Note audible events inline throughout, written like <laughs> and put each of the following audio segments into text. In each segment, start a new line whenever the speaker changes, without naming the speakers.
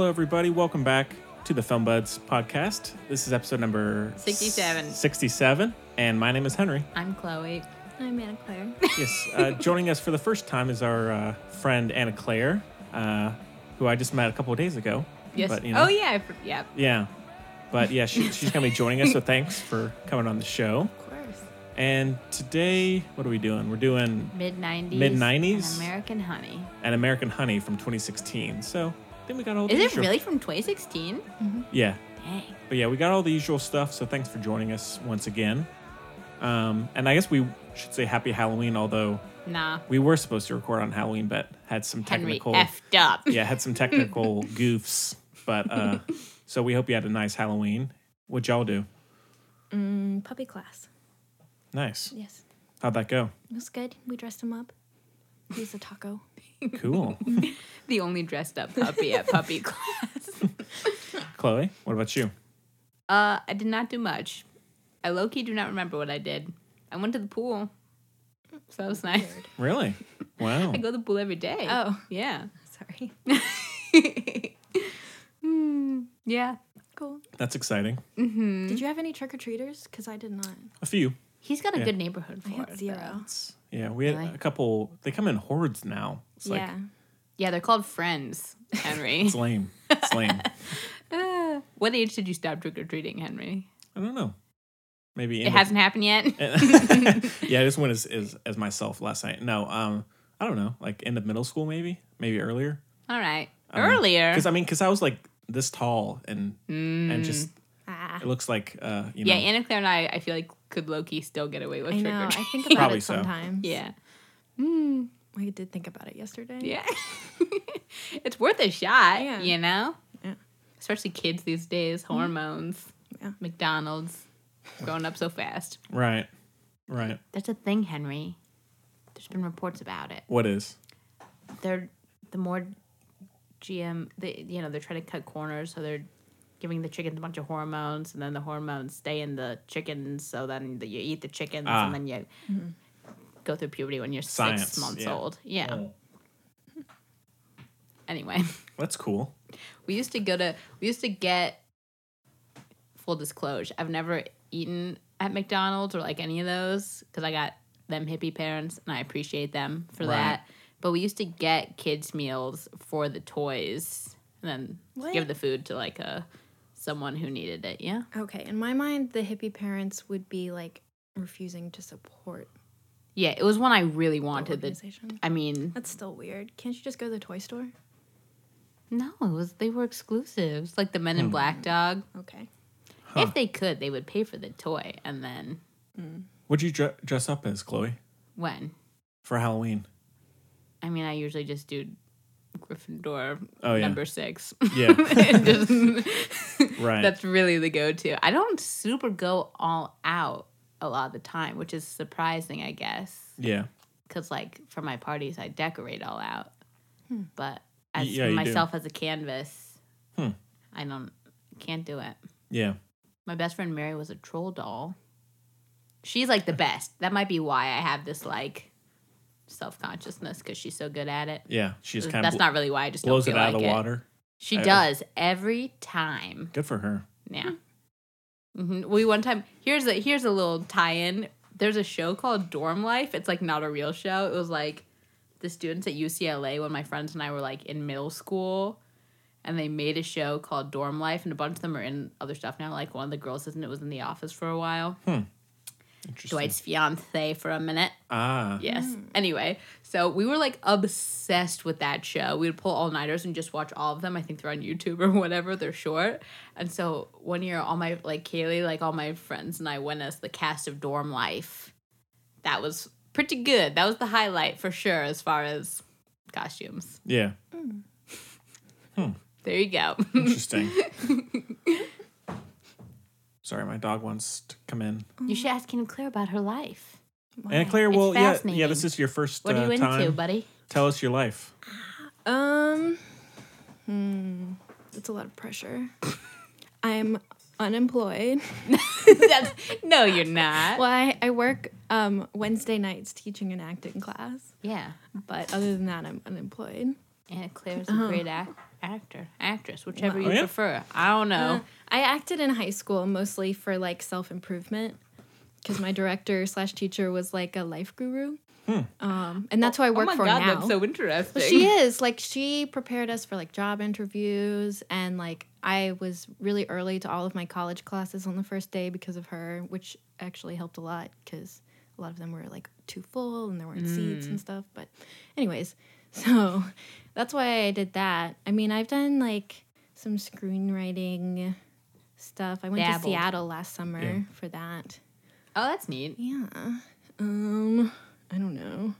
Welcome back to the Film Buds podcast. This is episode number
67.
67. And my name is Henry.
I'm Chloe.
I'm Anna Claire.
Yes. Uh, joining us for the first time is our uh, friend Anna Claire, uh, who I just met a couple of days ago.
<laughs> Yes.
But, you know,
oh yeah. I for- yeah.
Yeah. But yeah, she, she's going to be joining us. So thanks for coming on the show.
Of course.
And today, what are we doing? We're doing
Mid 90s.
Mid-nineties?
American Honey.
an American Honey from 2016. So then we got all the
Is it
usual-
really from 2016?
Yeah.
Dang.
But yeah, we got all the usual stuff. So thanks for joining us once again. Um, and I guess we should say Happy Halloween, although
Nah.
we were supposed to record on Halloween, but had some
Henry
technical
effed up.
<laughs> yeah had some
<laughs>
technical goofs. But uh, so we hope you had a nice Halloween. What'd y'all do?
Mm, puppy class.
Nice.
Yes.
How'd that go?
It was good. We dressed him up. He was a taco. <laughs>
Cool.
<laughs> The only dressed up puppy at
<laughs>
puppy class.
Chloe, what about you?
Uh, I did not do much. I low key do not remember what I did. I went to the pool, so that was nice.
Really? Wow.
<laughs> I go to the pool every day.
Oh.
yeah.
Sorry.
Hmm, yeah.
Cool.
That's exciting. Mm-hmm.
Did you have any trick or treaters? Because I did not.
A few.
He's got a
Yeah.
good neighborhood
I
for
had
it,
zero.
Yeah, we had
Really?
a couple. They come in hordes now. It's like
yeah.
though. Yeah, they're
<laughs>
called friends, Henry.
It's lame. It's
<laughs>
lame.
Ah. what age did you stop trick or treating, Henry?
I don't know. Maybe
It <laughs> hasn't happened yet.
<laughs> Eh, yeah, I just went as, as as myself last night. No, um, I don't know. Like end of middle school, maybe, maybe earlier.
All right.
Um,
Earlier.
Because I mean, because I was like this tall and and just
Ah.
it looks like uh you know
Mm. yeah, Anna Claire and I, I feel like could Loki still get away with
I
trick
know.
or
I
treat. <laughs>
<laughs>
think about
Probably
it
so.
sometimes.
Yeah. Mm,
I did think about it yesterday.
yeah. <laughs> it's worth a shot,
Yeah.
you know?
Yeah.
Especially kids these days, hormones,
Yeah.
McDonald's, growing up so fast.
right, right.
That's a
Thing, Henry. There's been reports about it.
What is?
They're the more GM, they, you know, they're trying to cut corners, so they're giving the chickens a bunch of hormones, and then the hormones stay in the chickens, so then the, you eat the chickens,
Ah.
and then you go through puberty when you're
Science,
six months
yeah.
old. Yeah.
Oh,
Anyway, <laughs>
that's cool.
we used to go to, we used to get full disclosure. I've never eaten at McDonald's or like any of those because I got them hippie parents, and I appreciate them for
Right.
that. But we used to get kids' meals for the toys, and then
What?
give the food to like a someone who needed it. Yeah.
Okay. In my mind, the hippie parents would be like refusing to support
Yeah, it was one I really
the
wanted. That
organization.
I mean,
That's still weird. Can't you just go to the toy store?
no, it was they were exclusives, like the Men in Black dog.
Okay.
If they could, they would pay for the toy, and then
What'd you dre- dress up as, Chloe,
when?
for Halloween?
I mean, I usually just do Gryffindor
Oh, yeah.
number six. <laughs>
Yeah.
And just-
<laughs> Right.
That's really the go-to. I don't super go all out a lot of the time, which is surprising, I guess,
Yeah,
because like for my parties, I decorate all out, but as
yeah, you do.
myself as a canvas,
Hmm.
I don't can't do it.
yeah.
My best friend Mary was a troll doll. She's
<laughs>
like the best. That might be why I have this like self consciousness because she's so good at it.
Yeah, she just kind
Mm, That's
of
not really why. I just
blows
don't
it
feel
out of
like
the water.
She
I-
does every time.
Good for her.
Yeah. hmm We one time here's a here's a little tie-in. There's a show called Dorm Life. It's like not a real show. It was like the students at UCLA when my friends and I were like in middle school, and they made a show called Dorm Life, and a bunch of them are in other stuff now. Like one of the girls isn't. It was in the office for a while.
Hmm. Interesting.
Dwight's fiance for a minute.
Ah,
Yes. Anyway, so we were like obsessed with that show. We would pull all nighters and just watch all of them. I think they're on YouTube <laughs> or whatever. They're short. And so one year, all my like Kaylee, like all my friends and I went as the cast of Dorm Life. That was pretty good. That was the highlight for sure as far as costumes.
yeah.
There you go. <laughs>
Interesting. Sorry, my dog wants to come in.
you should ask Anna Claire about her life.
And Claire,
It's
well, yeah, yeah.
fascinating.
This is your first
What
uh,
are you into,
time.
buddy?
Tell us your life.
Um, hmm, that's a lot of pressure.
<coughs>
I'm unemployed.
<laughs> That's, no, you're not.
Well, I, I work um, Wednesday nights teaching an acting class,
Yeah.
but other than that, I'm unemployed.
Anna Claire's a great act- actor, actress, whichever
Oh,
you
yeah?
prefer. I don't know.
Uh, I acted in high school mostly for like self improvement because my director slash teacher was like a life guru. Um, and that's who I work
Hmm. oh my
for
god,
now.
that's so interesting.
But she is like she prepared us for like job interviews and like I was really early to all of my college classes on the first day because of her, which actually helped a lot because a lot of them were like too full and there weren't seats
Mm.
and stuff. But anyways, <laughs> so that's why I did that. I mean, I've done like some screenwriting stuff. I went
Dabbled.
to Seattle last summer
Yeah.
for that.
Oh, that's neat.
Yeah. Um, I don't know.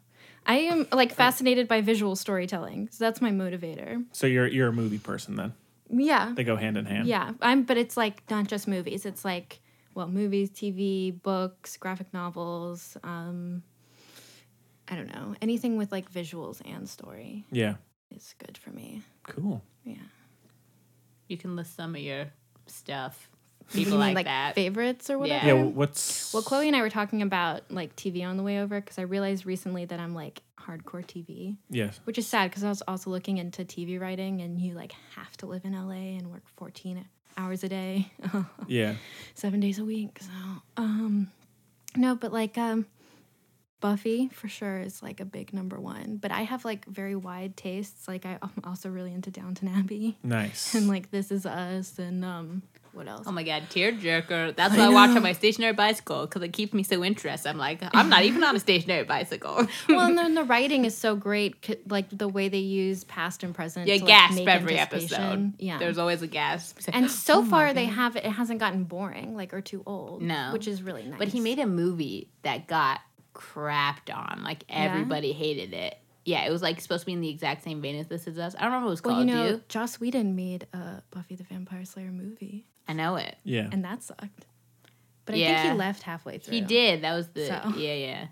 I am like fascinated by visual storytelling. So that's my motivator.
So you're you're a movie person then.
Yeah.
They go hand in hand.
Yeah. I'm but it's like not just movies. It's like well, movies, TV, books, graphic novels, um I don't know. Anything with like visuals and story
Yeah.
is good for me.
Cool.
Yeah.
You can list some of your stuff.
You
People
mean,
like, that.
favorites or whatever.
Yeah.
Um,
wh- What's
Well, Chloe and I were talking about like TV on the way over because I realized recently that I'm like hardcore TV.
Yes.
which is sad because I was also looking into TV writing, and you like have to live in LA and work 14 hours a day, <laughs>
Yeah.
seven days a week. So, um, no, but like, um, Buffy for sure is like a big number one, but I have like very wide tastes. Like, I- I'm also really into Downton Abbey <laughs>
<laughs>
Nice.
and like This Is Us and um, what else?
Oh my god, tearjerker. That's what I, watch on my stationary bicycle because it keeps me so interested. I'm like, I'm not even on a stationary bicycle. <laughs>
well, and then the writing is so great, c- like the way they use past and present.
yeah,
to, like,
gasp
make
every
anticipation.
episode.
Yeah,
There's always a gasp. <laughs> He's like,
And so far, they have it hasn't gotten boring, like or too old.
No.
which is really nice.
But he made a movie that got crapped on. Like everybody hated it. Yeah, it was like supposed to be in the exact same vein as This Is Us. I don't remember what it was
well, you
called.
know,
do you?
Joss Whedon made a Buffy the Vampire Slayer movie,
I know it.
yeah.
and that sucked. But I think
Yeah.
he left halfway through.
He did. That was the
So.
yeah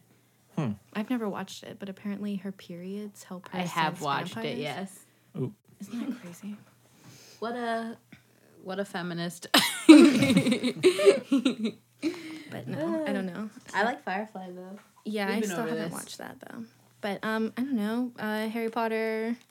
yeah.
I've never watched it, but apparently her periods help her.
I have
sense
watched
vampires.
it. Yes.
Ooh.
isn't that crazy?
<laughs> What a what a feminist. <laughs>
But no, I don't know.
I like Firefly though.
Yeah,
We've
I
been
still
over
haven't
this.
watched that though. But um, I don't know. Uh, Harry Potter. <sighs>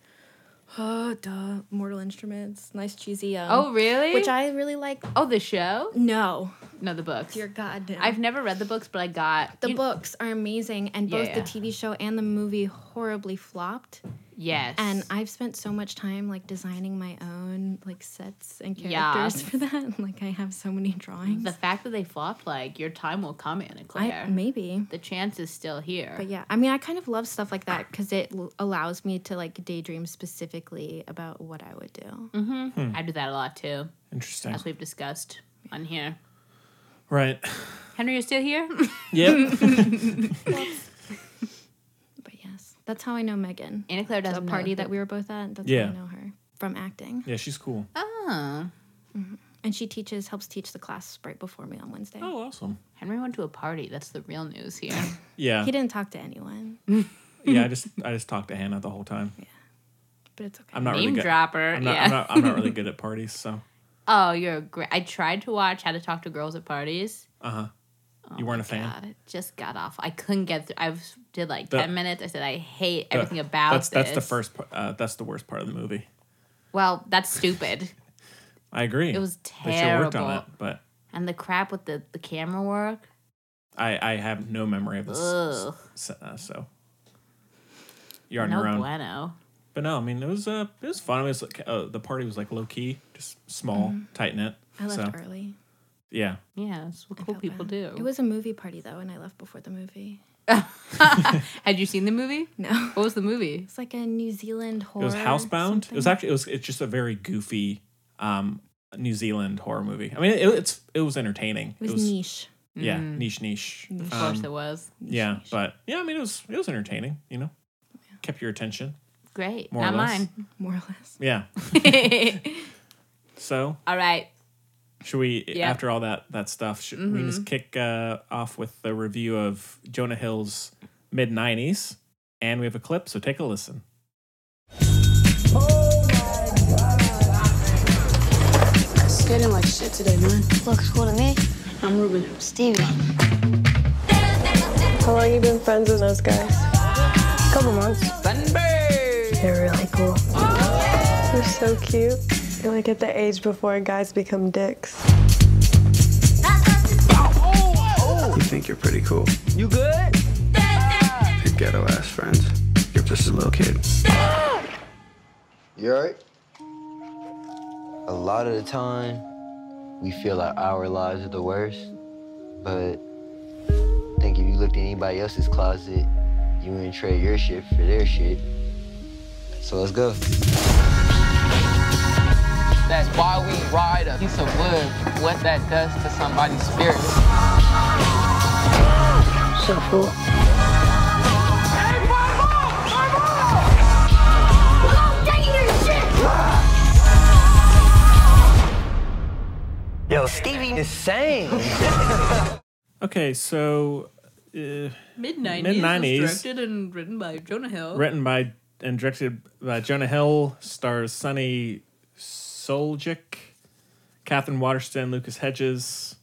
Oh, duh. Mortal Instruments. Nice cheesy. Um,
Oh really?
which I really like.
oh the show?
No,
No, the books.
dear God, no.
I've never read the books, but I got
The
you-
books are amazing, and both
Yeah.
the TV show and the movie horribly flopped.
Yes.
And I've spent so much time like designing my own like sets and
Yeah.
characters <laughs> for that. Like I have so many drawings.
the fact that they flopped, like your time will come, Anna Claire.
I, maybe,
the chance is still here.
but yeah. I mean, I kind of love stuff like that because it l- allows me to like daydream specifically about what I would do.
Mm-hmm.
Hmm.
I do that a lot too,
Interesting.
as we've discussed on here.
<laughs> Right.
Henry, you're still
<laughs>
here? <laughs>
Yep.
But yes, that's how I know Megan.
Anna Claire
The
doesn't know
party that we were both at. That's
Yeah.
how I know her from acting,
yeah. She's cool.
Oh.
and she teaches, helps teach the class right before me on Wednesday.
Oh, awesome.
Henry went to a party. That's the real news here.
Yeah.
He didn't talk to anyone,
Yeah.
<laughs>
I just I just talked to Hannah the whole time.
but it's okay.
I'm not really
Name
good.
dropper.
I'm not,
yeah.
I'm not. I'm not really good at parties.
<laughs>
So.
oh, you're great. I tried to watch How to Talk to Girls at Parties.
Uh huh. you weren't a fan.
Oh God, it just got off. I couldn't get through. I was- did like
The-
10 minutes. I said, I hate
The-
everything about
that's that's the
this."
first. par- Uh, that's the worst part of the movie.
Well, that's
<laughs>
stupid.
I agree.
It was
They should have worked on it,
terrible.
but
and the crap with the, the camera work.
I I have no memory of this.
Ugh.
s- uh, so. You're on
no
your own.
bueno.
But no, I mean it was uh it was fun. It was like uh, the party was like low key, just small, tight knit.
I left
so,
early.
Yeah.
Yeah, that's what
I
cool
felt
people
bad.
do.
It was a movie party though, and I left before
<laughs>
the movie.
<laughs>
Had you seen the movie?
No,
What was the movie?
it's like a New Zealand horror.
It was Housebound. It was
something.
actually it was it's just a very goofy um New Zealand horror movie. I mean it, it's it was entertaining.
It was, niche.
yeah, niche niche.
Of
Um,
course, it was
yeah, but yeah, I mean it was it was entertaining, you know. Kept your attention.
great.
more or
Not
less.
mine.
more or less.
Yeah. So,
<laughs> All right.
should we
Yeah.
after all that that stuff, should we just kick uh, off with the review of Jonah Hill's mid 90s and we have a clip, so take a listen.
Skating like shit today, man.
Looks cool to me.
I'm Ruben.
Stevie.
How long you been friends with those guys?
Couple months. They're really cool. They're so cute. You're like at the age before guys become dicks.
You think you're pretty cool. You good? Your ghetto ass friends. You're just a little kid.
You alright? A lot of the time, we feel like our lives are the worst, but I think if you looked in anybody else's closet, you wouldn't trade your shit for their shit. So let's go.
That's why we ride a piece of wood, what that does to somebody's spirit.
So full.
Yo, Stevie is
<laughs>
saying.
Oh,
Okay, so uh,
Mid nineties.
Mid- 90s.
Directed and written by Jonah Hill.
written by and directed by Jonah Hill, stars Sonny Soljic, Catherine Waterston, Lucas Hedges.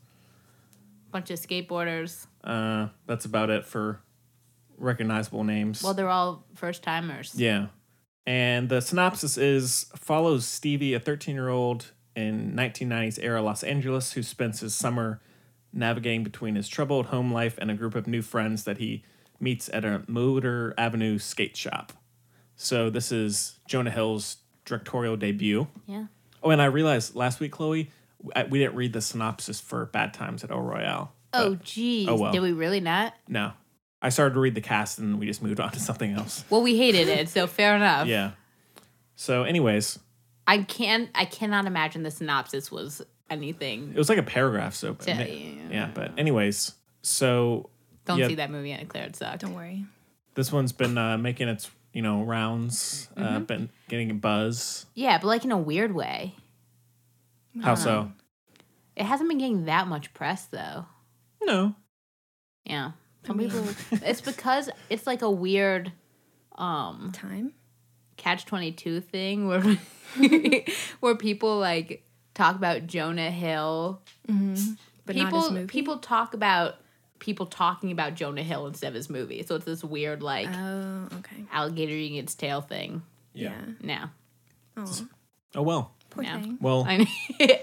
Bunch of skateboarders.
Uh, that's about it for recognizable names.
Well, they're all first timers.
Yeah. And the synopsis is follows Stevie, a 13 year old in 1990s era Los Angeles, who spends his summer navigating between his troubled home life and a group of new friends that he meets at a Motor Avenue skate shop. So this is Jonah Hill's directorial debut.
Yeah.
Oh, and I realized last week, Chloe, I- we didn't read the synopsis for Bad Times at El Royale.
Oh, geez.
oh, well.
Did we really not?
No. I started to read the cast and we just moved on to something else.
Well, we hated it, so fair enough.
Yeah. So, anyways,
I can't. I cannot imagine the synopsis was anything.
It was like a paragraph, so but
Yeah,
ma-
yeah, yeah.
But anyways, so
Don't
yeah,
see that movie and declare it sucked.
Don't worry.
This one's been uh, making its you know rounds, uh, been getting a buzz.
Yeah, but like in a weird way.
How so?
It hasn't been getting that much press though.
No,
Yeah. Some people it's because it's like a weird um
Time.
catch 22 thing where <laughs> where people like talk about Jonah Hill.
But
mm-hmm. people
not his movie.
people talk about people talking about Jonah Hill instead of his movie. So it's this weird like
Oh, okay.
alligator eating its tail thing.
Yeah.
No.
Oh,
Oh well.
poor
Yeah.
thing.
Well,
I <laughs> know. you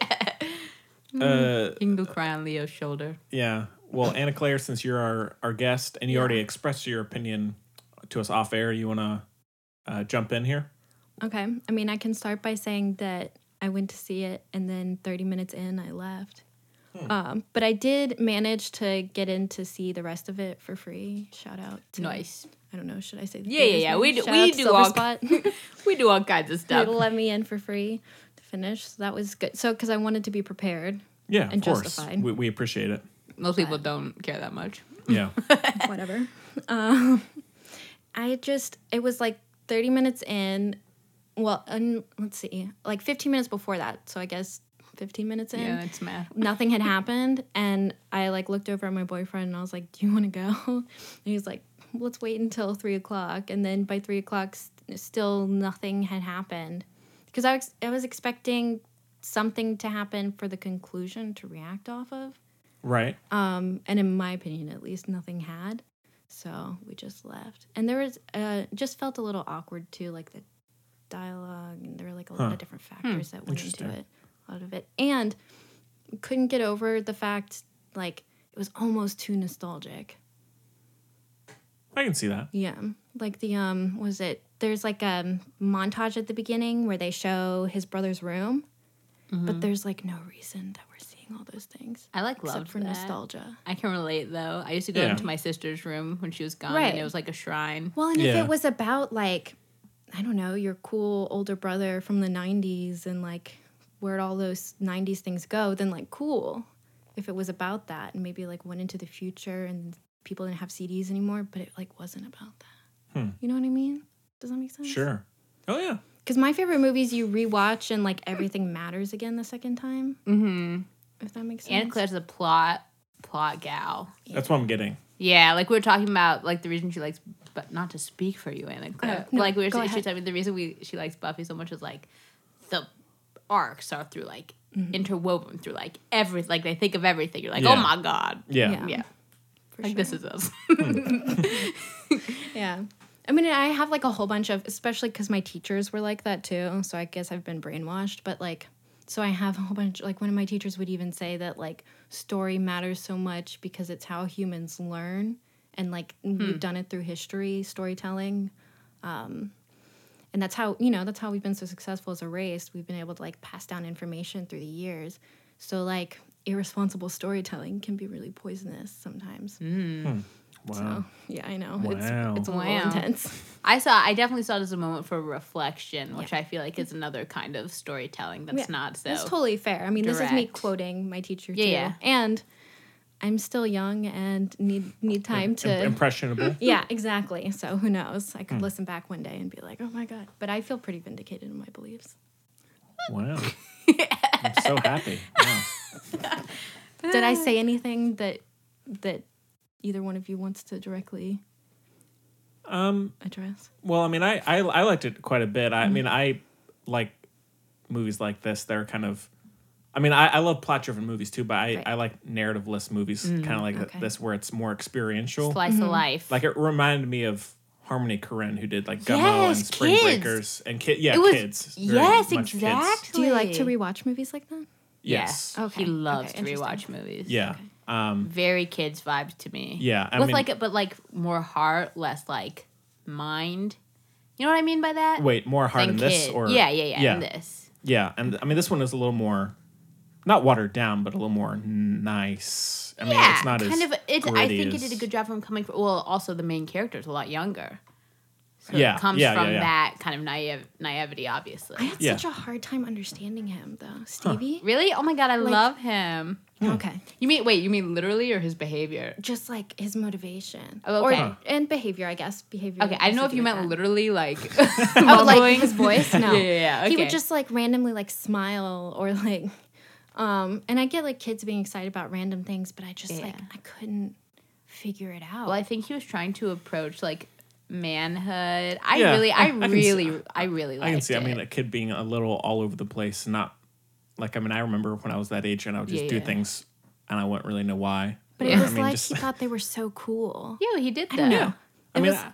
uh,
can go cry on Leo's shoulder.
yeah. Well, Anna Claire, since you're our our guest and you already expressed your opinion to us off air, you want to uh, jump in here?
Okay. I mean, I can start by saying that I went to see it and then 30 minutes in, I left.
Hmm.
Um, but I did manage to get in to see the rest of it for free. Shout out to
Nice.
I don't know. Should I say? The
Yeah,
theater's
yeah, yeah.
name?
We do-
Shout
we
out to
do
Silver
all- <laughs>
Spot.
We do all kinds of
<laughs> they
stuff.
let me in for free to finish. So that was good. So because I wanted to be prepared.
Yeah,
And
of course.
justified.
We, we appreciate it.
Most people don't care that much.
Yeah.
whatever. Um, <laughs> I just it was like thirty minutes in. Well, un, let's see, like fifteen minutes before that. So I guess fifteen minutes in,
Yeah, it's mad.
nothing had happened, and I like looked over at my boyfriend and I was like, "Do you want to go?" <laughs> And he was like, "Let's wait until three o'clock." And then by three o'clock, st- still nothing had happened because I was I was expecting something to happen for the conclusion to react off of
right.
Um, and in my opinion at least nothing had so we just left and there was uh just felt a little awkward too like the dialogue and there were like a lot of different factors that went into
Interesting.
it a lot of it and couldn't get over the fact like it was almost too nostalgic
I can see that.
yeah like the um was it there's like a montage at the beginning where they show his brother's room but there's like no reason that we're seeing all those things
I like love
except
for
for
that.
nostalgia
I can relate though. I used to go
Yeah.
into my sister's room when she was gone,
Right.
and it was like a shrine.
Well, and
Yeah.
if it was about like, I don't know, your cool older brother from the '90s and like where'd all those '90s things go, then like cool. If it was about that and maybe like went into the future and people didn't have CDs anymore, but it like wasn't about that. You know what I mean? Does that make sense?
Hmm. Sure. Oh yeah.
Because my favorite movies you rewatch and like everything matters again the second time. Mm-hmm. If that makes sense.
Anna Claire's a plot plot gal.
That's what I'm getting.
Yeah, like we were talking about, like the reason she likes, but not to speak for you, Anna Claire.
Oh, no,
like we were
go
saying, she was
ahead.
telling me the reason we she likes Buffy so much is like the arcs are through like
Mm-hmm.
interwoven through like every like they think of everything. You're like,
Yeah.
oh my god,
Yeah.
Yeah.
yeah,
For
like
sure.
this is us.
Yeah. I mean, I have like a whole bunch of, especially because my teachers were like that too. So I guess I've been brainwashed, but like, so I have a whole bunch, like, one of my teachers would even say that like story matters so much because it's how humans learn. And like, we've done it through history, storytelling. Um, and that's how, you know, that's how we've been so successful as a race. We've been able to like pass down information through the years. So like, irresponsible storytelling can be really poisonous sometimes. Oh,
Wow.
Yeah, I know.
Wow.
It's, it's a little
Wow.
intense.
<laughs> I saw. I definitely saw it as a moment for reflection, which I feel like is another kind of storytelling that's
Yeah,
not so.
That's totally fair. I mean, this is me
direct.
quoting my teacher
Yeah,
too,
yeah.
and I'm still young and need need time to.
Im- impressionable.
yeah, exactly. So who knows? I could listen back one day and be like, "Oh my god!" But I feel pretty vindicated in my beliefs.
<laughs>
wow. I'm so happy. Wow.
Did I say anything that that either one of you wants to directly um address?
Well, I mean, I, I I liked it quite a bit.
Mm-hmm.
I mean, I like movies like this. They're kind of, I mean, I, I love plot driven movies too, but I,
Right.
I like narrative less movies, kind of like th-
okay.
this where it's more experiential.
Mm, Slice
Mm-hmm.
of life.
like it reminded me of Harmony Korine, who did like Gummo
Yes,
and Spring
kids.
Breakers and kid, yeah,
It was-
kids. Very
yes,
much kids.
exactly.
Do you like to rewatch movies like that?
Yes.
Yeah.
Okay.
He loves
Okay,
to rewatch
interesting.
movies.
Yeah. Um,
Very kids vibe to me.
Yeah, I
With
mean-
like, but like more heart, less like mind. You know what I mean by that?
wait, more hard
Than
in this
kid.
or
yeah, yeah, yeah,
yeah,
in this.
yeah. And I mean, this one is a little more, not watered down, but a little more nice. I mean,
yeah,
it's not
kind
as
of. It's. I
gritty
think it
as-
did a good job from coming. From, well, also the main character is a lot younger. So
Yeah,
it comes
yeah,
from
yeah, yeah.
that kind of naive naivety, obviously.
I had
Yeah.
such a hard time understanding him though, Stevie.
Really? Oh my god, I
Like-
love him.
Okay.
You mean wait? You mean literally or his behavior?
just like his motivation
Oh, okay. Huh.
or and behavior i guess behavior
Okay, I don't know if you meant
literally
literally like
<laughs>
<laughs>
oh, like
mumbling. <laughs>
his voice no
Yeah, yeah, yeah,
he would
okay.
just like randomly like smile or like um and i get like kids being excited about random things but i just like
Yeah.
i couldn't figure it out
Well, I think he was trying to approach like manhood. I
Yeah,
really, I,
I- I can
really,
see-
I really liked
I can see.
It.
I mean, a kid being a little all over the place, not like I mean, I remember when I was that age and I would just
Yeah,
do
yeah.
things and I wouldn't really know why.
but
Yeah.
it was
I mean,
like
just- <laughs>
he thought they were so cool
yeah, he did that.
don't know.
I
It
mean,
was-
I-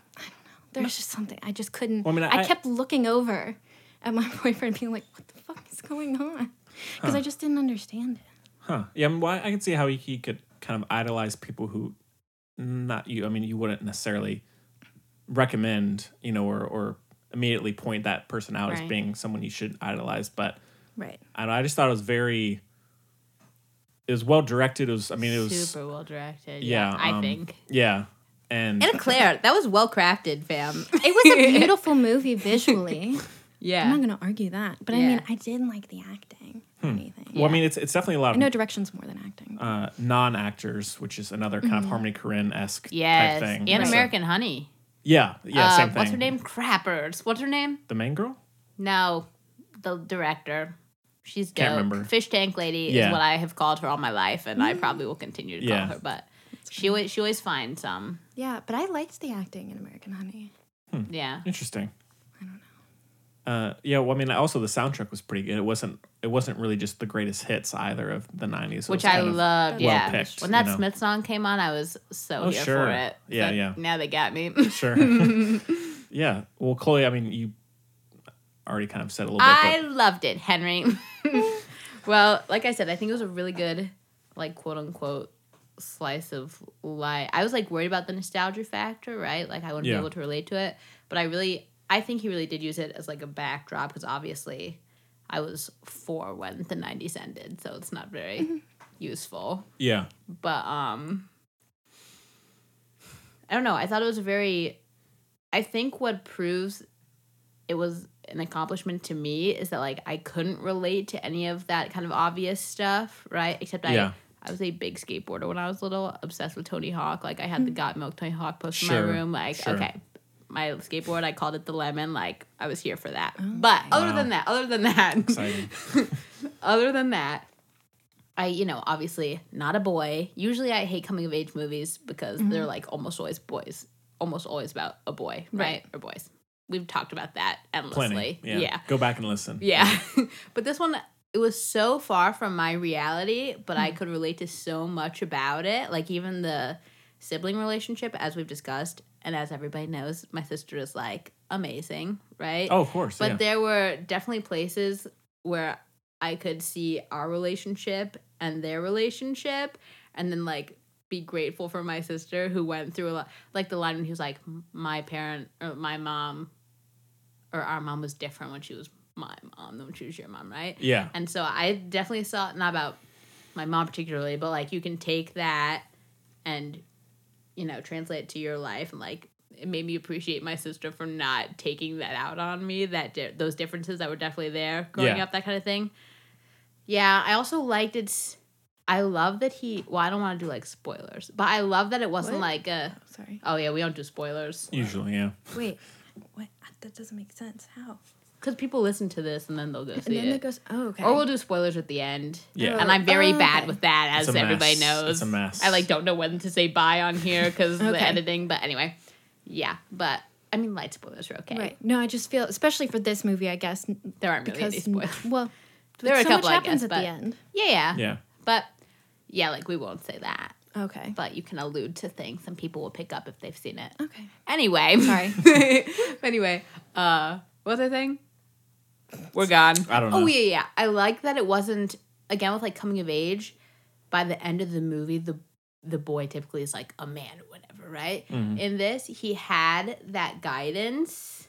there's just something i just couldn't
Well, I
I,
mean, I-
kept looking over at my <laughs> boyfriend being like what the fuck is going on because i just didn't understand it
huh? Yeah, I, mean, why, I can see how he, he could kind of idolize people who, not you. I mean, you wouldn't necessarily recommend, you know, or or immediately point that person out as
Right.
being someone you should idolize, but.
right
I don't know, I just thought it was very. It was well directed. It was. I mean, it was.
super well directed. Yeah,
Yeah,
I
um,
think.
Yeah, and
And Claire, that was well crafted, fam.
<laughs> it
<laughs>
was a beautiful movie visually I'm
yeah,
not going to argue that. But I
Yeah.
mean, I didn't like the acting or anything.
well, I mean, it's it's definitely a lot
I
of
know direction's more than acting.
Hmm. uh, non actors, which is another kind of Harmony Korine esque
Mm-hmm. yes,
type thing.
and
So-
American Honey.
Yeah, yeah,
Uh,
same thing.
What's her name? Crappers. What's her name?
The main girl.
No, the director. She's dope.
Can't remember.
Fish tank lady is
Yeah.
what I have called her all my life, and
Mm.
I probably will continue to
Yeah.
call her. But she always she always finds some.
yeah, but I liked the acting in American Honey.
Yeah,
Interesting. I don't know. Uh, yeah, well, I mean, also the soundtrack was pretty good. It wasn't. It wasn't really just the greatest hits either of the '90s, It
which
was
I
kind of-
loved. yeah,
well-picked,
when that
you know.
Smith song came on, I was so
Oh,
here
sure.
for it.
Yeah,
So
yeah.
Now they got me.
Sure. <laughs> yeah. Well, Chloe, I mean, you already kind of said a little bit.
<laughs> I
but-
loved it, Henry. <laughs> well, like I said, I think it was a really good, like quote unquote, slice of life. I was like worried about the nostalgia factor, right? Like I wouldn't
Yeah.
be able to relate to it, but I really, I think he really did use it as like a backdrop because obviously, I was four when the '90s ended, so it's not very useful.
yeah.
but um i don't know i thought it was a very i think what proves it was an accomplishment to me is that like i couldn't relate to any of that kind of obvious stuff right except i
Yeah.
I was a big skateboarder when I was little, obsessed with Tony Hawk. Like I had the Got Milk Tony Hawk poster in
Sure,
my room. Like
sure.
okay, my skateboard, I called it the Lemon. Like I was here for that. but other
Wow.
than that, other than that, <laughs>
Exciting.
other than that, I, you know, obviously not a boy. Usually I hate coming of age movies because they're like almost always boys, almost always about a boy, right? Or boys. We've talked about that endlessly.
Plenty. Yeah.
Yeah.
Go back and listen.
Yeah. <laughs> but this one, it was so far from my reality, but I could relate to so much about it. Like even the sibling relationship, as we've discussed, and as everybody knows, my sister is like amazing, right?
Oh, of course.
But
yeah.
there were definitely places where I could see our relationship and their relationship, and then like be grateful for my sister who went through a lot. Like the line when he was like, "My parent or my mom, or our mom was different when she was my mom than when she was your mom, right?"
yeah.
And so I definitely saw not about my mom particularly, but like you can take that and you know translate it to your life and like it made me appreciate my sister for not taking that out on me that di- those differences that were definitely there growing
Yeah.
up that kind of thing. Yeah, I also liked it's I love that he well I don't want to do like spoilers, but I love that it wasn't
What?
like a
Sorry.
oh yeah, we don't do spoilers
Usually, yeah.
Wait. What? That doesn't make sense. How?
cuz people listen to this and then they'll go
And
see
then it
it.
goes. Oh, okay.
Or we'll do spoilers at the end.
Yeah.
and I'm very
Oh,
bad
okay.
with that, as
It's a
everybody
mess.
knows.
It's a mess.
I like don't know when to say bye on here because the
Okay.
editing. But anyway, yeah. But I mean, light spoilers are okay.
Right. No, I just feel, especially for this movie, I guess, n-
There aren't really any
because
spoilers.
<laughs> well,
<laughs> There are a
so
couple,
much
I
happens
guess,
at
but-
the end.
Yeah, yeah,
Yeah.
But yeah, like we won't say that.
Okay.
But you can allude to things, and people will pick up if they've seen it.
Okay.
Anyway,
Sorry.
<laughs> anyway, uh, what was I saying? We're gone.
I don't know.
Oh yeah, yeah. I like that it wasn't again with like coming of age. By the end of the movie, the the boy typically is like a man or whatever, right?
Mm-hmm.
In this, he had that guidance.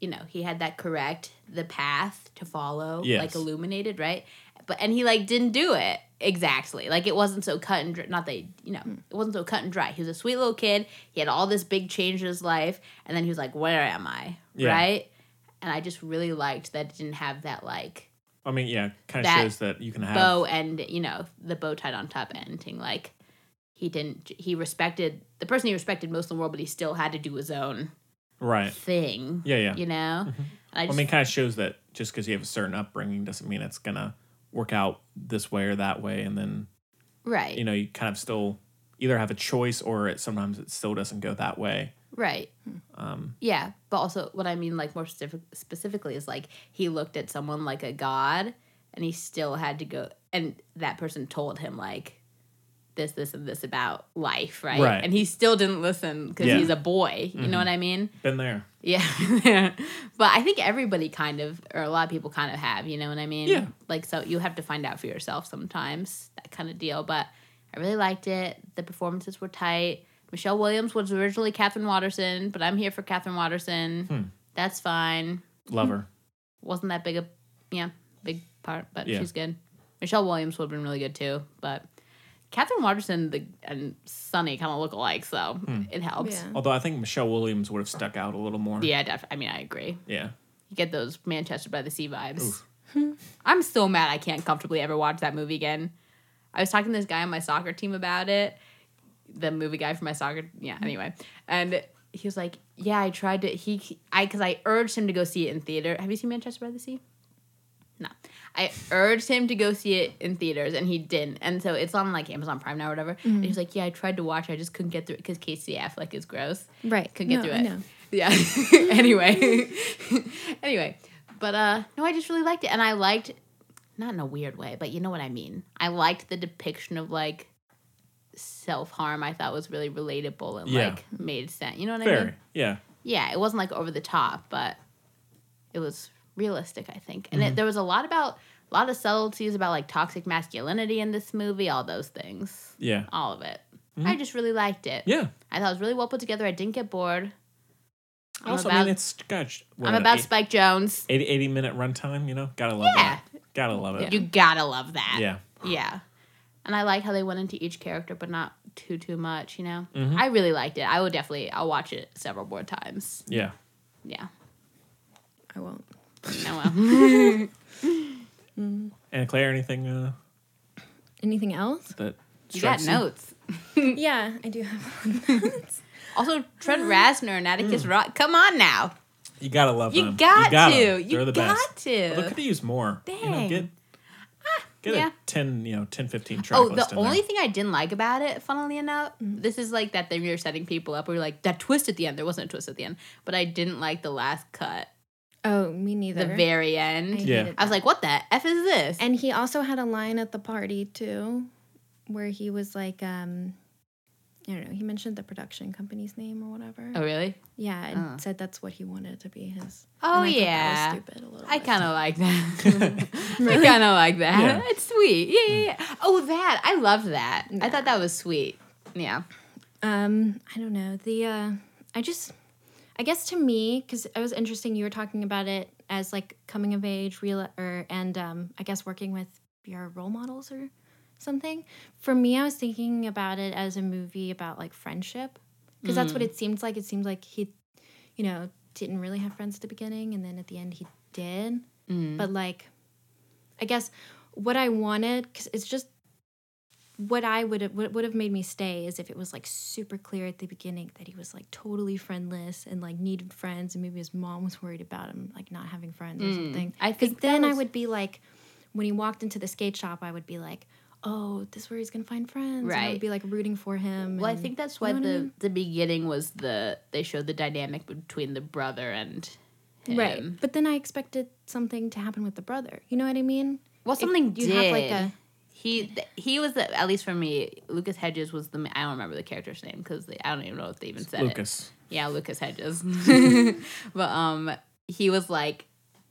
You know, he had that correct the path to follow,
Yes.
like illuminated, right? But and he like didn't do it exactly. Like it wasn't so cut and dry. Not that you know, it wasn't so cut and dry. He was a sweet little kid. He had all this big change in his life, and then he was like, "Where am I?"
Yeah.
Right? And I just really liked that it didn't have that like
I mean, yeah, kind of
That
shows that you can have.
bow and you know the bow tied on top ending. Like he didn't. He respected the person he respected most in the world, but he still had to do his own
Right.
thing.
Yeah, yeah. Mm-hmm.
You know. And I
I
just,
mean, kind of shows that just because you have a certain upbringing doesn't mean it's going to work out this way or that way. And then,
right.
you know, you kind of still either have a choice or it sometimes it still doesn't go that way.
Right.
Um,
Yeah, but also what I mean, like more specific, specifically, is like he looked at someone like a god, and he still had to go, and that person told him like this, this, and this about life, right?
Right.
And he still didn't listen because
Yeah. Mm-hmm.
he's a boy. You know what I mean?
been there.
Yeah. <laughs> but I think everybody kind of, or a lot of people kind of have. You know what I mean?
Yeah.
Like so, you have to find out for yourself sometimes that kind of deal. But I really liked it. The performances were tight. Michelle Williams was originally Catherine Watterson, but I'm here for Catherine Watterson.
Hmm.
That's fine.
Lover.
Mm-hmm. Wasn't that big a yeah big part, but
Yeah.
she's good. Michelle Williams would have been really good too, but Catherine Watterson the, and Sunny kind of look alike, so
Hmm.
it helps.
Yeah.
Although I think Michelle Williams would have stuck out a little more.
Yeah, def- I mean, I agree.
Yeah.
You get those Manchester by the Sea vibes. Hmm. I'm so mad I can't comfortably ever watch that movie again. I was talking to this guy on my soccer team about it, the movie guy from my soccer. Yeah, anyway, and he was like, "Yeah, I tried to he I because I urged him to go see it in theater. Have you seen Manchester by the Sea? No, I urged him to go see it in theaters, and he didn't. And so it's on like Amazon Prime now or whatever. And he was like, "Yeah, I tried to watch, it. I just couldn't get through it because Casey Affleck is gross."
Right.
could get
No,
through
I
it.
know.
Yeah. <laughs> anyway. <laughs> anyway. But uh no, I just really liked it. And I liked not in a weird way, but you know what I mean. I liked the depiction of like self harm I thought was really relatable and
Yeah.
like made sense. You know what I mean?
Very. Yeah.
yeah, it wasn't like over the top, but it was realistic, I think. And
Mm-hmm.
it, there was a lot about a lot of subtleties about like toxic masculinity in this movie, all those things,
Yeah.
all of it. I just really liked it.
Mm-hmm. Yeah.
I thought it was really well put together. I didn't get bored. I'm
also,
about,
I mean, it's got what,
I'm
an
about
eight-
Spike Jones.
80, 80 minute runtime, you know? Gotta love
Yeah.
it. Gotta love it.
You gotta love that.
yeah.
Yeah. And I like how they went into each character, but not too too much. You know,
Mm-hmm.
I really liked it. I would definitely. I'll watch it several more times.
Yeah.
Yeah.
I won't.
No.
<laughs>
Well.
And Claire, anything uh,
Anything else?
that
you got
strikes
notes. Mm.
yeah, I do have.
Also, Trent
Mm.
Reznor and Atticus Rock. Come on now.
Um, You gotta love
You
them.
got
gotta.
to. You
They're the
got
best.
to.
Although, could have used more. You know,
Dang. Ah,
get get
yeah.
a 10, you know, 10, 15 track
Oh,
list
the
in there. Mm.
only thing I didn't like about it, funnily enough, this is like that thing you're setting people up. We were like that twist at the end. There wasn't a twist at the end, but I didn't like the last cut,
<laughs> Oh, me neither.
the very
I
end.
Yeah.
hated
I was
that.
like, what the f is this?
and he also had a line at the party too, where he was like, um, I don't know. He mentioned the production company's name or whatever.
Oh, really?
Yeah, and said that's what he wanted to be his.
Uh. Oh,
And I thought
yeah.
That was stupid a little.
I
bit.
kind of like that. I kind of like that.
Yeah.
It's sweet. Yeah, yeah, yeah. Oh, that. I loved that. I thought that was sweet. Yeah.
Um, I don't know. The uh, I just, I guess to me, because it was interesting. You were talking about it as like coming of age, real, or and um, I guess working with your role models or something. For me, I was thinking about it as a movie about like friendship, because that's
Mm.
what it seemed like. It seemed like he, you know, didn't really have friends at the beginning, and then at the end he did.
Mm.
But like, I guess what I wanted, because it's just what I would have what would have made me stay is if it was like super clear at the beginning that he was like totally friendless and like needed friends and maybe his mom was worried about him like not having friends or something.
Mm. I
'Cause
think that
then I
was-
would be like when he walked into the skate shop I would be like, "Oh, this is where he's going to find friends." And I
Right.
would be like rooting for him.
Well, I
and-
think that's why
know what I
the
mean?
the beginning was the they showed the dynamic between the brother and him.
right. But then I expected something to happen with the brother. You know what I mean?
Well,
If
something
you
did.
have like a
he th- he was the at least for me. Lucas Hedges was the ma- I don't remember the character's name because I don't even know if they even said it.
Lucas.
Yeah,
<laughs>
Lucas Hedges. but um he was like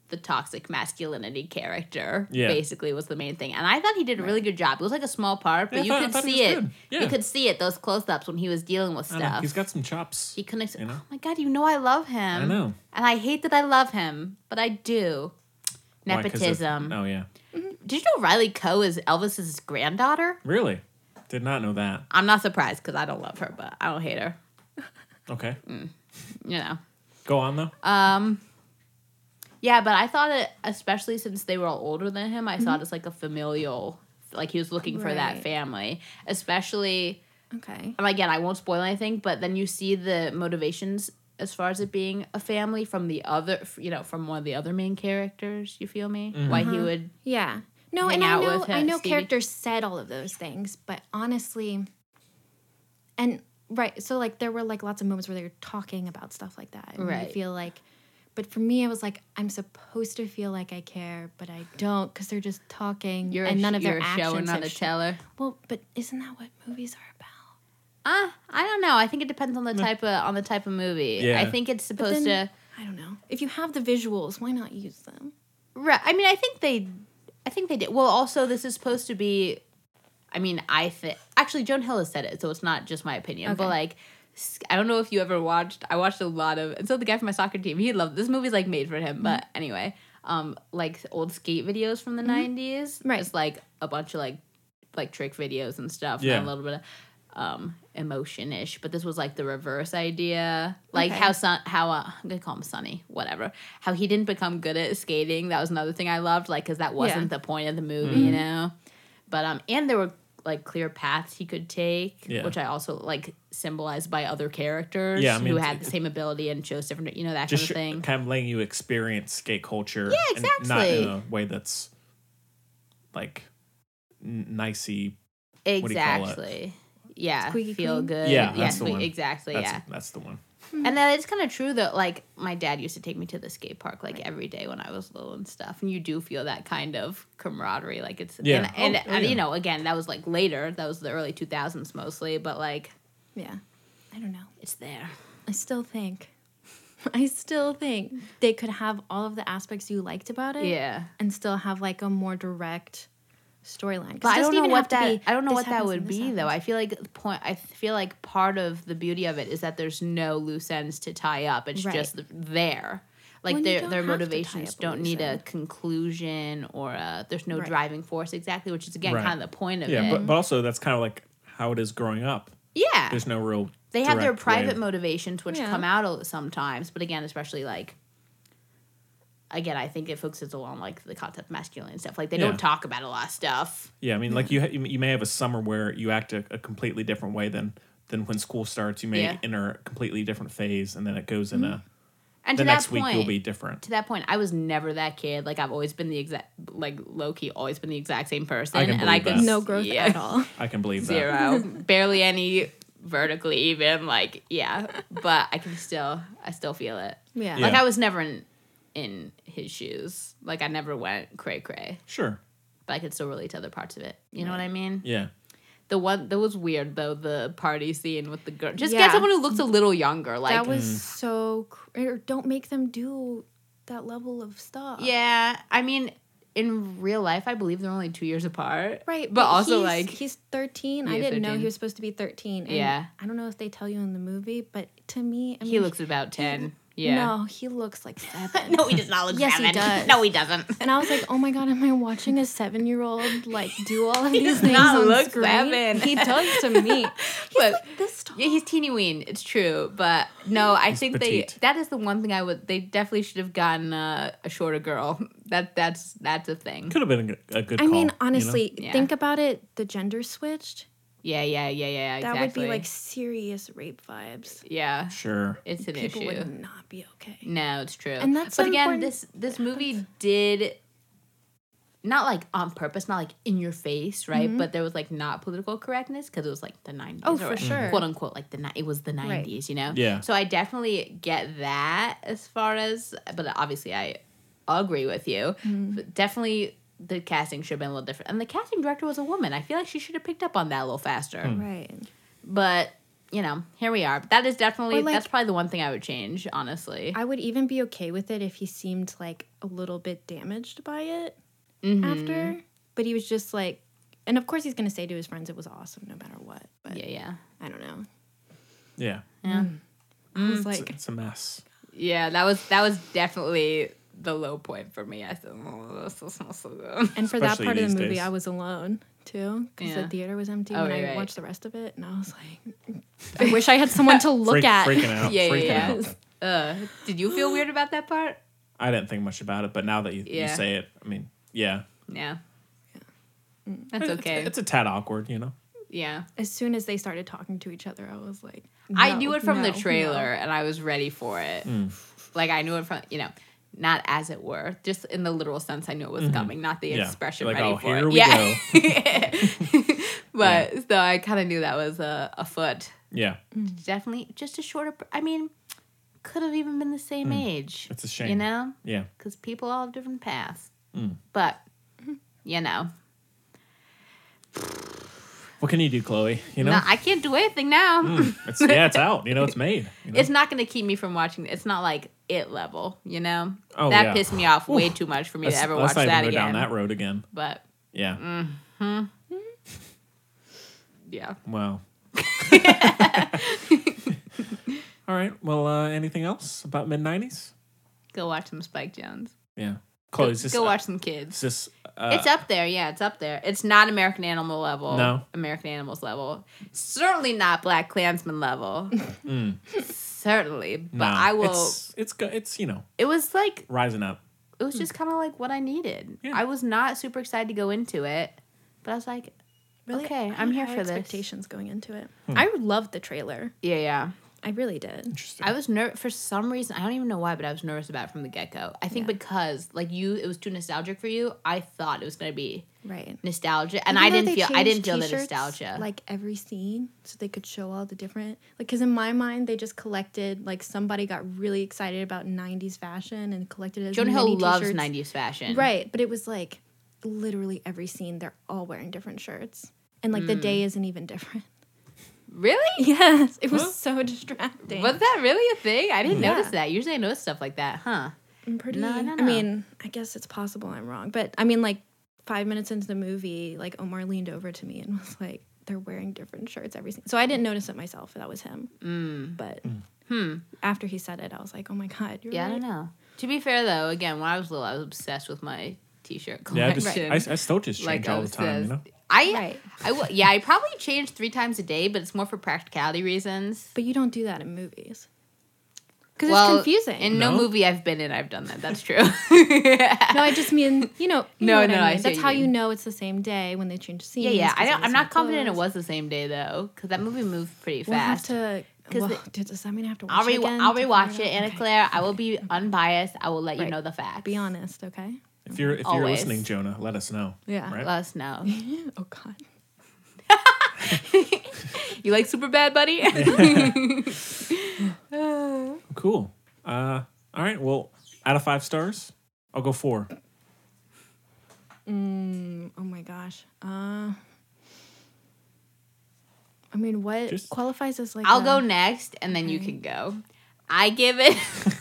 the toxic masculinity character
Yeah.
basically was the main thing. And I thought he did a really good job. It was like a small part,
Yeah,
but
I thought- I
you could
thought he
see
was
it.
good. Yeah.
You could see it those close-ups when he was dealing with
I don't know.
stuff.
He's got some chops.
he connects.
you know?
Oh my god! You know I love him.
I know.
and I hate that I love him, but I do.
Why, 'cause of-
Nepotism.
oh yeah,
Did you know Riley Coe is Elvis's granddaughter?
really? Did not know that.
I'm not surprised because I don't love her, but I don't hate her.
Okay,
Mm. You know.
go on though.
Yeah, but I thought it, especially since they were all older than him, I saw it as like a familial, like he was looking for that
Mm-hmm. Right.
family. Especially,
okay.
and again, I won't spoil anything, but then you see the motivations as far as it being a family from the other, you know, from one of the other main characters. You feel me? Why
Uh-huh.
he would
Yeah. No,
hang
and I
out
know
with
I
him,
know
Stevie.
characters said all of those things, but honestly and right, so like there were like lots of moments where they were talking about stuff like that. And
Right.
you feel like but for me I was like I'm supposed to feel like I care, but I don't cuz they're just talking
you're
and
a,
none of
you're
their
a
actions
show and not
have
a
sh-
teller.
Well, but isn't that what movies are about?
Uh, I don't know. I think it depends on the type of on the type of movie. I
Yeah.
think it's
But
supposed
then-
to.
I don't know. If you have the visuals, why not use them?
Right. I mean, I think they, I think they did. Well, also this is supposed to be. I mean, I think actually Joan Hill has said it, so it's not just my opinion. But
Okay.
like, s- I don't know if you ever watched. I watched a lot of, and so the guy from my soccer team, he loved this movie's like made for him. But
Mm-hmm.
anyway, um, like old skate videos from the 90s
Right.
It's like a bunch of like, like trick videos and stuff.
Yeah.
And a little bit of um emotion ish but this was like the reverse idea like
Okay.
how sun how uh, i'm gonna call him sunny whatever how he didn't become good at skating that was another thing i loved like because that wasn't the point of the movie
Mm-hmm.
you know but um and there were like clear paths he could take
Yeah.
which i also like symbolized by other characters
Yeah, I mean,
who
it's-
had the same ability and chose different you know that
Just
kind of thing
kind of letting you experience skate culture. Yeah, And not in a
exactly.
way that's like n- nicey. do you call it?
exactly yeah
Squeaky
feel
clean?
good
Yeah, that's the
sque-
one.
exactly
That's
yeah
that's the one.
And that it's kind of true that like my dad used to take me to the skate park like every day when I was little and stuff, and you do feel that kind of camaraderie, like it's
Yeah.
and, and,
Oh,
and,
yeah.
you know again that was like later, that was the early two thousands mostly, but like
Yeah. I don't know.
it's there.
I still think, <laughs> I still think they could have all of the aspects you liked about it,
Yeah,
and still have like a more direct storyline. 'Cause
but
it
I
doesn't
don't know
even
what
have to
that
be,
I don't know
this
what that
happens
would
and this
be though.
happens.
I feel like the point I feel like part of the beauty of it is that there's no loose ends to tie up. It's
Right.
just there. Like
Well, you
their
don't
their
have to tie
motivations
up a
don't
loose
need a
end.
conclusion or a there's no
Right.
driving force exactly, which is again
Right.
kind of the point of
Yeah,
it.
but, but also that's kind of like how it is growing up.
Yeah.
There's no real.
they have their
direct way
private
of-
motivations which
Yeah.
come out a- sometimes, but again, especially like again, I think it focuses a lot on like the concept of masculine and stuff. Like they
Yeah.
don't talk about a lot of stuff.
Yeah, I mean, like you ha- you may have a summer where you act a, a completely different way than than when school starts. You may
Yeah. Mm-hmm.
enter a completely different phase, and then it goes in a.
And
The
to that
next
point,
week you'll be different.
to that point, I was never that kid. Like I've always been the exact like low key, always been the exact same person.
I can
and I
believe
could
that.
<laughs> no growth
yeah,
at all.
I can believe that.
Zero. Barely any vertically even. Like, yeah. But I can still I still feel it.
Yeah.
Like
Yeah.
I was never in in his shoes. Like I never went cray cray.
Sure.
But I could still relate to other parts of it. You know what I mean?
Yeah.
The one that was weird though, the party scene with the girl. Just
Yeah.
get someone who looks a little younger. <laughs> Like mm.
that was so. Cr- or don't make them do that level of stuff.
uh, Yeah, I mean, in real life, I believe they're only two years apart.
Right,
but, also
he's-
like
he's thirteen. I
Yeah,
didn't know
13.
he was supposed to be thirteen. And
Yeah.
I don't know if they tell you in the movie, but to me, I mean,
he looks about ten. Yeah.
No, he looks like
<laughs>
seven.
No, he does not look
Yes, he
<laughs>
does.
he doesn't.
And I was like, oh my god, am I watching a seven year old like do all of
He
these
does
things
not
on
look
screen?
seven.
He does to
<laughs>
me.
But
This time.
yeah, he's teeny weeny. It's true, but no, I think
petite.
they that is the one thing I would. They definitely should have gotten uh, a shorter girl. <laughs> That that's that's a thing.
Could have been a good, a good
I
call, you
mean,
know?
honestly,
Yeah.
think about it. The gender switched.
Yeah, yeah, yeah, yeah.
That
Exactly.
would be like serious rape vibes.
yeah,
Sure.
it's an
People
issue.
would not be okay.
No, it's true.
And that's
but again,
important-
this this movie did not like on purpose, not like in your face, right? But there was like not political correctness because it was like the nineties.
Mm-hmm. Oh, for sure.
quote unquote, like the ni- it was the nineties, you know.
Yeah.
So I definitely get that as far as, but obviously I agree with you.
Mm-hmm.
But definitely. The casting should have been a little different, and the casting director was a woman. I feel like she should have picked up on that a little faster.
Right.
But you know, here we are. But that is definitely
Or, like-
that's probably the one thing I would change, honestly.
I would even be okay with it if he seemed like a little bit damaged by it
Mm-hmm.
after. But he was just like, and of course he's going to say to his friends it was awesome no matter what. But
yeah, yeah.
I don't know.
Yeah.
I
Mm.
was like,
It's a mess.
Yeah, that was that was definitely the low point for me. I said, oh, this does so good.
and for that
Especially
part of
these
the movie,
days.
I was alone too because
Yeah.
the theater was empty
Oh,
when
right,
I
right.
watched the rest of it, and I was like, <laughs> I wish I had someone to look
Freak-
at.
Freaking out.
<laughs> Yeah, yeah,
freaking
yeah.
out.
Uh, did you feel weird about that part?
I didn't think much about it, but now that you, you
Yeah.
say it, I mean, yeah.
Yeah. That's okay.
It's a tad awkward, you know?
Yeah.
As soon as they started talking to each other, I was like,
I
no,
knew it from
no,
the
no.
trailer and I was ready for it.
Mm.
Like I knew it from, you know, not as it were, just in the literal sense I knew it was coming, not the
Mm-hmm. Yeah.
expression
Like,
ready
oh,
for
here
it.
we
<laughs> yeah. but so I kind of knew that was uh, a, a foot.
Yeah.
definitely just a shorter. I mean, could have even been the same age.
Hmm. It's a shame. Hmm.
you know,
Yeah.
because people all have different paths. But you know,
What can you do, Chloe? You know? Hmm.
no, I can't do anything now.
it's, yeah, it's out. You know, it's made. You know?
<laughs> It's not going to keep me from watching. It's not like it level. You know,
Oh,
that
yeah.
pissed me off way too much for me
Let's-
to ever
let's
watch
not even
that
go
again.
down that road again.
But
Yeah.
yeah,
Wow.
<laughs>
All right. Well, uh, anything else about mid 90s?
go watch some Spike Jones.
Yeah. Chloe, is this,
go
uh,
watch some kids.
is this uh,
it's up there, yeah, it's up there. It's not American Animal level.
No.
American Animals level. Certainly not Black Klansman
<laughs>
level. Certainly. But
Mm. no,
I will
It's, it's, go- it's, you know,
it was like
rising up.
it was just kinda like what I needed.
Yeah.
I was not super excited to go into it, but I was like,
Really?
Okay,
I had
I'm here
high
for this.
Expectations going into it. I loved the trailer.
Yeah, yeah.
I really did.
Hmm. Interesting.
I was nervous for some reason. I don't even know why, but I was nervous about it from the get go. I think because like you, it was too nostalgic for you. I thought it was gonna be
Right.
nostalgia, and
Even
I
though
didn't
they
feel I didn't
changed
feel the
t-shirts,
nostalgia.
Like every scene, so they could show all the different. Like, because in my mind, they just collected. Like somebody got really excited about '90s fashion and collected as
Jonah
many
Hill loves
t-shirts.
'90s fashion,
Right, but it was like literally every scene they're all wearing different shirts. And like the
Hmm.
day isn't even <laughs> different.
Really?
Yes, it was so distracting.
Was that really a thing? I didn't
Yeah.
notice that. Usually I notice stuff like that, huh?
I'm pretty
No, no,
I
no.
mean, I guess it's possible I'm wrong, but I mean like 5 minutes into the movie, like Omar leaned over to me and <laughs> was like they're wearing different shirts every scene. So I didn't notice it myself. That was him.
Mm.
But after he said it, I was like, "Oh my god, you're
Hmm. Yeah, I
right.
don't know. To be fair though, again, when I was little, I was obsessed with my t-shirt
yeah, I,
collection.
just, I, I still just change
like
all the time, you
obsessed.
know?
I,
Right.
I w- yeah, I probably change three times a day, but it's more for practicality reasons.
But you don't do that in movies." Cuz
Well,
it's confusing.
In no,
No?
movie I've been in, I've done that. That's
<laughs>
true. <laughs>
No, I just mean you know. You
No,
know what
no, I
I mean.
see
that's
what you
how
mean.
you know it's the same day when they change scenes.
yeah, yeah. I
'cause
don't.
of
I'm
the
not
same
confident it
clothes.
was the same day though, because that movie moved pretty
We'll
fast.
have to.
'Cause
Well,
the-
dude, does that mean I have to watch
I'll
it
re
again
I'll
to figure
rewatch
out?
it, Anna
Okay.
Claire. I will be unbiased. I will let you
Right.
know the facts.
Be honest, okay?
If you're if you're
Always.
listening, Jonah, let us know.
Yeah.
Right?
Let us know.
<gasps> Oh God.
You like Super
<laughs>
Bad, buddy?
Cool. Uh, all right. Well, out of five stars, I'll go four.
Mm,
Oh my gosh. Uh, I mean, what
Just-
qualifies as like?
I'll
a-
go next, and then you can go. I give it. <laughs>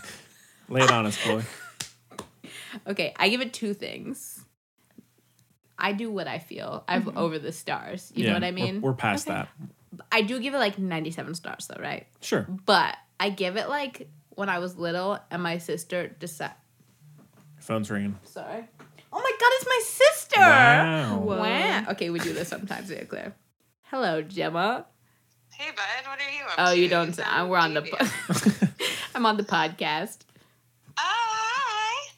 Lay it on us, boy.
Okay, I give it two things. I do what I feel. I've over the stars. <laughs> You know what I
Mm-hmm. we're-
mean?
We're, past that.
I do give it like 97 stars though, right?
Sure.
But I give it like when I was little and my sister decided.
Phone's ringing.
Sorry. Oh my god, it's my sister!
Wow.
Wow. Okay, we do this sometimes, yeah, Claire. Hello, Gemma.
Hey, bud, what are you up
Oh,
to?
you don't.
Is
uh,
that
We're on the.
TV?
po- <laughs> I'm on the podcast.
Oh, hi.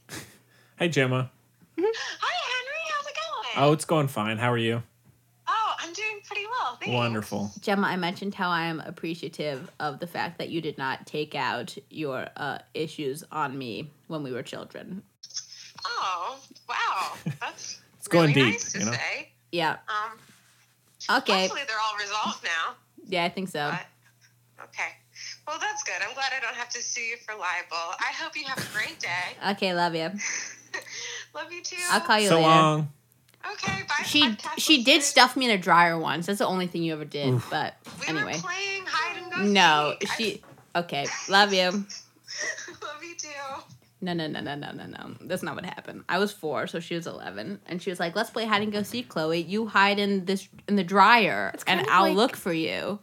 Hey, Gemma.
Hi, Henry. How's it going?
Oh, it's going fine. How are you?
Oh, I'm doing pretty well. Thanks.
Wonderful.
Gemma, I mentioned how I am appreciative of the fact that you did not take out your uh, issues on me when we were children.
Oh, wow.
<laughs>
That's it's
going deep,
really nice to
you know?
say.
Yeah.
Um,
Okay.
Hopefully, they're all resolved now.
Yeah, I think so.
But okay. Well, that's good. I'm glad I don't have to sue you for libel. I hope you have a great day.
Okay, love you.
Love you too.
I'll call you
So
later.
long.
Okay, bye.
She
podcast
she did
listeners.
stuff me in a dryer once. That's the only thing you ever did. But
We
anyway,
were playing hide and go.
no,
seek. I-
she. Okay, love you.
<laughs> Love you too.
No, no, no, no, no, no, no. That's not what happened. I was four, so she was eleven, and she was like, "Let's play hide and go seek, Chloe. You hide in this in the dryer, and
kind of
I'll
like-
look for you."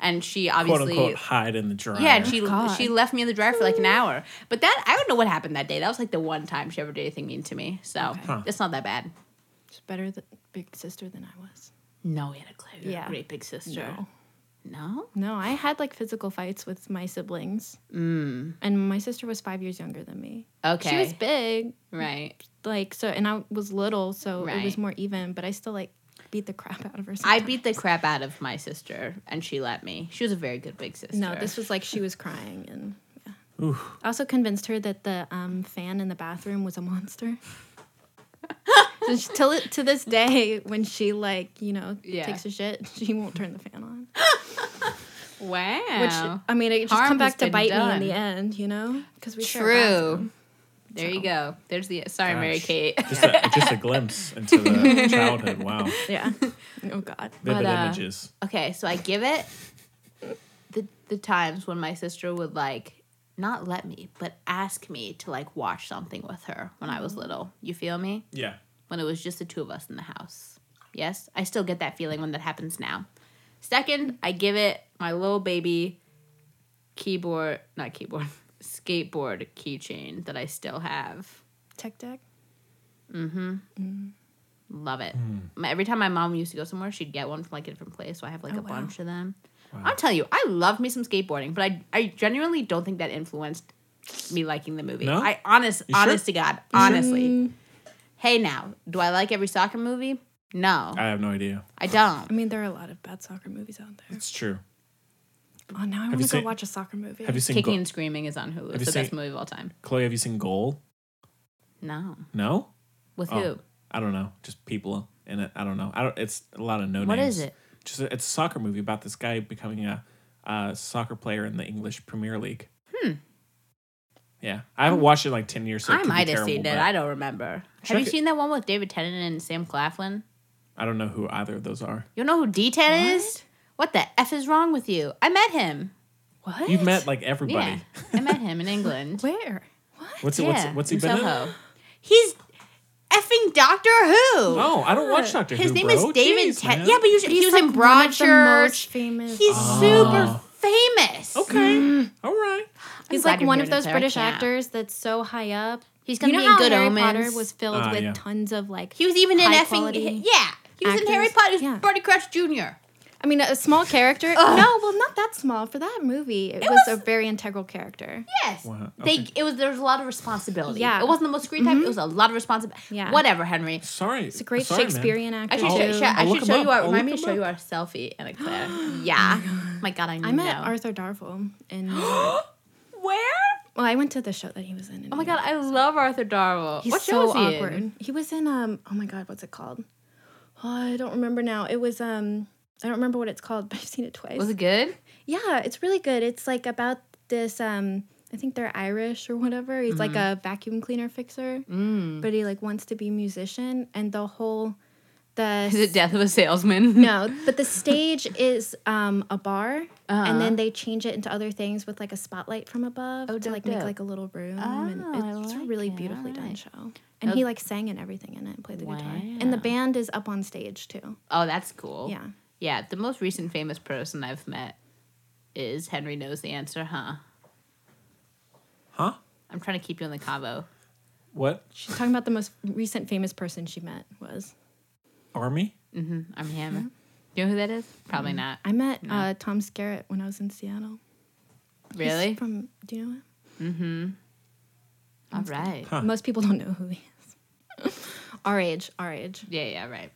And she
Quote
obviously
unquote, hide in the dryer.
Yeah, and she
God.
she left me in the dryer for like an hour. But that I don't know what happened that day. That was like the one time she ever did anything mean to me. So
Huh.
it's not that bad.
She's better than big sister than I was.
No, we had a clear,
Yeah.
great big sister. No,
No, I had like physical fights with my siblings. Mm. And my sister was five years younger than me.
okay,
She was big,
right.
like so, and I was little, so it
Right.
was more even. But I still like beat the crap out of her.
I
Sometimes.
beat the crap out of my sister, and she let me. She was a very good big sister.
No, this was like she was crying and. Yeah. I also convinced her that the um, fan in the bathroom was
<laughs>
a monster. so she, till it, to this day, when she like you know
Yeah.
takes a shit, she won't turn the fan on. Which
wow.
I mean, it just
Harm
come
has
back to
been
bite
done.
me in the end, you know, because we share a
True. There you
So.
go. There's the sorry, Mary
Gosh.
Kate. <laughs>
Just a, just a glimpse into the childhood. Wow.
bathroom.
<laughs>
Yeah. oh God.
Vivid
But, uh,
images.
Okay, so I give it the the times when my sister would like not let me, but ask me to like watch something with her when I was little. You feel me?
Yeah.
When it was just the two of us in the house. Yes, I still get that feeling when that happens now. Second, I give it my little baby keyboard, not keyboard, <laughs> skateboard keychain that I still have.
Tech deck.
Love it.
Hmm.
My- Every time my mom used to go somewhere, she'd get one from like a different place. So I have like
Oh,
a
wow.
bunch of them. I'm telling you, I love me some skateboarding, but I I genuinely don't think that influenced me liking the movie.
No?
I honest
sure?
honest to God, honestly.
Mm.
Hey now, do I like every soccer movie? No,
I have no idea.
I
I
don't.
mean, there are a lot of bad soccer movies out there.
It's true.
Oh, now I
you
want to go
seen-
watch a soccer movie.
Have you seen
Kicking
Go-
and Screaming is on Hulu.
Have
It's
you
the best
seen-
movie of all time.
Chloe? Have you seen Goal?
No,
No.
with
Oh,
who?
I don't know. Just people in it. I don't know. I don't. It's a lot of no
What
names.
is it?
Just a, it's a soccer movie about this guy becoming a, uh soccer player in the English Premier League. Hmm. Yeah, I haven't watched it in like ten years. So it
I
could be
might have
terrible,
seen it.
but
I don't remember.
Check
have you
it.
seen that one with David Tennant and Sam Claflin?
I don't know who either of those are.
You know who D Tennant is? What the f is wrong with you? I met him.
what?
You've met like everybody.
Yeah,
<laughs>
I met him in England.
<laughs> Where? What?
What's it?
yeah,
What's, what's he
in
been? in?
Soho. He's effing Doctor Who.
Oh, I don't watch Doctor
Uh, His
Who.
name
bro.
is David
Jeez,
Tennant.
man. Ah.
Yeah, but you should, he
He's,
was in
like, one of the
Broadchurch.
most famous-
He's
Oh.
super famous.
Okay. All right.
He's
glad
like
you're
one
here
of
to
those
tear
British
it down.
actors that's so high up.
He's gonna
You know
be in
how
Good
Harry
Omens.
Potter was filled
Ah,
with
yeah.
tons of like.
he was even in
high
effing.
quality
Yeah, he was in
actors.
Harry Potter. He was
Yeah.
Barty Crouch Jr.
I mean, a small <laughs> character. No, well, not that small for that movie. It, was,
was-
a very integral character.
Yes,
Wow, okay.
they. It was there was a lot of responsibility.
Yeah. Mm-hmm.
it wasn't the most screen time. It was a lot of responsibility.
Yeah.
Whatever, Henry.
Sorry. It's
It's a great Shakespearean actor.
I should
I'll-
show,
too.
sh- I
I'll
should
look
show
him
you
up.
our.
I'll
Remind me
look
to
him
show
up.
you our selfie, Anna Claire. <gasps> yeah. my God, I need
I
to
met
know.
Arthur Darvill in. <gasps> well,
<gasps> Where?
I went to the show that he was in. in
Oh my god, I love Arthur Darvill.
He's
what show
so
is he
awkward.
In?
He was in um. Oh my god, what's it called? Oh, I don't remember now. It was um. I don't remember what it's called, <laughs> but I've seen it twice.
Was it good?
Yeah, it's really good. It's like about this um I think they're Irish or whatever. He's like
Mm-hmm. Mm.
a vacuum cleaner fixer, but he like wants to be a musician and the whole the
Is it death of a salesman?
<laughs> No, but the stage is um, a bar, and then they change it into other things with like a spotlight from above
Uh-huh. Oh,
to
dope,
like
dope.
make like a little room.
Oh, I
and it's a
like
really
it,
beautifully done
alright.
show. And he like sang and everything in it and played the guitar. And the
Wow.
band is up on stage too.
<laughs> Oh, that's cool.
Yeah.
Yeah, the most recent famous person I've met is Henry Knows the Answer, huh?
Huh?
I'm trying to keep you on the Cabo.
What?
She's talking about the most recent famous person she met was.
Army?
I'm Hammer. Do you know who that is? Probably not.
I met uh, Tom Skerritt when I was in Seattle. He's
Really?
from do you know him?
All right.
Most people don't know who he is. <laughs> our age, our age.
Yeah, yeah, right.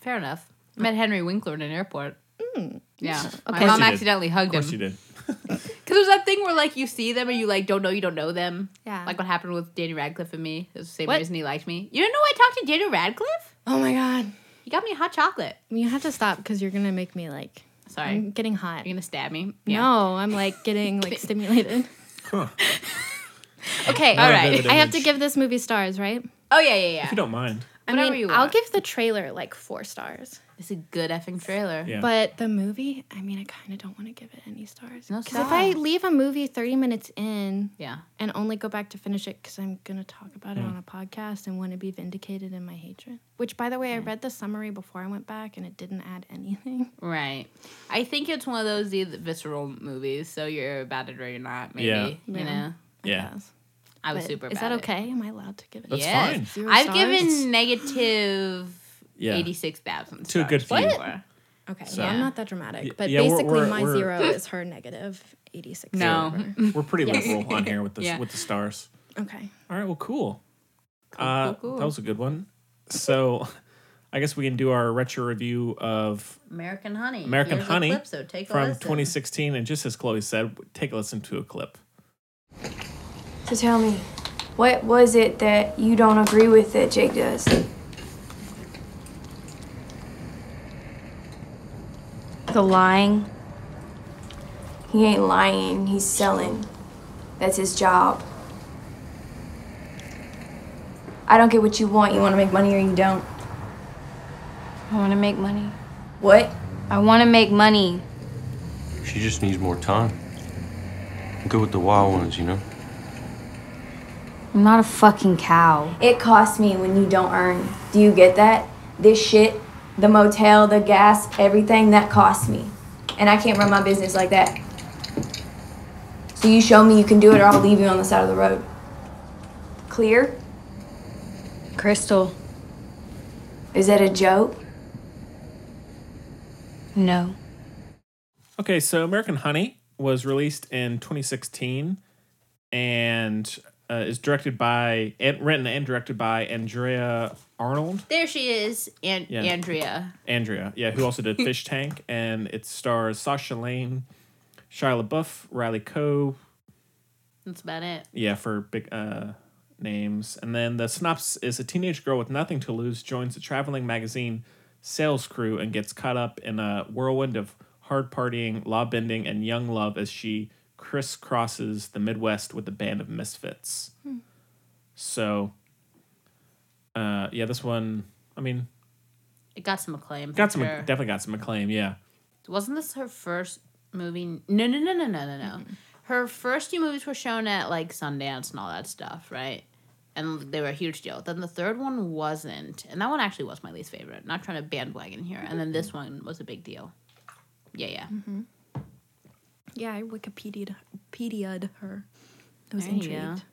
Fair enough. I met Henry Winkler in an airport. Yeah.
course
My
you
mom
did.
accidentally
Of
hugged him.
course you did.
Because there's that thing where like you see them and you like don't know you don't know them.
Yeah.
Like what happened with Daniel Radcliffe and me. It was the same
What?
reason he liked me. You didn't know I talked to Daniel Radcliffe?
Oh my god.
He got me hot chocolate.
You have to stop because you're gonna make me like
Sorry.
I'm getting hot.
You're gonna stab me.
Mm. No, I'm like
<laughs>
getting like stimulated. <laughs> okay,
Not
all
a
right.
vivid
I have to
image.
give this movie stars, right?
Oh yeah, yeah, yeah.
If you don't mind.
I
Whatever
mean,
you
I'll
want.
give the trailer like four stars,
It's a good effing trailer.
Yeah.
but the movie, I mean, I kind of don't want to give it any stars.
No
Because if I
stars.
leave a movie 30 minutes in
Yeah.
and only go back to finish it, because I'm gonna talk about it
Hmm.
on a podcast and want to be vindicated in my hatred. Which, by the way, I
Hmm.
read the summary before I went back, and it didn't add anything.
Right. I think it's one of those the visceral movies, so you're about it or you're not, maybe.
Yeah.
You
Yeah.
know?
I
Yeah.
guess.
I was
But
super
Is
about
that
it.
okay? Am I allowed to give it?
That's
yes.
fine.
Zero
I've
stars?
given negative
<gasps>
Yeah.
eighty six thousand.
To a good few.
What?
Okay,
So-
well, I'm not that dramatic, but
yeah, we're-
basically
we're-
my
we're- <laughs>
zero is her negative 86. or
No.
whatever.
We're
<laughs>
pretty liberal on here with the
Yeah.
with the stars.
okay.
All right, well, cool. uh,
cool, cool.
That was a good one. So, <laughs> I guess we can do our retro review of
American Honey.
American
Here's a
Honey
clip, so take a
from
listen.
2016, and just as Chloe said, take a listen to a clip.
So tell me, what was it that you don't agree with that Jake does? The lying. He ain't lying, he's selling. That's his job. I don't get what you want. You want to make money or you don't.
I want to make money.
What?
I want to make money.
She just needs more time. Go with the wild ones, you know?
I'm not a fucking cow.
It costs me when you don't earn. Do you get that? This shit, the motel, the gas, everything, that costs me. And I can't run my business like that. So you show me you can do it or I'll leave you on the side of the road. Clear?
Crystal,
Is that a joke?
no.
Okay, so American Honey was released in 2016 and uh, is directed by, and written and directed by Andrea Arnold.
There she is, and
Yeah.
Andrea.
Andrea, yeah, who also
<laughs>
did Fish Tank, and it stars Sasha Lane, Shia LaBeouf, Riley Coe,
That's about it.
yeah, for big uh, names. And then the synopsis is a teenage girl with nothing to lose joins a traveling magazine sales crew and gets caught up in a whirlwind of hard partying, law bending, and young love as she crisscrosses the Midwest with a band of misfits.
Hmm.
So, uh, yeah, this one, I mean,
It got some acclaim.
got some,
Sure.
definitely got some acclaim, yeah.
Wasn't this her first movie? No, no, no, no, no, no, no. Her first two movies were shown at like Sundance and all that stuff, right? And they were a huge deal. Then the third one wasn't, and that one actually was my least favorite. Not trying to bandwagon here. And then this one was a big deal. Yeah, yeah.
Yeah, I Wikipedia'd, Wikipedia'd her. I was
There you go.
intrigued.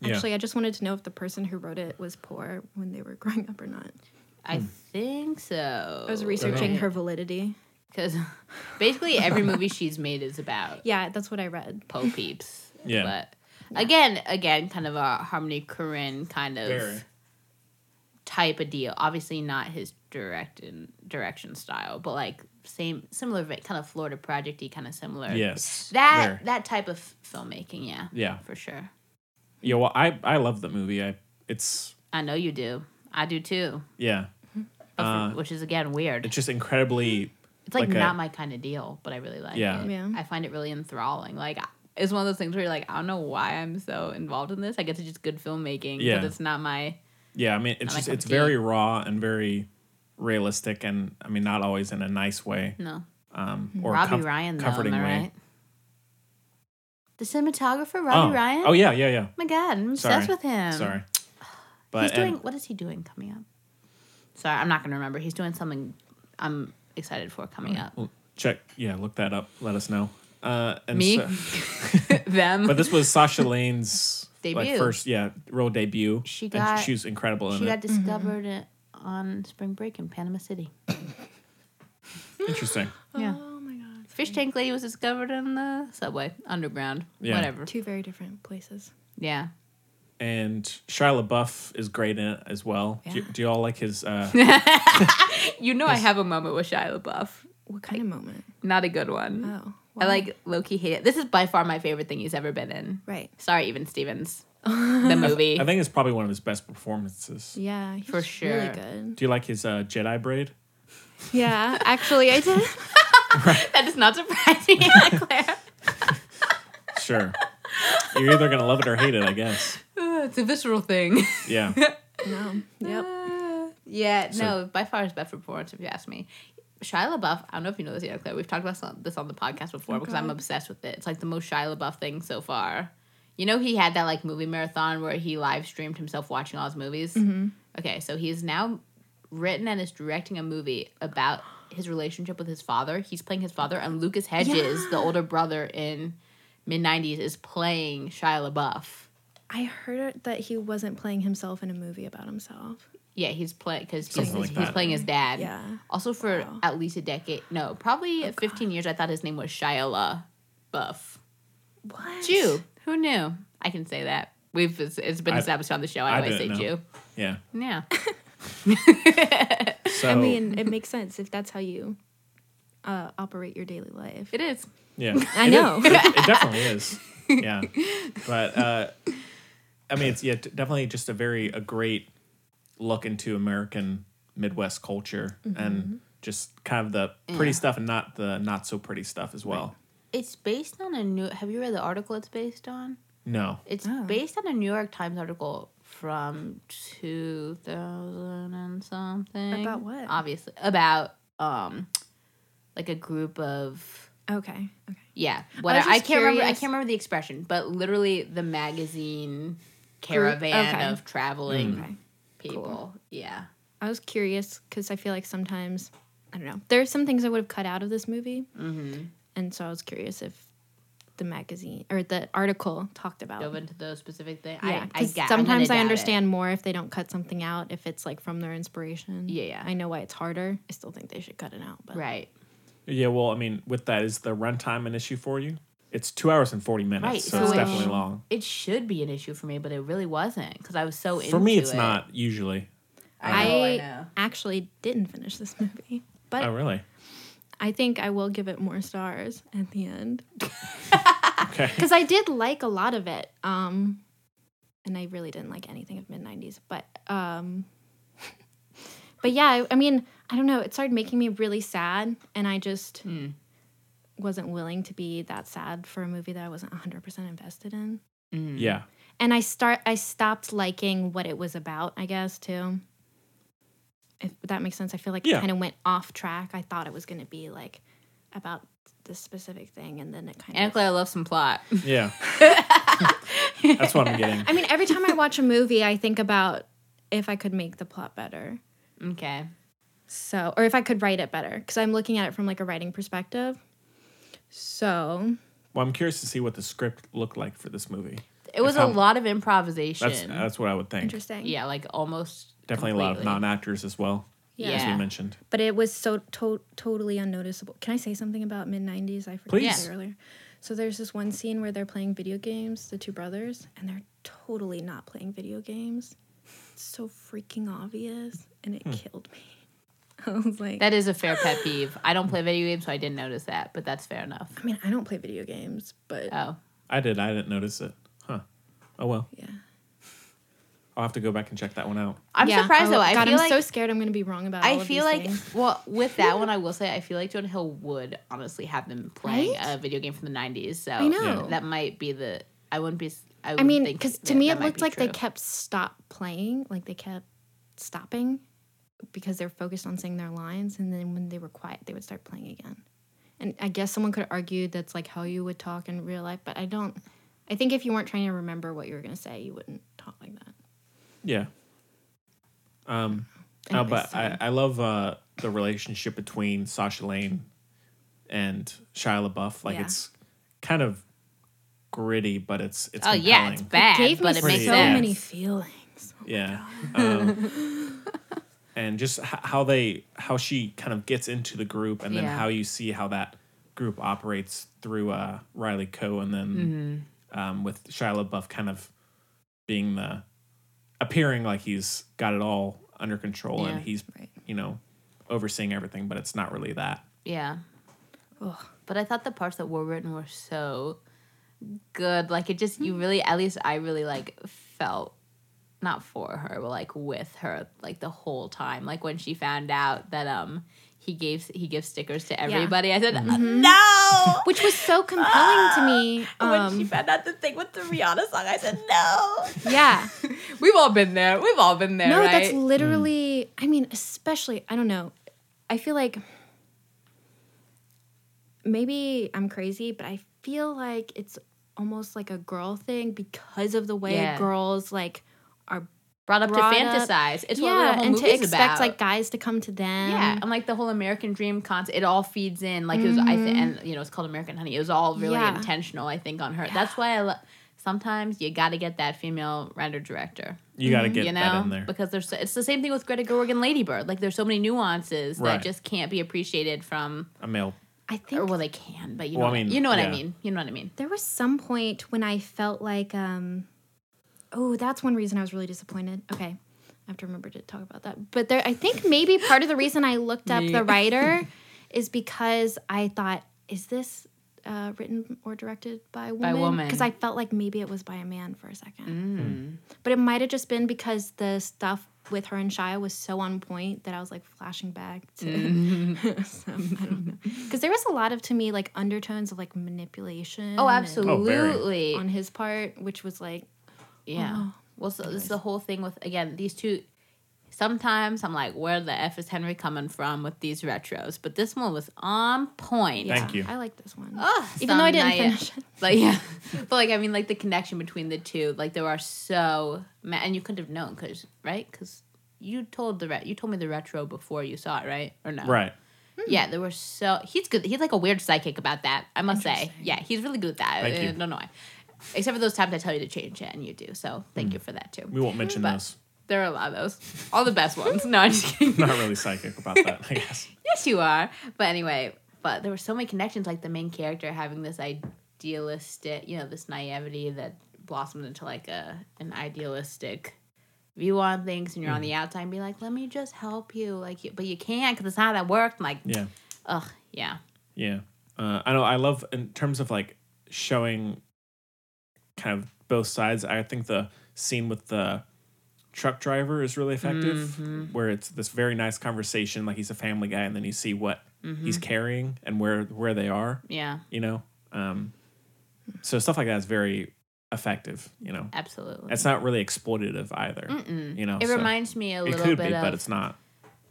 Yeah.
Actually, I just wanted to know if the person who wrote it was poor when they were growing up or not.
I
Hmm.
think so.
I
<laughs>
was researching her validity.
because basically every movie she's made is about
Yeah, that's what I read.
po peeps.
Yeah.
But again, again, kind of a Harmony Korine kind of
Very.
type of deal. Obviously, not his direct and direction style, but like same similar va- kind of Florida Projecty, kind of similar.
Yes.
That
Very.
that type of filmmaking, yeah,
Yeah.
for sure.
Yeah, well, I, I love the movie. I It's,
I know you do. I do too. <laughs>
yeah,
But for- which is again weird.
Uh, it's just incredibly,
It's like,
like a-
not my kind of deal, but I really like
Yeah.
it.
Yeah.
I find it really enthralling. Like I- it's one of those things where you're like, I don't know why I'm so involved in this. I guess it's just good filmmaking.
Yeah.
But it's not my
yeah, I mean, it's
Not my
just,
cup
it's
of tea.
very raw and very realistic and I mean not always in a nice way.
No.
Um, or
Robbie
comf-
Ryan, though,
comforting
am I
way.
right? The cinematographer, Robbie
oh.
Ryan?
Oh yeah, yeah, yeah.
my God, I'm
Sorry.
obsessed with him. <sighs>
Sorry.
He's
But
doing,
and,
what is he doing coming up? Sorry, I'm not going to remember. He's doing something I'm excited for coming up.
well, check yeah, look that up. Let us know. Uh, and
Me?
so-
<laughs> Them.
but this was
<laughs>
Sasha Lane's
Debut.
Like first, yeah, real debut.
She
And
got-
she was incredible in
she
it.
got discovered it on spring break in Panama City.
Interesting.
Yeah. Oh my God. Fish Tank Lady was discovered in the subway, underground,
Yeah.
whatever.
Two very different places.
Yeah.
And Shia LaBeouf is great in it as well. Do,
Yeah.
do you all like his?
<laughs>
Uh,
You know, I have a moment with Shia LaBeouf.
What kind of moment?
Not a good one.
Oh,
I like Loki hate it. This is by far my favorite thing he's ever been in.
Right.
Sorry, even <laughs> Stevens. The movie.
I think it's probably one of his best performances.
Yeah, he
For
was
sure.
Really good.
Do you like his uh, Jedi braid?
Yeah, actually, I
<laughs>
did.
that does not surprise me, Anna <laughs> Claire.
Sure. You're either gonna love it or hate it, I guess.
Uh, it's a visceral thing.
Yeah.
<laughs> No. Yep.
Yeah,
So-
no, by far his best performance, if you ask me. Shia LaBeouf, I don't know if you know this yet, Claire. We've talked about some- this on the podcast before because I'm obsessed with it. It's like the most Shia LaBeouf thing so far. You know, he had that like movie marathon where he live streamed himself watching all his movies. Okay, so he is now written and is directing a movie about his relationship with his father. He's playing his father, and Lucas Hedges, the older brother in mid 90s, is playing Shia LaBeouf.
I heard that he wasn't playing himself in a movie about himself.
Yeah, he's playing because he's,
Something like
he's
that.
playing his dad.
Yeah.
Also for at least a decade, no, probably 15 years. I thought his name was Shia Buff.
What?
Jew. Who knew? I can say that. We've it's, it's been
I-
established on the show.
I
I, always say
didn't know.
Jew.
Yeah.
Yeah.
So
I
<laughs>
mean, it makes sense if that's how you uh, operate your daily life.
it is.
yeah.
I
It is-
know.
it definitely is. Yeah. But uh, I mean, it's yeah, t- definitely just a very a great look into American Midwest culture and just kind of the pretty stuff and not the not so pretty stuff as well.
<laughs> It's based on a new. Have you read the article it's based on?
No.
It's based on a New York Times article from 2000 and something.
About what?
Obviously, about um, like a group of
Okay. Okay.
Yeah, whatever. I,
just
can't remember. I
curious-
can't remember the expression, but literally the magazine caravan
okay.
of traveling
Mm.
Okay.
people. Yeah,
I was curious because I feel like sometimes I don't know. There's some things I would have cut out of this movie, mm-hmm. and so I was curious if the magazine or the article talked about.
dove into those specific things.
Oh. Yeah,
I, I
'cause
ga- I'm
sometimes
gonna
I
doubt
understand more if they don't cut something out if it's like from their inspiration.
Yeah, yeah.
I know why it's harder. I still think they should cut it out, but
It. Right,
Yeah, well, I mean, with that, is the runtime an issue for you? It's two hours and 40 minutes,
Right,
so,
so
it's
it-
definitely long.
it should be an issue for me, but it really wasn't because I was so into
For me, it's
it.
not usually.
I know, I
I
know.
actually didn't finish this <laughs> movie, but
Oh, really?
I think I will give it more stars at the end
Okay.
because I did like a lot of it. Um, and I really didn't like anything of mid '90s, but um, <laughs> but yeah, I, I mean, I don't know. It started making me really sad, and I just wasn't willing to be that sad for a movie that I wasn't 100 percent invested in.
Mm.
Yeah.
And I start, I stopped liking what it was about. I guess too. If that makes sense, I feel like
Yeah.
it kind of went off track. I thought it was going to be like about this specific thing, and then it kind
Anna
of
Claire loves some plot. <laughs>
Yeah. That's what I'm getting.
I mean, every time I watch a movie, I think about if I could make the plot better.
okay,
So, or if I could write it better because I'm looking at it from like a writing perspective. So,
Well, I'm curious to see what the script looked like for this movie.
it was a
how-
lot of improvisation.
That's that's what I would think.
interesting.
yeah, like almost
Definitely a lot of
completely.
non actors as well, as
Yeah.
we mentioned.
But it was so to- totally unnoticeable. Can I say something about mid 90s? I forgot
Please.
to say earlier. So, there's this one scene where they're playing video games, the two brothers, and they're totally not playing video games. It's so freaking obvious, and it killed me. <laughs> I was like,
That is a fair pet peeve. I don't play video games, so I didn't notice that, but that's fair enough.
I mean, I don't play video games, but
Oh,
I did. I didn't notice it. Huh. Oh, well.
yeah.
I'll have to go back and check that one out.
I'm
Yeah.
surprised
Oh,
though. I
God,
feel
I'm
like
so scared I'm going to be wrong about. all
I
of
feel
these
like
things.
well with that one I will say I feel like Jonah Hill would honestly have them playing
Right?
a video game from the 90s. So
I know.
that might be the I wouldn't be. s- I,
I
would
mean,
think
because to
that
me
that
it
might
looked
be
like they
true.
kept stop playing, like they kept stopping because they're focused on saying their lines and then when they were quiet they would start playing again and i guess someone could argue that's like how you would talk in real life but i don't i think if you weren't trying to remember what you were going to say you wouldn't talk like that
Yeah. Um,
Anyways,
oh, but
sorry.
I, I love uh, the relationship between Sasha Lane and Shia LaBeouf. Like
Yeah.
it's kind of gritty, but it's it's.
Oh, yeah,
compelling.
it's bad, It gave me but it makes
so
sense.
many feelings
Yeah. Um,
<laughs>
and just h- how they how she kind of gets into the group, and then
Yeah.
how you see how that group operates through uh, Riley Coe, and then
Mm-hmm.
um, with Shia LaBeouf kind of being the appearing like he's got it all under control and
Yeah,
he's you know overseeing everything, but it's not really that.
Yeah. But I thought the parts that were written were so good. Like it just
Hmm.
you really at least I really like felt not for her, but like with her like the whole time. Like when she found out that um he gave he gives stickers to everybody. I said
Mm-hmm.
no.
which was so compelling to <laughs> me
when she
um,
found out the thing with the Rihanna song, I said no.
yeah
We've all been there. We've all been there,
no
right?
that's literally i mean especially i don't know i feel like maybe i'm crazy but i feel like it's almost like a girl thing because of the way
Yeah.
girls like are
brought up
brought
to fantasize. It's what the whole
and to
movie's
expect
about.
like guys to come to them
Yeah, um, and like the whole American Dream concept, it all feeds in. Like it was, I think, and you know, it's called American Honey. It was all really
Yeah.
intentional, I think, on her. That's why I lo- sometimes you got to get that female writer director.
You gotta
Mm-hmm,
get that in there.
because there's so, it's the same thing with Greta Gerwig and Lady Bird. Like there's so many nuances
Right.
that just can't be appreciated from.
A male
i think
Or well, they can, but you know,
Well, I
what I
mean,
you know what
yeah.
I mean. You know what I mean.
there was some point when I felt like, um, oh, that's one reason I was really disappointed. Okay, I have to remember to talk about that. But there, I think maybe part of the reason I looked up
Me. <laughs>
the writer is because I thought, is this uh, written or directed by a
By
woman?
woman.
Because I felt like maybe it was by a man for a second.
Mm.
But it might have just been because the stuff with her and Shia was so on point that I was like flashing back to
Mm.
<laughs> some, I don't know. Because there was a lot of, to me, like undertones of like manipulation.
Oh,
and-
absolutely.
on his part, which was like,
Yeah.
Oh.
Well, so this is the whole thing with again these two. Sometimes I'm like, where the f is Henry coming from with these retros? But this one was on point.
yeah,
Thank you.
"Ah, I like this one.
Ugh,
Even though I didn't
Somnaya. <laughs>
finish it.
Like yeah, but like I mean, like the connection between the two, like there are so ma- and you couldn't have known because right because you told the re- you told me the retro before you saw it right or no Hmm.
Right.
yeah there were so he's good he's like a weird psychic about that I must say yeah he's really good at that
Thank
I,
you.
I don't know why except for those times I tell you to change it and you do so thank
Hmm.
you for that too
We won't mention
<laughs> But-
those.
there are a lot of those. All the best ones. No, I'm just kidding.
<laughs> Not really psychic about that, I
<laughs>
guess.
Yes, you are. But anyway, but there were so many connections, like the main character having this idealistic, you know, this naivety that blossomed into like a an idealistic view on things, and you're on
Mm.
the outside and be like, let me just help you, like, you, but you can't because it's not that worked. Like,
Yeah.
ugh, yeah,
Yeah. Uh, I know. I love in terms of like showing kind of both sides. I think the scene with the truck driver is really effective,
Mm-hmm.
where it's this very nice conversation. Like he's a family guy, and then you see what he's
Mm-hmm.
carrying and where where they are.
yeah,
You know. Um, so stuff like that is very effective. You know,
absolutely.
it's not really exploitative either. You know,
it
so
reminds me a
it
little
could
bit
be,
of
but it's not.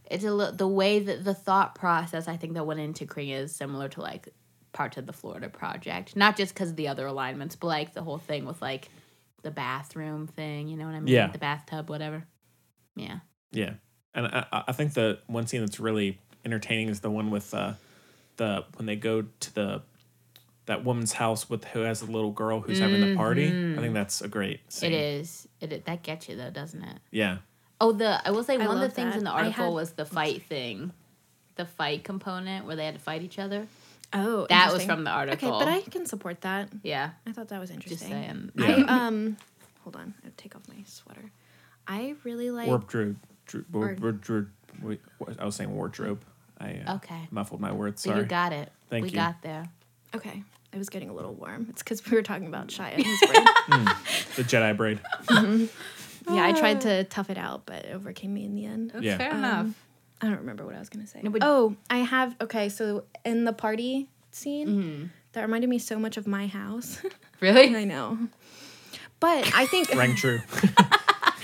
it's a li- the way that the thought process I think that went into Kring is similar to like parts of the Florida project, not just because of the other alignments, but like the whole thing with like the bathroom thing. You know what I mean?
Yeah.
The bathtub, whatever. Yeah.
Yeah, and I, I I think the one scene that's really entertaining is the one with uh, the when they go to the that woman's house with who has a little girl who's having the party. I think that's a great scene.
Mm-hmm. It is. It, it that gets you though, doesn't it?
Yeah,
Oh, the I will say one of the
love
things
that.
in the
I
article
had-
was the fight thing, the fight component where they had to fight each other.
Oh,
That was
interesting.
from the article.
Okay, but I can support that.
yeah,
I thought that was
just
interesting.
saying.
I um, hold on, I take off my sweater. I really like.
warp droop. droop
Or-
warp, warp, droop. Wait, what- I was saying wardrobe. I uh,
Okay.
muffled my words.
So you
Sorry.
got it.
Thank
we
you.
got there.
okay, I was getting a little warm. It's because we were talking about Shia. And his
<laughs>
brain.
the Jedi braid.
yeah, I tried to tough it out, but it overcame me in the end.
Yeah.
Fair enough.
I don't remember what I was gonna say.
Oh. No, but-
oh, I have. Okay, so in the party scene,
Mm-hmm.
that reminded me so much of my house. <laughs>
<laughs>
Really?
I know. But I think
<laughs>
<laughs>
Rang true.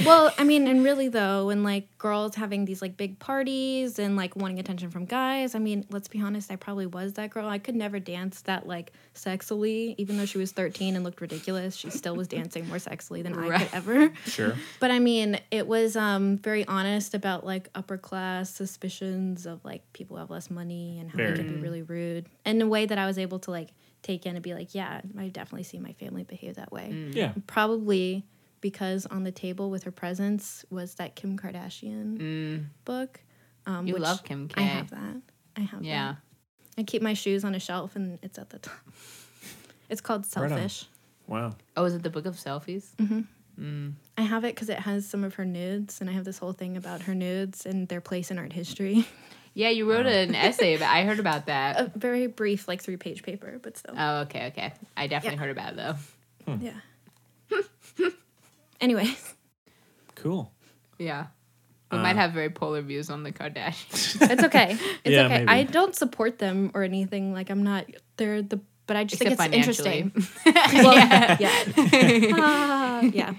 well, I mean, and really though, when like girls having these like big parties and like wanting attention from guys, I mean, let's be honest, I probably was that girl. I could never dance that like sexily, even though she was 13 and looked ridiculous. She still was dancing more sexily than I
Right.
could ever.
Sure.
But I mean, it was um very honest about like upper class suspicions of like people who have less money and how
Very.
they can be really rude. And the way that I was able to like take in and be like, yeah, I definitely see my family behave that way.
Yeah.
Probably because on the table with her presence was that Kim Kardashian book. Um,
Mm. You
which
love Kim K.
I have that. I have
Yeah.
that. I keep my shoes on a shelf and it's at the top. <laughs> It's called
Right on.
Selfish.
Wow.
Oh, is it the book of selfies?
I have it because it has some of her nudes, and I have this whole thing about her nudes and their place in art history. <laughs>
Yeah, you wrote an essay about. I heard about <laughs> that.
A very brief, like three page paper, but still.
Oh, okay, okay. I definitely heard about it though.
Yeah. <laughs> Anyways,
Cool.
Yeah. We might have very polar views on the <laughs> Kardashians.
it's
<laughs>
okay. It's
Yeah,
okay.
maybe.
I don't support them or anything. Like, I'm not, they're the, but I just
Except
think it's
financially. <laughs>
interesting. well, yeah. Yeah. Ah, yeah.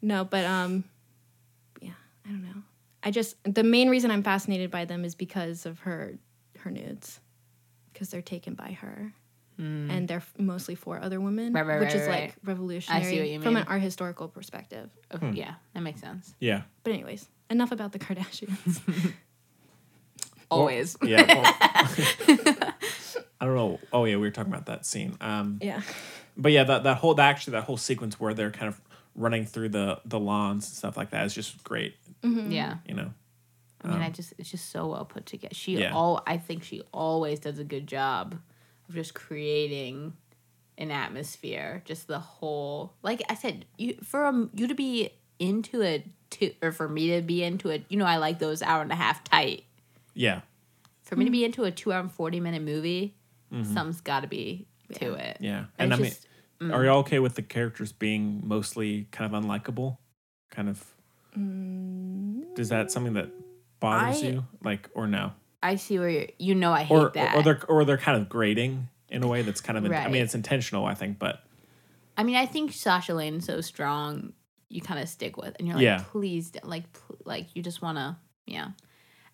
No, but, um, yeah, I don't know. I just, the main reason I'm fascinated by them is because of her, her nudes, because they're taken by her. And they're f- mostly for other women,
Hmm. Right, right,
which
right,
is
right.
like revolutionary
you
from
mean.
an art historical perspective.
Oh, Yeah, that makes sense.
Yeah.
But anyways, enough about
<laughs>
the Kardashians.
<clears throat> Always. <laughs>
Yeah. well- <laughs> I don't know. Oh yeah, we were talking about that scene. Um,
yeah.
but yeah, that that whole that actually that whole sequence where they're kind of running through the the lawns and stuff like that is just great.
Yeah.
You know.
I mean, I just it's just so well put together. She
Yeah.
all I think she always does a good job of just creating an atmosphere, just the whole. Like I said, you for um, you to be into it to or for me to be into it, you know, I like those hour and a half tight.
Yeah.
For me to
Mm.
be into a two hour and forty minute movie, something's got to be to it.
Mm-hmm. Yeah. And I,
just- um,
mean, are y'all okay with the characters being mostly kind of unlikable? Kind of. Is that something that bothers
I-
you, like, or no,
I see where you're, you know I hate
or, or
that.
or they're or they're kind of grading in a way that's kind of. in- I
Right.
mean, it's intentional, I think, but
I mean, I think Sasha Lane's so strong, you kind of stick with, and you're like,
Yeah.
please, don't- like, pl- like you just want to, yeah.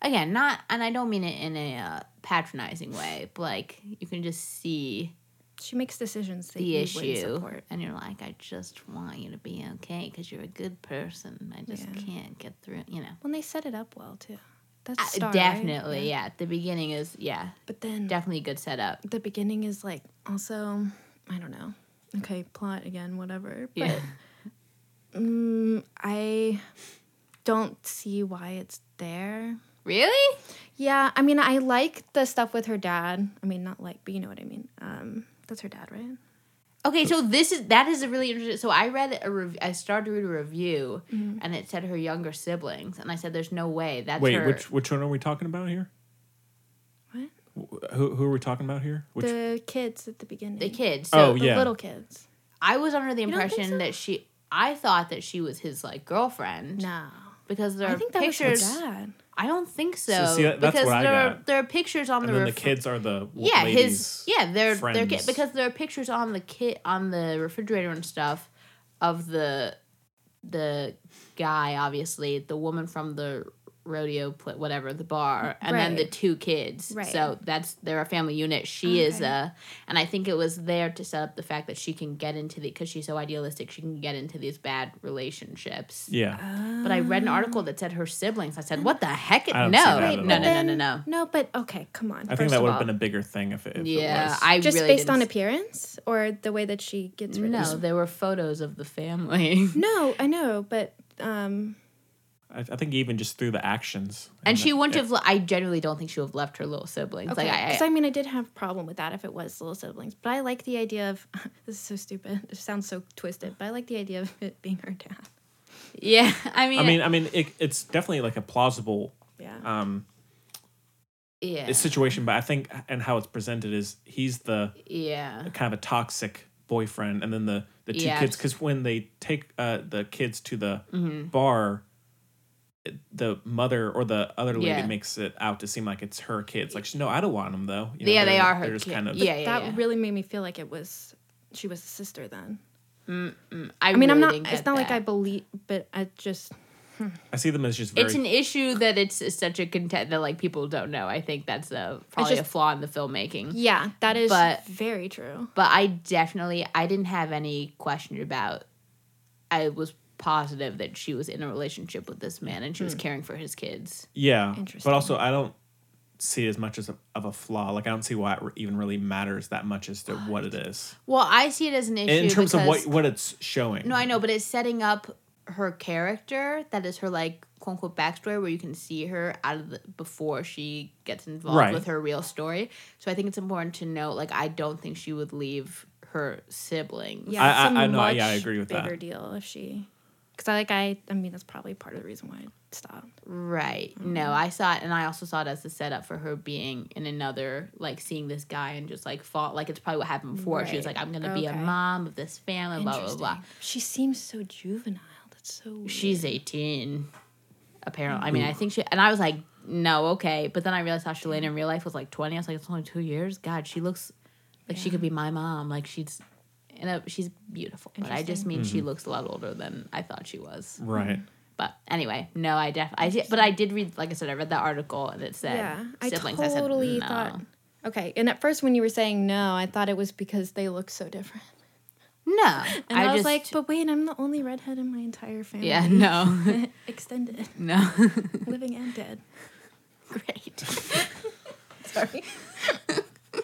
Again, not, and I don't mean it in a uh, patronizing way, but like you can just see
She makes decisions that
the
you wouldn't
issue,
support.
and you're like, I just want you to be okay because you're a good person. I just
Yeah.
can't get through, you know.
When they set it up well too. That's
I-
Star, right?
Uh, definitely, yeah. The beginning is, yeah,
But then
definitely a good setup.
the beginning is like also I don't know. Okay, plot again, whatever. But
Yeah,
mm, I don't see why it's there.
<laughs> really?
Yeah, I mean, I like the stuff with her dad. I mean, not like, but you know what I mean. Um, that's her dad, right?
Okay, so this is that is a really interesting. So I read a rev- I started to read a review,
Mm-hmm.
and it said her younger siblings, and I said, "There's no way that's
wait,
her."
which which one are we talking about here?
What?
Wh- Who who are we talking about here? Which
the kids at the beginning.
the kids.
Oh,
So
yeah.
the little kids.
I was under the
don't think
impression
so?
that she. I thought that she was his like girlfriend
No,
because there
I
are
think that
pictures.
was her dad.
I don't think so.
see, that- that's
because
what I
there are
got.
there are pictures on
and
the
then the
ref-
kids are the w-
yeah
ladies.
his yeah they're they're ki-
friends.
because there are pictures on the kit on the refrigerator and stuff of the the guy obviously the woman from the rodeo pla whatever the bar and then the
Right.
two kids
Right.
so that's they're a family unit she is a and i think it was there to set up the fact that she can get into the because she's so idealistic she can get into these bad relationships
yeah.
but i read an article that said her siblings i
Oh.
said what the heck
I
no
don't see that at
no no
all.
no no no
No, but okay, come on.
I think
First
that
of
would have
all-
been a bigger thing if it, if it
yeah
was.
i
just
really
based
didn't
on
see-
appearance or the way that she gets rid
No,
of
there were photos of the family. <laughs>
no i know but um
I, I think even just through the actions.
And she
the-
wouldn't have. Le- I generally don't think she would have left her little siblings.
okay
Like I,
because I, mean i did have a problem with that if it was little siblings but i like the idea of <laughs> this is so stupid <laughs> it sounds so twisted but i like the idea of it <laughs> being her dad
yeah. <laughs> I mean,
I mean, I mean, it, it's definitely like a plausible
Uh,
yeah
um
yeah,
situation, but I think and how it's presented is he's the
yeah,
kind of a toxic boyfriend, and then the the two
Yeah.
kids because when they take uh the kids to the
Mm-hmm.
bar. it- The mother or the other lady
Yeah.
makes it out to seem like it's her kids. Like, she's, no, I don't want them though. You know,
yeah. They
they're-
are her.
They're just
kid.
kind of
yeah, yeah.
that
yeah.
really made me feel like it was she was a sister then
I,
i mean
really
i'm not
didn't
it's
get
not like
that.
i believe but i just
I see them as just very
it's an issue that it's such a content that like people don't know. I think that's a probably a
just-
flaw in the filmmaking.
Yeah, that is
But-
very true.
But I definitely I didn't have any question about I was positive that she was in a relationship with this man and she was caring for his kids.
yeah.
Interesting.
But also, I don't see it as much as a, of a flaw. Like I don't see why it re- even really matters that much as to what it is
Well, I see it as Oh, an issue
in terms of what
because-
what it's showing.
No, I know, but it's setting up her character that is her like quote unquote backstory where you can see her out of the before she gets involved
Right.
with her real story. So I think it's important to note like I don't think she would leave her siblings.
Yeah,
I-
it's a
I- I know,
Much
yeah, I agree with that.
bigger deal if she, because I like I. I mean, that's probably part of the reason why I stopped.
Right. No, I saw it and I also saw it as the setup for her being in another like seeing this guy and just like fall like it's probably what happened before. She was
Right.
like, I'm gonna be a
Okay.
mom of this family, blah blah blah.
Interesting. She seems so juvenile. That's so. Weird.
She's 18. Apparently, I mean, I think she and I was like, no, okay. But then I realized how Shalane in real life was like 20. I was like, it's only two years. God, she looks like she could be my mom. Like she's, and uh, she's beautiful. But I just
Interesting.
mean she looks a lot older than I thought she was.
Right.
But anyway, no, I def I did, but I did read, like I said, I read that article and it said
yeah, I
siblings.
totally
I said,
thought. Okay, and at first when you were saying no, I thought it was because they look so different.
no, no.
And I, was
just-
like, but wait, I'm the only redhead in my entire family.
yeah, no,
<laughs>
<laughs>
Extended, <laughs>
no,
living and dead.
<laughs> great.
Sorry.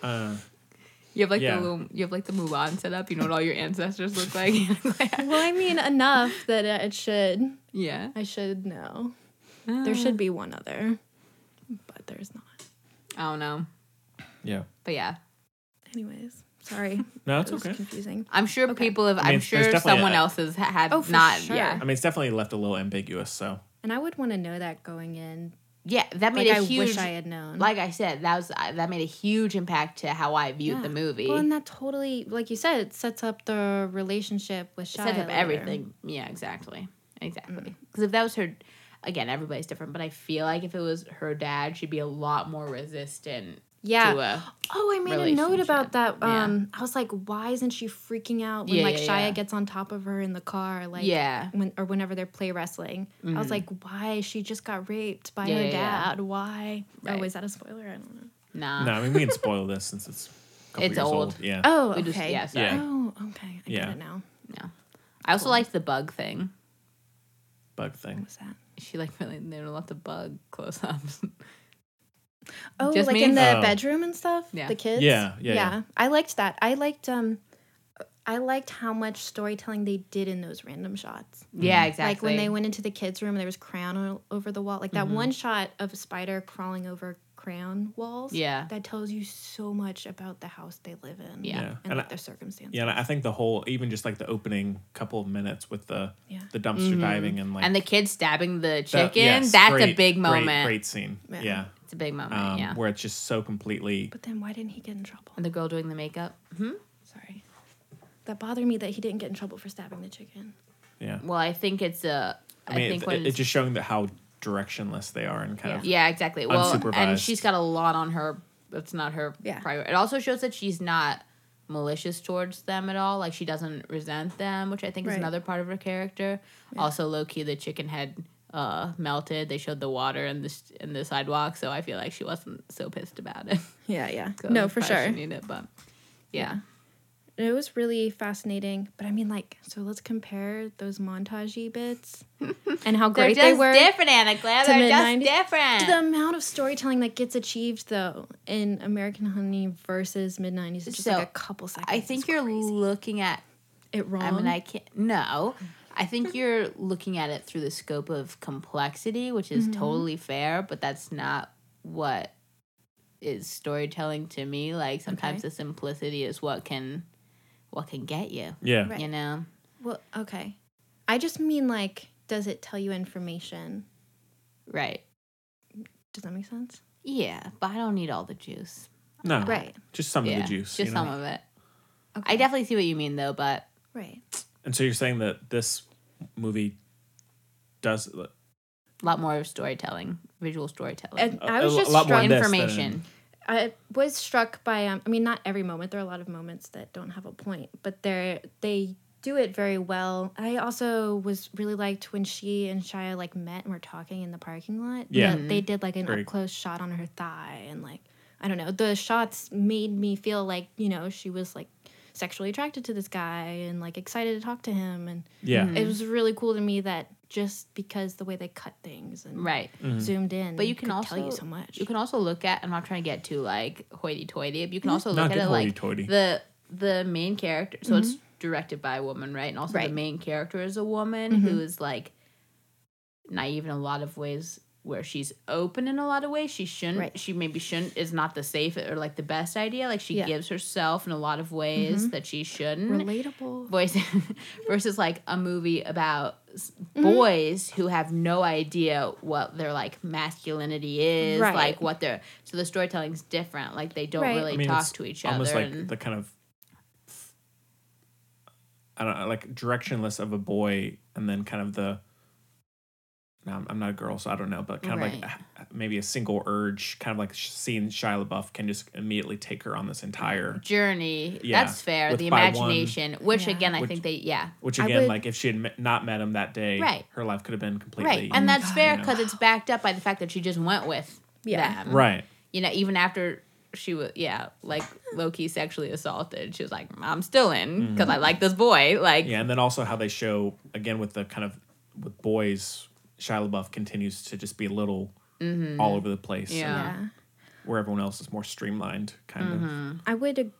Uh,
You have like
Yeah.
the little, you have like the Mulan setup. You know what all your ancestors look like. <laughs>
well, I mean, enough that it should.
yeah.
I should know.
Ah.
There should be one other, but there's not.
I don't know.
yeah.
But yeah.
Anyways,
<laughs>
sorry.
No, it's
It was
okay.
confusing.
I'm sure people have.
I mean,
I'm
there's
sure
definitely
someone
a-
else has ha- had
Oh, for
not.
sure.
Yeah,
I mean, it's definitely left a little ambiguous. So
And I would want to know that going in.
yeah. That made
like, I
a huge.
wish I had known.
like I said, that was uh, that made a huge impact to how I viewed
Yeah.
the movie.
Well, and that totally, like you said, it sets up the relationship with Shia.
Set up
later.
everything. Yeah, Mm. exactly, exactly. Because if that was her, again, everybody's different. But I feel like if it was her dad, she'd be a lot more resistant.
Yeah.
To a,
Oh, I made a note about
Relationship.
that.
Yeah.
Um, I was like, why isn't she freaking out when
Yeah,
like
yeah,
Shia
yeah.
gets on top of her in the car, like
Yeah. Mm.
when or whenever they're play wrestling? I was like, why? She just got raped by
Yeah,
her
yeah, yeah.
dad. Why?
Right.
Oh, is that a spoiler? I don't know.
nah.
no, I mean we can spoil this since it's a
<laughs>
couple
Ah. It's
years old.
old.
Yeah.
Oh,
We
okay.
just- yeah, sorry.
Yeah.
Oh, okay. I
Yeah.
get it now.
No. I also liked the bug thing.
Bug thing.
What's that?
She like <laughs> really there were lots of bug close <laughs> ups.
Oh,
Just
like
me?
in the
Oh.
bedroom and stuff.
Yeah.
The kids.
Yeah, yeah, yeah.
I liked that. I liked um, I liked how much storytelling they did in those random shots.
yeah, exactly. Mm-hmm.
Like when they went into the kids' room, and there was crayon o- over the wall. Like that one shot of a spider crawling over crayon walls.
Yeah.
that tells you so much about the house they live in.
Yeah. Yeah.
and,
And
like
I-
their circumstances.
Yeah, and I think the whole, even just like the opening couple of minutes with the
Yeah.
the dumpster diving and like
Mm-hmm. and the kid stabbing the
the-
chicken
yes,
that's a
great-
big
great-
moment
Great, scene. Yeah,
Yeah.
it's a big moment
Um,
yeah
where it's just so completely.
But then why didn't he get in trouble?
and the girl doing the makeup hmm
Sorry, that bothered me that he didn't get in trouble for stabbing the chicken.
Yeah,
well i think it's a
I
I
mean,
think
it-
when
it- it's just showing that how directionless they are and kind of
yeah exactly well and
unsupervised.
she's got a lot on her that's not her
Yeah.
prior it also shows that she's not malicious towards them at all like she doesn't resent them which i think is
Right.
another part of her character also low-key the chicken head uh, melted they showed the water in the, s- in the sidewalk so i feel like she wasn't so pissed about it <laughs>
Yeah, yeah.
So
no, for
probably
sure.
shouldn't eat it, but yeah.
It was really fascinating, but I mean, like, so let's compare those montagey
<laughs>
bits and how great they were.
Anna Claire.
to They're just mid-nineties.
different.
The amount of storytelling that gets achieved though in American Honey versus mid '90s is just
So,
like a couple seconds.
I think
It's
you're
crazy.
looking at.
it wrong.
I mean, I can't. No, I think you're looking at it through the scope of complexity, which is
Mm-hmm.
totally fair, but that's not what is storytelling to me. Like sometimes
Okay.
the simplicity is what can, what can get you.
yeah,
Right.
You know.
well, okay. I just mean like, does it tell you information?
Right.
Does that make sense?
Yeah, but I don't need all the juice.
no,
Right.
Just some
yeah,
of the juice.
Just
you know?
some of it. I definitely see what you mean, though, but
Right.
And so you're saying that this movie does a,
a lot more of storytelling, visual storytelling.
And I
a-
was
a
just
lot more this
struck.
than-
information.
I was struck by. Um, I mean, not every moment. There are a lot of moments that don't have a point, but they are they do it very well. I also was really liked when she and Shia like met and were talking in the parking lot.
Yeah.
That
Mm-hmm.
they did like an
Very-
up close shot on her thigh and like I don't know. The shots made me feel like you know she was like sexually attracted to this guy and like excited to talk to him and
Yeah.
Mm-hmm.
it was really cool to me that just because the way they cut things and
Right.
Mm-hmm.
Mhm.
zoomed in,
But you can
could
also
tell you so much.
You can also look at. I'm not trying to get too like hoity-toity. But you can also look
Not
at
get
it like
hoity-toity.
the the main character. So it's directed by a woman, right? And also the main character is a woman who is like naive in a lot of ways. Where she's open in a lot of ways, she shouldn't.
Right.
She maybe shouldn't is not the safe or like the best idea. Like she
Yeah.
gives herself in a lot of ways that she shouldn't
relatable.
voice <laughs> versus like a movie about s
Mm-hmm.
boys who have no idea what their like masculinity is
Right.
like what their so the storytelling's different like they don't
Right.
really
I mean,
talk
it's
to each
almost
other
like
and-
the kind of I don't know, like directionless of a boy, and then kind of the. No, I'm- I'm not a girl, so I don't know, but kind of like
Right.
uh, maybe a single urge, kind of like sh- seeing Shia LaBeouf can just immediately take her on this entire.
journey
Yeah.
that's fair
With
the
by one-
imagination which
Yeah.
again i
Which-
think they yeah
Which
I
again,
would-
like if she had me- not met him that day,
Right.
her life could have been completely
Oh
right and that's fair
know.
because it's backed up by the fact that she just went with
Yeah.
them
Mm-hmm. right.
you know even after she was yeah like low-key sexually assaulted she was like i'm still
Mm-hmm.
in because i like this boy like
Yeah, and then also how they show again with the kind of with boys, Shia LaBeouf continues to just be a little all over the place.
Mm-hmm. Yeah.
and
yeah.
where everyone else is more streamlined, kind
Mm-hmm,
of.
I would ag-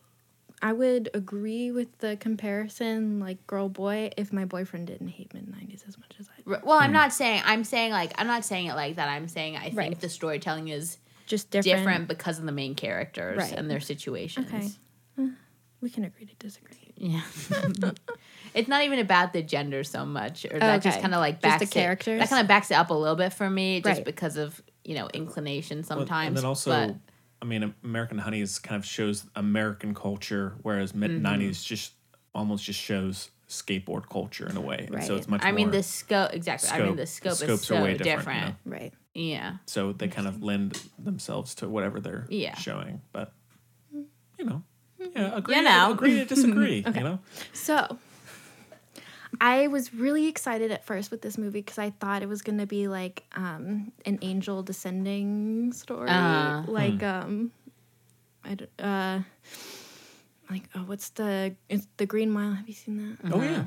I would agree with the comparison like girl boy if my boyfriend didn't hate mid 90s as much as I
R- Well, I'm not saying I'm saying like I'm not saying it like that. I'm saying I think
Right.
the storytelling is
just
different,
different.
because of the main characters
Right.
and their situations.
Okay. Uh, We can agree to disagree.
Yeah. <laughs> it's not even about the gender so much, or that just
Okay.
kind of like
Just
backs
the
It,
characters?
that kind of backs it up a little bit for me, just
Right.
because of you know inclination
Well,
sometimes.
and then also,
but-
I mean, American Honey is kind of shows American culture, whereas
Mm-hmm.
mid 90s just almost just shows skateboard culture in a way. And so
Right.
it's much.
I mean
more
the scope exactly. I mean the scope
scope-
is
scopes are
so
way
different.
different, you know.
Right.
Yeah.
So they kind of lend themselves to whatever they're
Yeah. Hmm.
showing, but you know, yeah, agree,
know.
agree to
<laughs>
disagree, you know.
So I was really excited at first with this movie because I thought it was going to be like um, an angel descending story,
Uh.
like um, I d- uh, like oh, what's the it's the Green Mile? Have you seen that?
Oh yeah,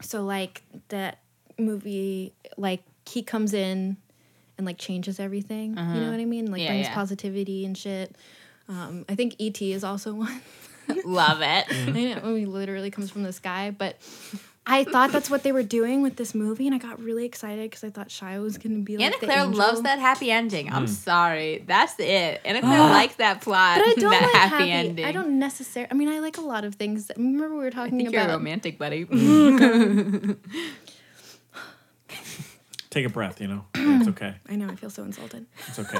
so like that movie like he comes in and like changes everything you know what i mean like
Uh-huh. Yeah,
brings
yeah.
positivity and shit um, i think et is also <laughs> one
Love it.
<laughs>
i know he literally comes from the sky but i thought that's what they were doing with this movie and i got really excited because i thought shia was gonna be like
Anna
the
Claire
angel.
loves that happy ending.
Hmm.
I'm sorry. That's it.
<gasps>
Anna Claire likes that plot. <laughs>
but i don't
that
like
happy,
happy
ending.
i don't necessarily i mean i like a lot of things that, remember we were
I
talking
think you're a
about
romantic,
<laughs>
buddy.
Mm.
<laughs>
take a breath, you
<clears throat>
know. It's okay.
i know i feel so insulted
It's okay.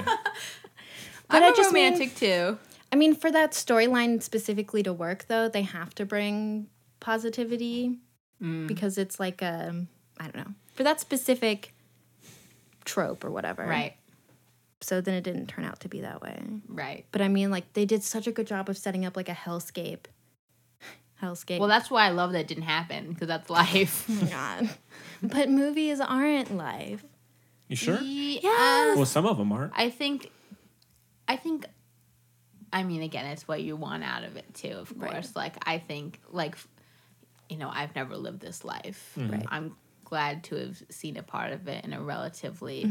I'm
I
a
just mean-
romantic too.
I mean, for that storyline specifically to work, though, they have to bring positivity
Mm.
because it's like a, I don't know, for that specific trope or whatever.
Right,
So then it didn't turn out to be that way.
right.
But I mean, like, they did such a good job of setting up like a hellscape. Hellscape.
Well, that's why I love that it didn't happen because that's life.
Oh my God.
<laughs>
But movies aren't life.
You <laughs>
<laughs>
sure?
Yeah.
Well, some of them aren't.
um, I think, I think, I mean, again, it's what you want out of it too, of course. Like, I think, like, you know, I've never lived this life.
Mm-hmm.
Right.
I'm glad to have seen a part of it in a relatively,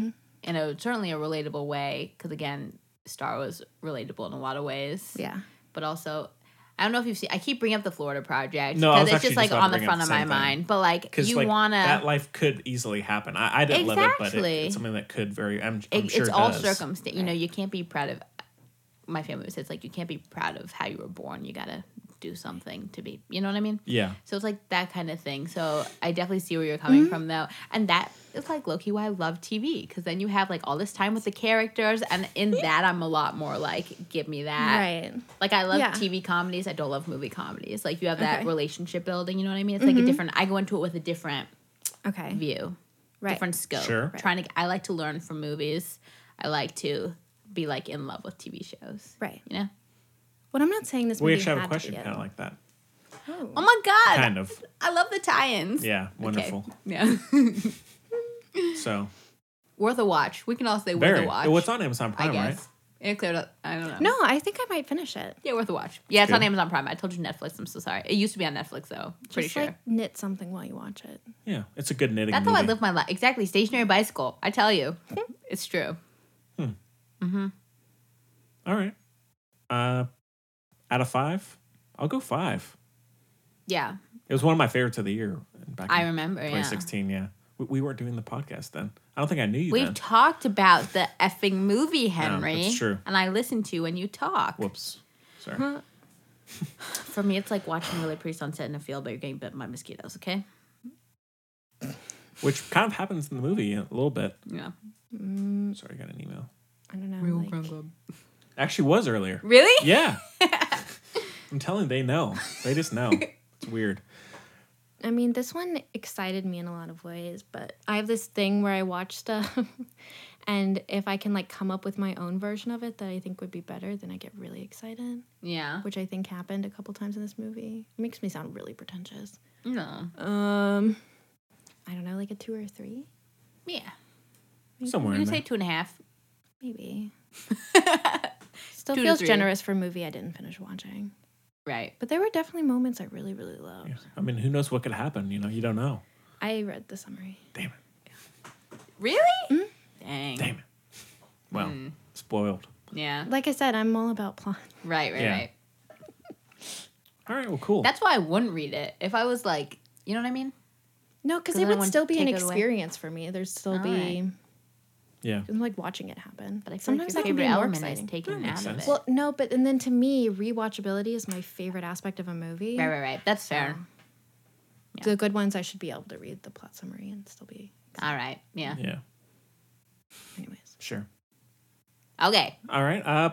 in a certainly a relatable way. Because again, Star was relatable in a lot of ways.
Yeah.
but also I don't know if you've seen. I keep bringing up the Florida Project
No, I was
because it's
actually
just like
just about to
on the
bring up
front
the
of my
same thing.
mind. But like
Because
you
like that
wanna,
life could easily happen. I, I didn't love it, but it,
Exactly.
it's something that could very. I'm, I'm
it,
sure
it's
it
all
does.
circumstance. You know, you can't be proud of. My family says like you can't be proud of how you were born. You gotta do something to be. You know what I mean?
Yeah.
So it's like that kind of thing. So I definitely see where you're coming from though, and that is like Loki why I love TV because then you have like all this time with the characters, and in that I'm a lot more like give me that.
Right.
Like I love
Yeah.
TV comedies. I don't love movie comedies. Like you have that
Okay.
relationship building. You know what I mean? It's like a different. I go into it with a different
Okay.
view,
Right.
different scope.
Sure. Right.
Trying to. I like to learn from movies. I like to be like in love with TV shows.
Right.
You know.
What I'm not saying this
We
movie
actually have a
had to be
question
<laughs>
it.
kind of like that.
Oh, my god.
Kind of.
I love the tie-ins.
Yeah, wonderful.
Yeah. <laughs>
So
worth a watch. We can all say worth
very.
a watch.
What's on Amazon Prime,
I guess.
right?
It cleared up. I don't know.
No, I think I might finish it.
Yeah, worth a watch. Yeah, it's, on
good.
Amazon Prime. I told you Netflix. I'm so sorry. It used to be on Netflix though. Pretty
Just
sure.
like knit something while you watch it.
Yeah, it's a good knitting.
That's
movie.
how I live my life. Exactly. Stationary bicycle. I tell you,
Hmm.
it's true.
All right. Uh, out of five, I'll go five.
Yeah,
It was one of my favorites of the year. Back
I
in
remember. Yeah.
2016. Yeah, we, we weren't doing the podcast then. I don't think I knew you
We've
then.
talked about the effing movie, Henry.
that's true.
And I listen to when you talk.
Whoops. Sorry.
For me, it's like watching really pretty sunset in a field, but you're getting bit by mosquitoes. Okay.
Which kind of happens in the movie a little bit.
Yeah. Mm.
Sorry, I got an email.
I don't know. like-
Actually, was earlier.
Really? <laughs>
Yeah. I'm telling you, they know. They just know. It's
<laughs>
weird.
I mean, this one excited me in a lot of ways, but I have this thing where I watch stuff, <laughs> and if I can like come up with my own version of it that I think would be better, then I get really excited,
Yeah.
which I think happened a couple times in this movie. It makes me sound really pretentious.
No.
Um, I don't know, like a two or a three,
Yeah.
Somewhere
I'm
in
gonna
there.
say two and a half. <laughs>
maybe. Still
Two to
feels
three.
generous for a movie I didn't finish watching,
Right.
but there were definitely moments I really, really loved.
Yeah. I mean, who knows what could happen? You know, you don't know.
I read the summary.
Damn it.
Really? Dang.
Hmm? Damn it. Well,
Mm.
spoiled.
Yeah.
Like I said, I'm all about plot.
Right. Right.
Yeah.
Right.
All right. Well, cool.
That's why I wouldn't read it. If I was like, you know what I mean?
No, because
'Cause I
it
don't
would
want
still
to
be an
take it away.
experience for me. There'd still be
Alright. <laughs>
yeah.
I'm like watching it happen. But
But I
I
feel
sometimes
Sometimes like
that
your
can be
favorite
more
element
exciting.
is taken
That
out
makes
of
sense.
it.
well, no, but and then to me, rewatchability is my favorite aspect of a movie.
right, right, right. That's fair.
The good ones, I should be able to read the plot summary and still be.
All right. Yeah.
Yeah.
Anyways,
Sure.
Okay.
All right. Uh,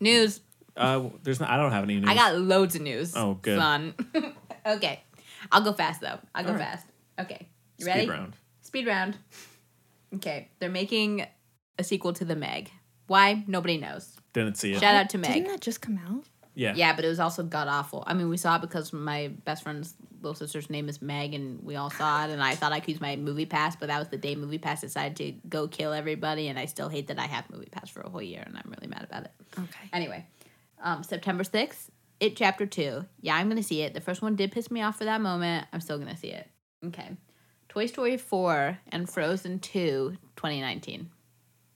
News.
uh, there's not, I don't have any news.
I got loads of news.
Oh, good.
Son. <laughs> okay. I'll go fast though. I'll go
All right.
fast. Okay. You
Speed
ready?
round.
Speed round. Okay. They're making a sequel to The Meg. Why? Nobody knows.
Didn't see it.
Shout out to Meg.
didn't that just come out?
yeah.
Yeah, but it was also god awful. I mean, we saw it because my best friend's little sister's name is Meg, and we all saw it. And I thought I could use my movie pass, but that was the day movie pass decided to go kill everybody. And I still hate that I have movie pass for a whole year, and I'm really mad about it.
Okay.
Anyway, um, September 6th, It Chapter 2. Yeah, I'm going to see it. The first one did piss me off for that moment. I'm still going to see it. Okay. Toy Story 4 and Frozen 2, 2019.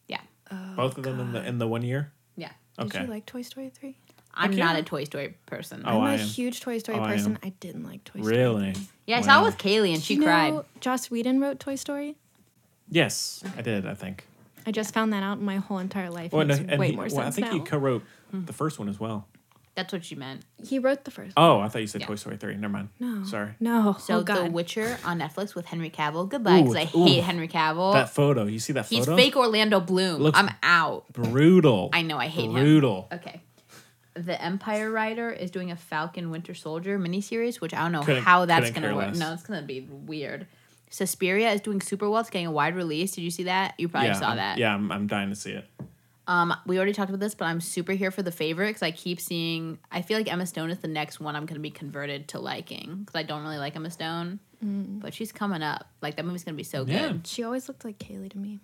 Yeah.
Both of them in the in the one year.
Yeah.
Oh, Did
Okay.
you like Toy Story three?
I'm
Okay.
not a Toy Story person.
Oh,
I'm
I
a
am.
huge Toy Story
Oh, I
person.
am.
I, didn't like Toy Story.
really?
yeah, I
Wow.
saw it with Kaylee and
Did
she
you know
cried.
Joss Whedon wrote Toy Story.
Yes, I did. I think.
I just found that out in my whole entire life.
Well,
and
no,
it's
Oh, and
way
he-
more
well, I
sense
think he
now.
co-wrote
Hmm.
the first one as well.
That's what she meant.
he wrote the first.
Oh, I thought you said
Yeah.
Toy Story three. Never mind.
No.
Sorry.
No.
So
oh God.
The Witcher on Netflix with Henry Cavill. Goodbye, because I
Ooh, ooh.
hate Henry Cavill.
That photo. You see that
He's
photo?
fake Orlando Bloom.
Looks-
I'm out.
Brutal.
I know, I hate him.
Brutal.
Okay. The Empire Rider is doing a Falcon Winter Soldier miniseries, which I don't know
Couldn't-
how that's
couldn't
going to
care
work.
less.
No, it's going to be weird. Suspiria is doing super well. It's getting a wide release. Did you see that? You probably
yeah,
saw
I'm-
that.
Yeah, I'm, I'm dying to see it.
Um, we already talked about this, but I'm super here for the favorite because I keep seeing. I feel like Emma Stone is the next one I'm going to be converted to liking because I don't really like Emma Stone,
Mm.
but she's coming up. Like that movie's going to be so
Yeah.
good.
she always looked like Kaylee to me,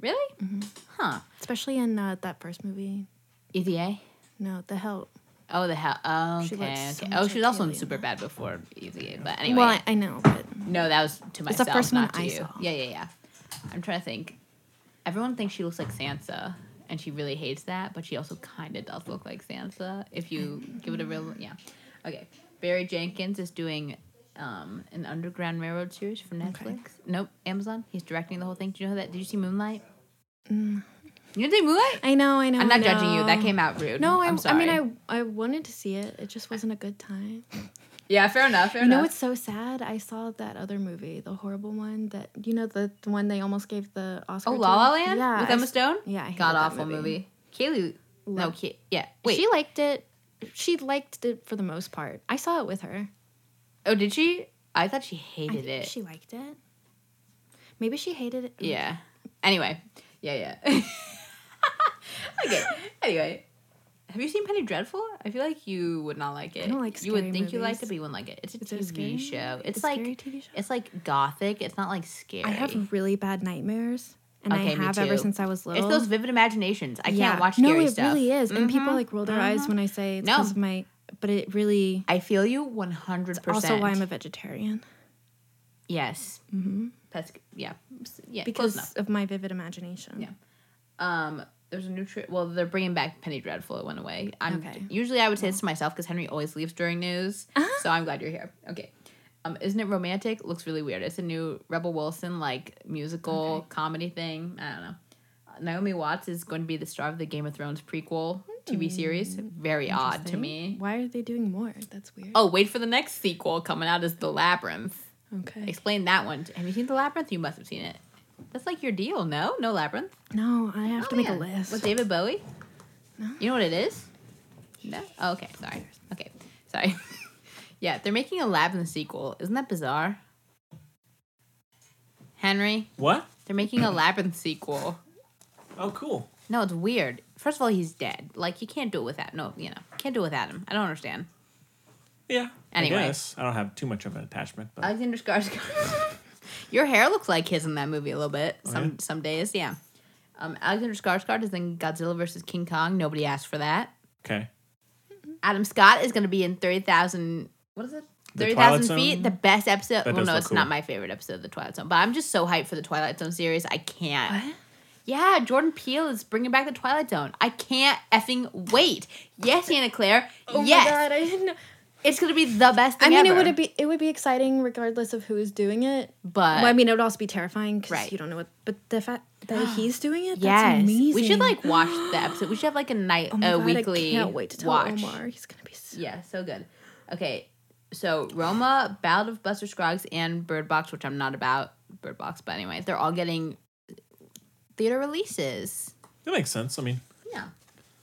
Really?
Mm-hmm.
Huh?
especially in uh, that first movie.
EVA.
No, The Help.
Oh, the hell. Oh,
She
okay.
looks so
okay.
much
oh,
like
she was also in
Kaylee in
Super Bad before EVA, but anyway.
Well, I, I know, but
No, that was to myself.
It's the first one
not to
I
you.
saw.
Yeah, yeah, yeah. I'm trying to think. Everyone thinks she looks like Sansa, and she really hates that, but she also kind of does look like Sansa if you give it a real. Yeah. Okay. Barry Jenkins is doing um, an Underground Railroad series for Netflix. Nope, Amazon. He's directing the whole thing. Do you know that? Did you see Moonlight? You didn't see Moonlight?
I know, I know.
I'm not
I
judging you.
know.
That came out rude.
Mm. No,
I'm,
I, I
sorry.
mean, I I wanted to see it. It just wasn't a good time.
yeah, fair enough. Fair
You know
enough.
what's so sad? I saw that other movie, the horrible one that you know the, the one they almost gave the Oscar.
Oh,
to?
La La Land
Yeah,
with
I
Emma
s-
Stone.
yeah, I hated
god
that
awful movie.
movie.
Kaylee, no,
Love-
Kay, yeah. Wait,
she liked it. She liked it for the most part. I saw it with her.
oh, did she? I thought she
I
hated
think
it.
she liked it. Maybe she hated it.
yeah. Anyway, <laughs> yeah, yeah. okay. Anyway, have you seen Penny Dreadful? I feel like you would not like it.
I don't like
You would
scary
think you liked it,
movies.
but you wouldn't like it. It's a
Is it a
TV
scary-
show.
it's
It's
a
like
scary TV show?
it's like gothic. It's not like scary.
I have really bad nightmares, and I
Okay, me
have ever
too.
since I was
It's
little.
those vivid imaginations. I
Yeah.
can't watch
no,
scary
it
stuff.
really is, and people
Mhm.
like roll their eyes when I say it's
No.
because of my. But it really
I feel you one hundred percent.
also why I'm a vegetarian
yes.
mm-hmm.
Pesc- yeah, S- yeah. Because
because of my vivid imagination.
Yeah. um, there's a new tri- well, they're bringing back Penny Dreadful. It went away. I'm
Okay. Uh-huh.
usually I would say this to myself because Henry always leaves during news. So I'm glad you're here. Okay. Um, isn't it romantic? Looks really weird. It's a new Rebel Wilson like musical comedy thing. I don't know. Naomi Watts is going to be the star of the Game of Thrones prequel TV series. Very odd to
Hmm. Interesting.
me.
Why are they doing more? That's weird.
Oh, wait for the next sequel coming out is The Labyrinth.
Okay.
Explain that one. Have you seen The Labyrinth? You must have seen it. That's like your deal, no? No Labyrinth?
No, I have to make a
Oh, yeah.
list.
With David Bowie? You know what it is? No? Oh, okay, sorry. Okay, sorry. <laughs> yeah, they're making a Labyrinth sequel. Isn't that bizarre? Henry,
What?
they're making a Labyrinth sequel.
Oh, cool.
No, it's weird. First of all, he's dead. Like, you can't do it without, no, you know, can't do it without him. I don't understand.
Yeah.
Anyway.
I, guess. I don't have too much of an attachment, but
Alexander Skarsgård. <laughs> Your hair looks like his in that movie a little bit.
Oh,
Some
yeah?
some days, yeah. Um, Alexander Skarsgård is in Godzilla versus King Kong. Nobody asked for that.
okay.
Adam Scott is going to be in thirty thousand. What is it?
The
Thirty
Twilight
thousand feet.
Zone?
The best episode.
That
well,
does
no,
look
it's not
cool.
my favorite episode of the Twilight Zone, but I'm just so hyped for the Twilight Zone series. I can't. Yeah, Jordan Peele is bringing back the Twilight Zone. I can't effing wait. Yes, Anna Claire.
Oh
yes,
my god, I didn't know.
it's gonna be the best
I
thing
mean,
ever.
it would be it would be exciting regardless of who's doing it.
but
well, I mean, it would also be terrifying because
Right.
you don't know what. But the fact
<gasps>
that he's doing it,
Yes,
that's amazing.
we should
<gasps>
like watch the episode. We should have like a night,
Oh my
a
God,
weekly.
I can't wait to tell
watch.
Omar. He's gonna be. So-
Yeah, so good. Okay, so Roma, Ballad of Buster Scruggs, and Bird Box, which I'm not about Bird Box, but anyway, they're all getting theater releases.
That makes sense. I mean,
Yeah,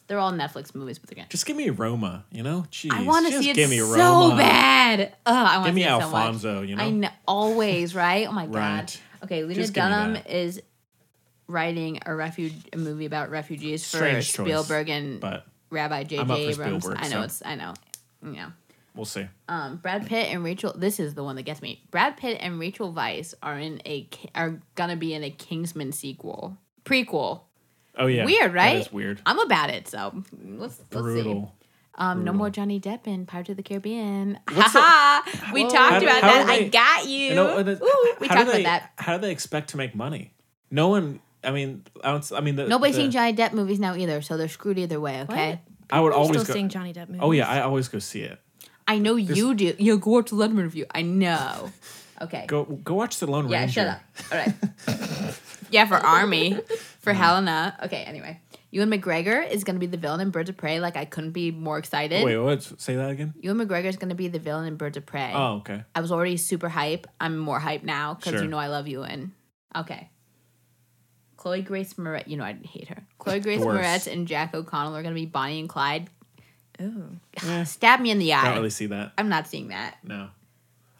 they're all Netflix movies, but they're getting.
just give me Roma, you know? Jeez.
I want to
just
see it
give me
so
Roma.
bad. Ugh, I want
Give
to
me
see it so much.
Alfonso, you know?
I know, always, right? Oh my god.
Right.
Okay, Lena
Just give me
Dunham
that.
is writing a refuge a movie about refugees for
Strange choice,
Spielberg and
But
Rabbi J.J.
I'm up for
Abrams.
Spielberg,
I know
so.
it's I know. Yeah.
we'll see.
Um, Brad Pitt and Rachel this is the one that gets me. Brad Pitt and Rachel Weisz are in a Ki- are going to be in a Kingsman sequel. Prequel.
Oh, yeah.
weird, right?
That is weird.
I'm about it, so let's let's see.
Brutal.
Um, no
Brutal.
more Johnny Depp in Pirates of the Caribbean.
What's the-
Ha ha! We
How
talked
do-
about
how
that.
do
I
they-
got you.
You know, and it-
Ooh, we
uh, how
talked
do they,
about that.
How do they expect to make money? No one. I mean, I, don't, I mean, the,
Nobody's
the,
seeing Johnny Depp movies now either, so they're screwed either way. Okay.
I would
I'm
always
still
go.
seeing Johnny Depp movies.
oh yeah, I always go see it.
I know you do. You go watch the Letterman review.
<laughs>
I know. Okay.
Go go watch the Lone
yeah.
Ranger.
Shut up. All right. <laughs> yeah, for Army, for
Mm.
Helena. Okay. Anyway, Ewan McGregor is gonna be the villain in Birds of Prey. Like I couldn't be more excited.
Wait, what? Say that again.
Ewan McGregor is gonna be the villain in Birds of Prey.
Oh, okay.
I was already super hype. I'm more hype now because
Sure.
you know I love you. And okay, Chloe Grace Moretz. You know I hate her. Chloe Grace
worst.
Moretz and Jack O'Connell are gonna be Bonnie and Clyde.
Ooh.
Eh,
Stab me in the eye.
don't really see that.
I'm not seeing that.
No,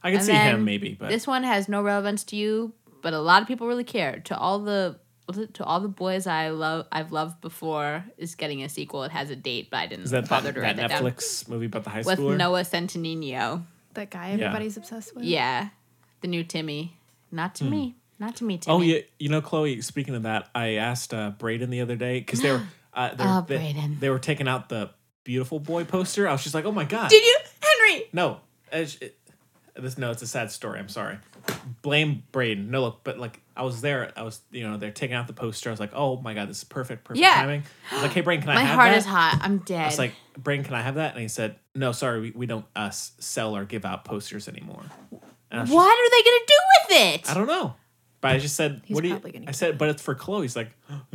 I can
And
see
then
him maybe, but
This one has no relevance to you, but a lot of people really care. To all the was it- to all the boys I love, I've loved before is getting a sequel. It has a date, but I didn't
is that
bother
that,
to write
that
that,
Netflix movie about the high
down.
schooler?
With Noah Centineo.
That guy everybody's obsessed with.
Yeah, the new Timmy. Not to me. Not to me, Timmy.
Hmm. oh yeah, you know Chloe. Speaking of that, I asked uh, Braden the other day because
<gasps>
they were uh, they, were-
Oh,
they-
Brayden.
they were taking out the beautiful boy poster. I was just like, oh my god.
Did you, Henry?
No, as- it- this no, it's a sad story. I'm sorry. Blame Braden. No, look, but like I was there. I was you know they're taking out the poster. I was like, oh my god, this is perfect, perfect
Yeah.
timing. I was like, hey Braden, can I
<gasps> My
have
heart
that?
is hot. I'm dead.
I was like, Braden, can I have that? And he said, no, sorry, we, we don't uh, s- sell or give out posters anymore. And I was just-
what are they gonna do with it?
I don't know. But I just said,
He's
what do you?
probably gonna
I
give
said, but it's for Chloe. He's like, <gasps>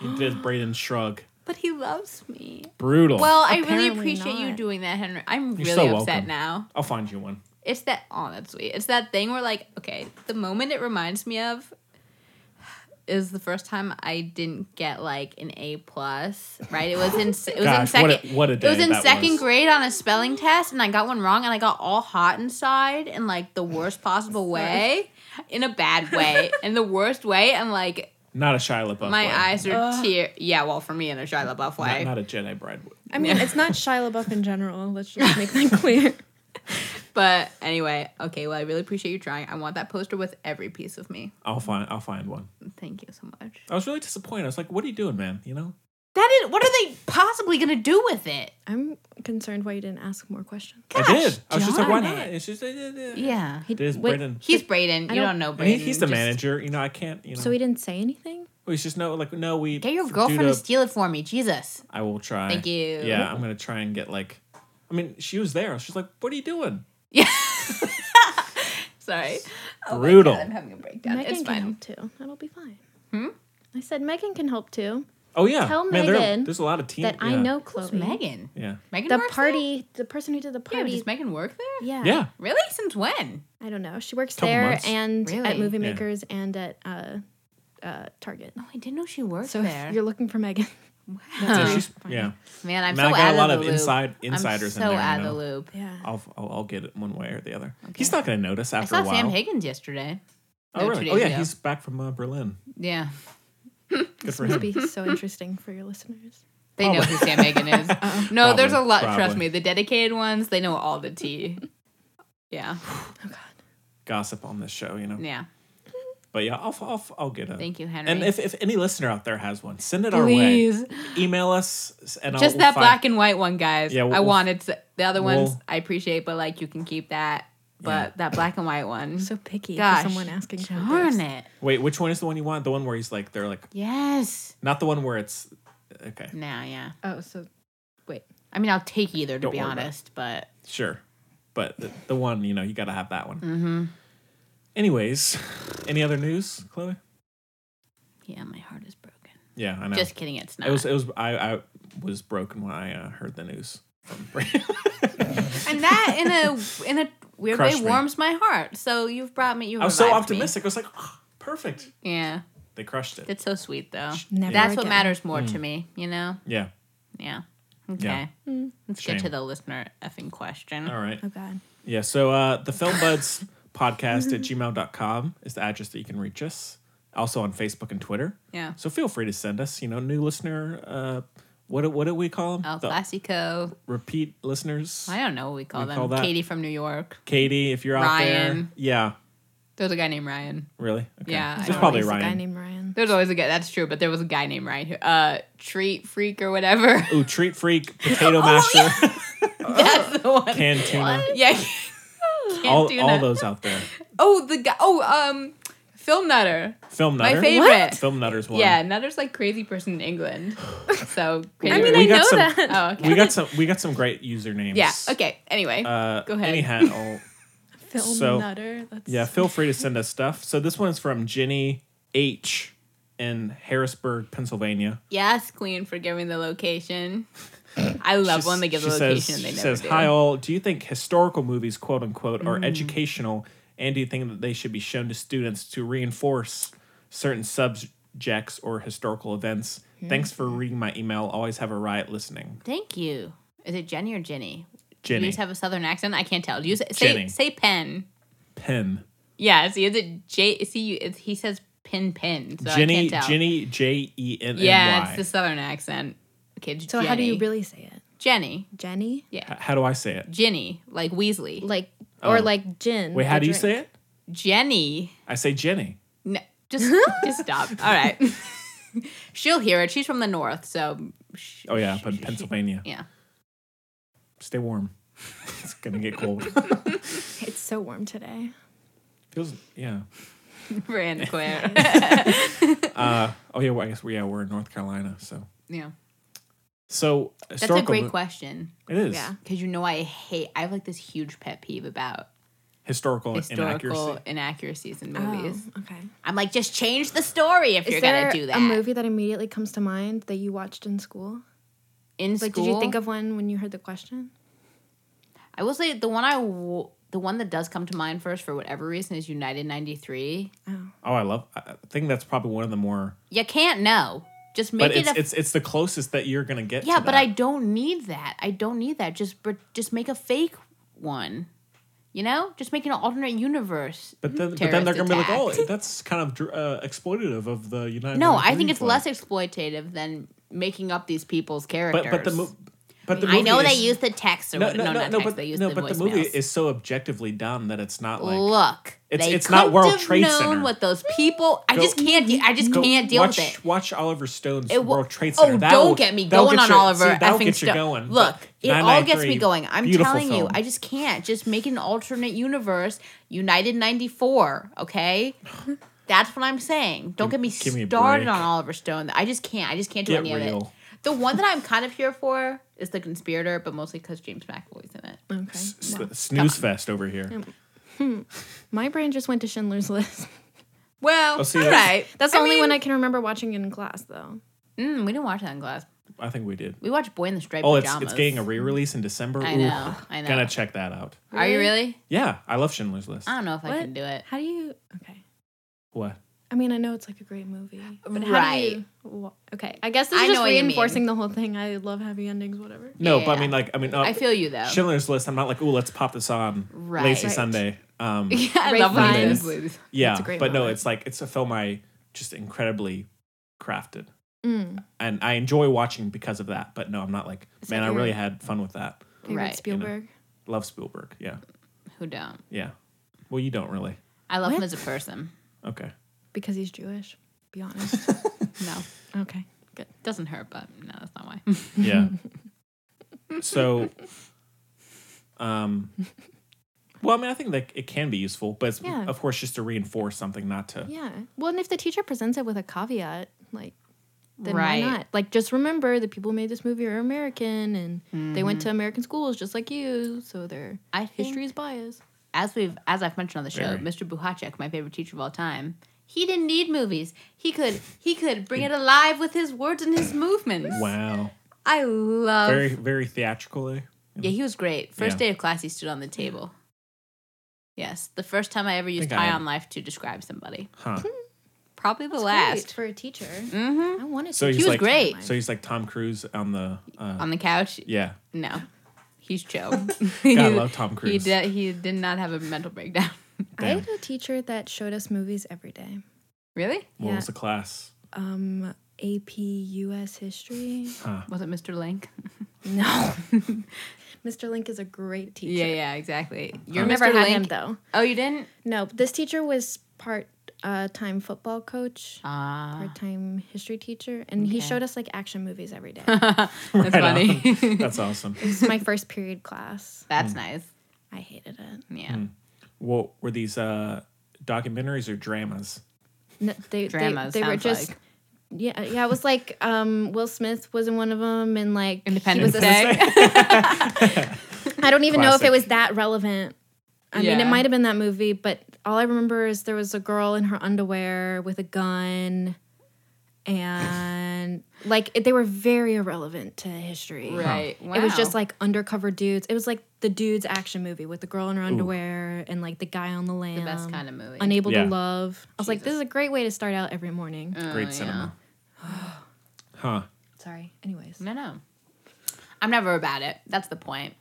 he did Braden shrug.
but he loves me.
Brutal.
Well, I really
Apparently
appreciate you
not.
doing that, Henry. I'm
You're
really
so
upset
welcome.
now.
I'll find you one.
It's that oh that's sweet. It's that thing where like, okay, the moment it reminds me of is the first time I didn't get like an A plus. Right? It was in it was in
Gosh,
second
what a- what a
it was
day
in
that
second
was.
grade on a spelling test and I got one wrong and I got all hot inside in like the worst possible way. In a bad way. in the worst way and like
Not a Shia LaBeouf.
My
one.
eyes are
Ugh.
tear. Yeah, well, for me in a Shia LaBeouf
Not,
way,
not a Jedi bride.
I mean, it's not Shia LaBeouf in general. Let's just make that clear.
but anyway, okay. Well, I really appreciate you trying. I want that poster with every piece of me.
I'll find. I'll find one.
Thank you so much.
I was really disappointed. I was like, "What are you doing, man?" You know.
That is. What are they possibly gonna do with it?
I'm concerned why you didn't ask more questions.
I did. I was just like, "Why
darn
not?"
it.
It's just. uh, uh, uh.
Yeah.
It is
wait,
Braden.
He's Braden.
I
You
don't-
don't know
And he,
Braden.
he's the
Just-
manager. You know, I can't. You know, Oh,
So he didn't say anything?
he's just no like no. We
Get your
for- due
girlfriend to
to-
steal it for me, Jesus.
I will try.
Thank you.
Yeah, I'm gonna try and get like. I mean, she was there. She's like, "What are you doing?"
Yeah. Sorry. Oh my
<laughs> Brutal.
God, I'm having a breakdown.
Megan
it's
can
fine.
help too. That'll be fine. Hmm? I said Megan can help too.
Oh yeah,
Tell
man. there-
Megan
there's a lot of team.
that I
yeah.
know
Who's
Chloe.
Megan?
Yeah.
Megan
The
works
party, the person who did the
There? Yeah,
party.
does Megan work there?
yeah.
Yeah.
Really? Since when?
I don't know. She works
Couple
there
months.
and at
Really?
Movie
Yeah.
Makers and at uh, uh, Target.
Oh, I didn't know she worked
So
there.
if you're looking for Megan.
So
<laughs> Huh.
she's, yeah.
Man, I'm
Man,
so
I got
out
a lot
of
of
the loop.
inside insiders
I'm
in
so
there, you
out of
know.
the loop.
Yeah.
I'll, I'll I'll get it one way or the other. He's not gonna notice
I
after a
saw
while.
Sam Higgins yesterday.
oh
No,
really?
two
Oh
days
yeah,
ago.
he's back from uh, Berlin.
Yeah.
Good for
This would
him.
be so interesting for your listeners.
They know who Sam
<laughs>
Hagen is. No,
Probably,
there's a lot. Trust
probably.
me, the dedicated ones, they know all the tea. Yeah,
Gossip on this show, you know.
yeah.
But yeah, I'll I'll, I'll get it.
Thank you, Henry.
And if, if any listener out there has one, send it
Please,
our way. Email us s- and
just
I'll,
that
we'll find-
black and white one, guys.
Yeah, we'll-
I
we'll-
wanted to, the other ones.
we'll-
I appreciate, but like you can keep that. But that black and white one.
So picky
Gosh,
for someone asking for
darn
this.
it.
Wait, which one is the one you want? The one where he's like they're like
Yes.
not the one where it's okay.
Now, yeah.
Oh, so
I mean, I'll take either to
Don't
be
worry about it.
honest, but
Sure. But the, the one, you know, you got to have that one. Mm-hmm. Anyways, any other news, Chloe?
yeah, my heart is broken.
Yeah, I know.
Just kidding, it's not.
it was it was I, I was broken when I uh, heard the news. from <laughs> Brandon.
and that
<laughs>
in a in a weird way
Crushed me.
warms my heart. So you've brought me. You.
I was so
revived me.
optimistic. I was like, "Ah, perfect.
Yeah.
They crushed it.
That's so sweet, though.
Never
That's what
again.
matters more to me, you know?
yeah.
Yeah. Okay.
Mm. Yeah.
Mm.
Let's
Shame.
get to the listener effing question.
All right.
Oh God.
Yeah. So uh, the Film
<laughs>
Buds podcast at
Mm-hmm.
gmail.com is the address that you can reach us. Also on Facebook and Twitter.
Yeah.
So feel free to send us, you know, new listener. Uh, what, what do we call them?
El Classico.
repeat listeners.
I don't know what we call
We
them.
call that-
Katie from New York.
Katie, if you're out there.
Ryan.
Yeah.
There's a guy named Ryan.
Really? Okay.
Yeah, I
It's
know.
probably
There's a guy
Ryan.
named Ryan.
There's always a guy. That's true, but there was a guy named Ryan. Who, uh, Treat Freak
<laughs>
or whatever. <laughs>
Ooh, treat freak,
Oh
potato master,
That's the one.
canned tuna.
Yeah.
<laughs>
Can't
All,
do
all
that.
those out there.
Oh, the guy. Oh, um, Film Nutter.
Film
My
nutter.
favorite.
Film nutters one.
Yeah, Nutter's like crazy person
<sighs>
in England. So crazy.
I mean,
We
I
got
know
some-
that.
oh, okay.
We got some. We got some great usernames.
Yeah. Okay. Anyway,
Uh,
go ahead.
Anyhow,
Film
So-
nutter. That's
yeah. Feel free to send us stuff. So this one's from Jenny H. in Harrisburg, Pennsylvania.
Yes, Queen, for giving the
<laughs>
location. I love
She-
when they give the
she
location
says,
and they
she
never
says,
do. Mm.
"Hi all. Do you think historical movies, quote unquote, are educational, and do you think that they should be shown to students to reinforce certain subjects or historical events?" Thanks
Mm.
for reading my email. Always have a riot listening,
Thank you. Is it Jenny or Ginny?
Jenny
You just have a southern accent. I can't tell. Do you say say,
Jenny.
say pen?
Penn.
Yeah. See, is it J? See, you. It's, he says pin pin. So I
Jenny
can't tell.
Jenny J E N N Y.
Yeah, it's the southern accent. Okay.
So how do you really say it?
Jenny?
Jenny?
Yeah.
H- How do I say it?
Ginny, like Weasley.
Like or like gin.
Oh. Wait, how do you say it?
Jenny.
I say Jenny.
No, <laughs> just just stop. All right. <laughs> She'll hear it. She's from the north, so sh-
Oh yeah, up
<laughs>
in Pennsylvania.
yeah.
Stay warm. <laughs> it's gonna get
<laughs>
cold.
It's so warm today.
Feels yeah.
Brand Claire.
<laughs>
<laughs>
Uh, oh yeah. Well, I guess we yeah we're in North Carolina, so
yeah.
so
That's a great
mo-
question.
It is
Yeah.
Because you know, I hate, I have like this huge pet peeve about
historical,
historical
inaccuracy.
inaccuracies in movies.
Oh, okay.
I'm like, just change the story if
Is
you're
there
going to do that.
a movie that immediately comes to mind that you watched in school?
in
Like,
school.
did you think of one when you heard the question?
I will say the one I, w- the one that does come to mind first for whatever reason is United 93.
Oh, I love. I I think that's probably one of the more.
You can't know. Just make
But
it
it's,
a
it's it's the closest that you're gonna get.
Yeah,
to
but
that.
I don't need that. I don't need that. Just but just make a fake one. You know, just make an alternate universe.
But then, but then
Terrorist
they're gonna be like, oh,
attack.
that's kind of dr- uh, exploitative of the United.
No,
Nations
I think it's
Marine
less
Corps.
exploitative than making up these people's characters.
But but the mo- but the
I know
movie
they
is-
use the text or
no
what-
no no,
no, not
no,
text,
but,
they use
no,
the
but the movie
voicemails.
is so objectively done that it's not like
Look,
It's-
they
it's not World
couldn't have
Trade
known
Center.
what those people. I
Go-
just can't. de- I just
Go
can't deal
watch,
with it.
Watch Oliver Stone's
It wa-
World Trade
Oh,
Center.
don't get me
that'll
going on
you-
Oliver
See, that'll
effing
get you
Stone.
going.
Look,
But
it all gets
993,
me going. I'm
beautiful
telling you,
film.
I just can't. Just make an alternate universe, United '94.
<sighs>
Okay, that's what I'm saying. Don't get me
give me a
started
break.
on Oliver Stone. I just can't. I just can't do
Get
any of
real.
it. The one that I'm kind of here for is the conspirator, but mostly because James McAvoy's in it.
Okay.
S-
Wow.
snooze fest over here.
Hmm. My brain just went to Schindler's List. <laughs>
Well,
Oh, see, all that's- right.
That's the
I
only one
mean-
I can remember watching in class, though.
Mm, we didn't watch that in class.
I think we did.
We watched Boy in the Striped
Oh, it's
Pajamas.
it's getting a re-release in December.
I
Ooh,
know, I know. Ah,
Gotta check that out.
Are you
Really?
really?
Yeah, I love Schindler's List.
I don't know if I
What?
can do it.
How do you? Okay.
What?
I mean, I know it's like a great movie, but how do
Right.
you? wha- Okay, I guess this
I
is
know
just
what you mean.
reinforcing the whole thing. I love happy endings, whatever.
No, but I
Yeah.
mean, like, I mean, uh,
I feel you though.
Schindler's List. I'm not like, ooh, let's pop this on
Right.
Lazy
Right.
Sunday.
<laughs>
Um,
yeah, I
Ray
love when he
Fiennes.
does movies.
yeah,
It's a great
but no,
moment.
it's like it's a film I just incredibly crafted,
Mm,
and I enjoy watching because of that. But no, I'm not like,
Is
man,
that
I
your-
really had fun with that.
favorite
Right.
Spielberg.
Love Spielberg. Yeah,
Who don't?
yeah. Well, you don't really.
I love him
What?
as a person.
Okay.
Because he's Jewish.
<laughs>
Be honest.
No,
okay.
doesn't hurt, but no, that's <laughs> not why.
<laughs>
Yeah. so, um, well, I mean, I think that it can be useful, but it's,
Yeah.
of course, just to reinforce something, not to.
Yeah. Well, and if the teacher presents it with a caveat, like, then
Right.
why not? Like, just remember the people who made this movie are American and they went
Mm-hmm.
to American schools just like you, so their
I think
history is biased.
as we've as I've mentioned on the show,
Very.
Mr. Buhacek, my favorite teacher of all time, he didn't need movies. He could he could bring it alive with his words and his movements.
Wow.
I love.
Very, very theatrically.
yeah, he was great. First
Yeah.
day of class, he stood on the table. Yes, the first time I ever used
I-
"I on life to describe somebody.
Huh.
Hmm.
Probably the
That's great
last.
for a teacher.
Mm-hmm.
I wanted
So
to.
he's
was
like,
great.
So he's like Tom Cruise on the. Uh,
Um,
On the couch,
yeah.
No, he's
<laughs>
chill. <laughs>
God, I
He-
love Tom
He
Cruise.
did. He did not have a mental breakdown. <laughs>
I
Damn.
had a teacher that showed us movies every day.
really?
What
yeah.
was the class?
Um, AP US history.
Huh.
Was it Mr. Link?
No. Mr. Link is a great
<laughs>
teacher.
Yeah, yeah, exactly. You're
I
Mr.
never had
Link.
him though.
Oh, you didn't?
No, this teacher was part uh, time football coach,
Ah,
part time history teacher, and he showed us like action movies
<laughs>
every day.
that's
<laughs> Right on. Hmm.
funny.
That's awesome.
This is my first period class.
<laughs> that's nice.
I hated it.
Yeah.
Hmm. What were these uh, documentaries or dramas?
No, they,
Drama
They, they were
sounds
just.
like.
Yeah, yeah. It was like um, Will Smith was in one of them, and like he
Independence
was a-
Day.
<laughs>
<laughs>
I don't even know if
Classic.
it was that relevant. I mean,
Yeah.
it might have been that movie, but all I remember is there was a girl in her underwear with a gun, and like it, they were very irrelevant to history.
right. Wow.
It was just like undercover dudes. It was like the dudes action movie with the girl in her underwear and like the guy on the lamb.
the best kind of movie.
Unable
Yeah.
to love. I was like, this is a great way to start out every morning.
Oh,
Great
yeah. <gasps>
cinema. Huh.
Sorry. Anyways,
No, no. I'm never about it. That's the point.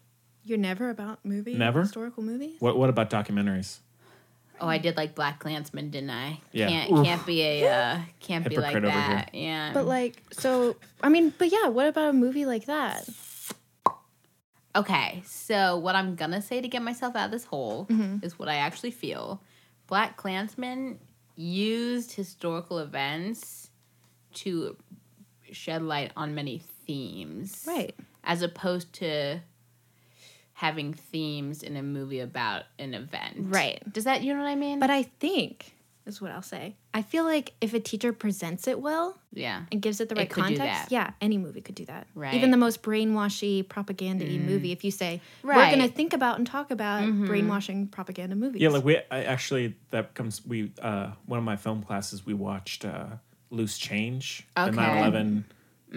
you're never about movie
Never?
historical movies.
What What about documentaries?
Oh, I did like Black Klansman, didn't I?
Yeah.
Can't
Oof.
can't be a uh, can't be like
Hypocrite over here.
that. Yeah.
But like, so I mean, but yeah, what about a movie like that?
Okay, so what I'm gonna say to get myself out of this hole
Mm-hmm.
is what I actually feel. Black Klansmen used historical events to shed light on many themes.
Right.
As opposed to having themes in a movie about an event.
Right.
Does that, you know what I mean?
But I think is what I'll say. I feel like if a teacher presents it well
yeah.
and gives it the right
could do
context,
that.
yeah, any movie could do that.
Right. Mm.
Even the most brainwashy propaganda movie, if you say
Right. Mm-hmm.
we're going to think about and talk about brainwashing propaganda movies.
Yeah, like we I actually that comes we uh one of my film classes we watched uh Loose Change,
Okay. Mm-hmm.
the 9/11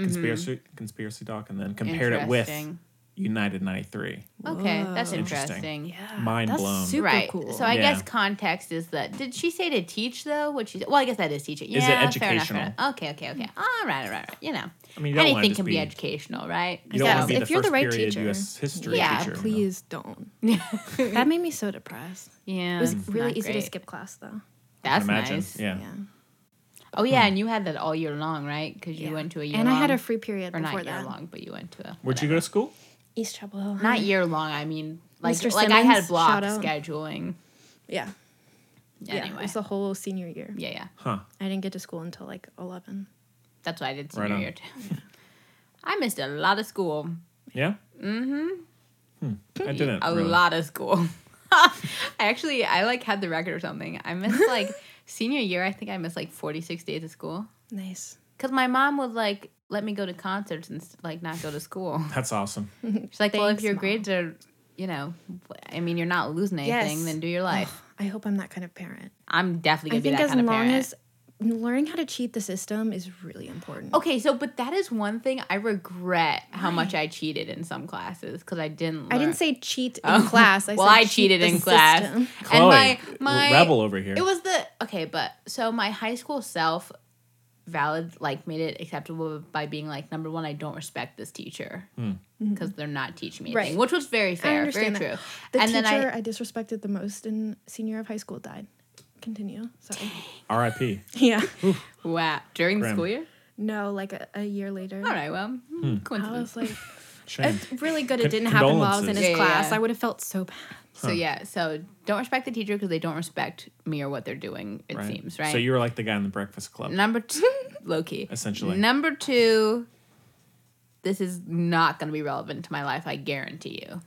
conspiracy conspiracy doc and then compared it with
Interesting.
United 93.
Okay, that's
Whoa.
interesting.
Interesting. Mind
that's
blown.
super
right.
cool.
So I
Yeah.
guess context is that. Did she say to teach though? What she? Well, I guess that is teaching. Yeah,
Is it
Fair enough, fair
educational?
enough. Okay, okay, okay.
Hmm.
All right, all right, all right. You know,
I mean, you don't wanna
anything
just
can be,
be-
educational, right?
You don't want
So-
to be
<laughs>
<laughs> if
the
you're the
first
right
period
teacher.
U.S. history
Yeah,
teacher.
Please
<laughs>
don't. that made me so depressed.
yeah,
It was
it's
really
not
easy
great.
to skip class though.
I
That's
can imagine.
nice.
Yeah.
Yeah.
Oh yeah, and you had that all year long, right? Because you
Hmm. Yeah.
went to a year
and I had
long-
a free period
or not
before
year
that.
long, but you went to a
Where'd you go to school?
East Chapel Hill.
not year long. I mean, like
Mr.
like I had
Simmons,
block
shout out.
scheduling.
<laughs> Yeah. Yeah. It
Anyway,
was the whole senior year.
yeah, yeah.
Huh.
I didn't get to school until like eleven.
That's what I did
Right
senior
on.
year too. <laughs> I missed a lot of school.
Yeah. Mm-hmm. Hmm. I didn't.
a
really.
lot of school. <laughs> I actually I like had the record or something. I
<laughs>
missed like senior year. I think I missed like forty six days of school
Nice.
because my mom would like let me go to concerts and st- like not go to school. <laughs>
That's awesome.
She's like, well, if
Thanks,
your
Mom.
grades are, you know, I mean, you're not losing anything,
Yes.
then do your life.
I hope I'm that kind of parent.
I'm definitely
I
gonna be
think
that
as
kind of
long
parent.
as learning how to cheat the system is really important.
Okay, so but that is one thing I regret how much I cheated in some classes because I didn't.
I
learn-
didn't say cheat in
Oh. <laughs>
class. I
well,
said
I
cheat
cheated
the
in class,
system.
Chloe,
and my my
rebel over here.
It was the okay, but so my high school self valid like made it acceptable by being like number one, I don't respect this teacher
Hmm.
because they're not teaching me anything,
Mm-hmm. Right.
which was very fair, very
understand
true.
that. The
and
teacher
then I
I, disrespected the most in senior year of high school died. Continue.
<laughs>
Sorry.
R.I.P.
Yeah.
wow during the
Grim.
school year.
no, like a, a year later.
All right, well, hmm,
I
<laughs>
coincidence.
was like,
Shame.
it's really good it didn't happen while I was in
condolences.
his
Yeah, yeah,
class.
yeah.
I would have felt so bad.
So yeah, so don't respect the teacher because they don't respect me or what they're doing. It
right?
seems right.
So you were like the guy in the Breakfast Club.
Number <laughs> two, Loki.
Essentially.
Number two, this is not going to be relevant to my life, I guarantee you.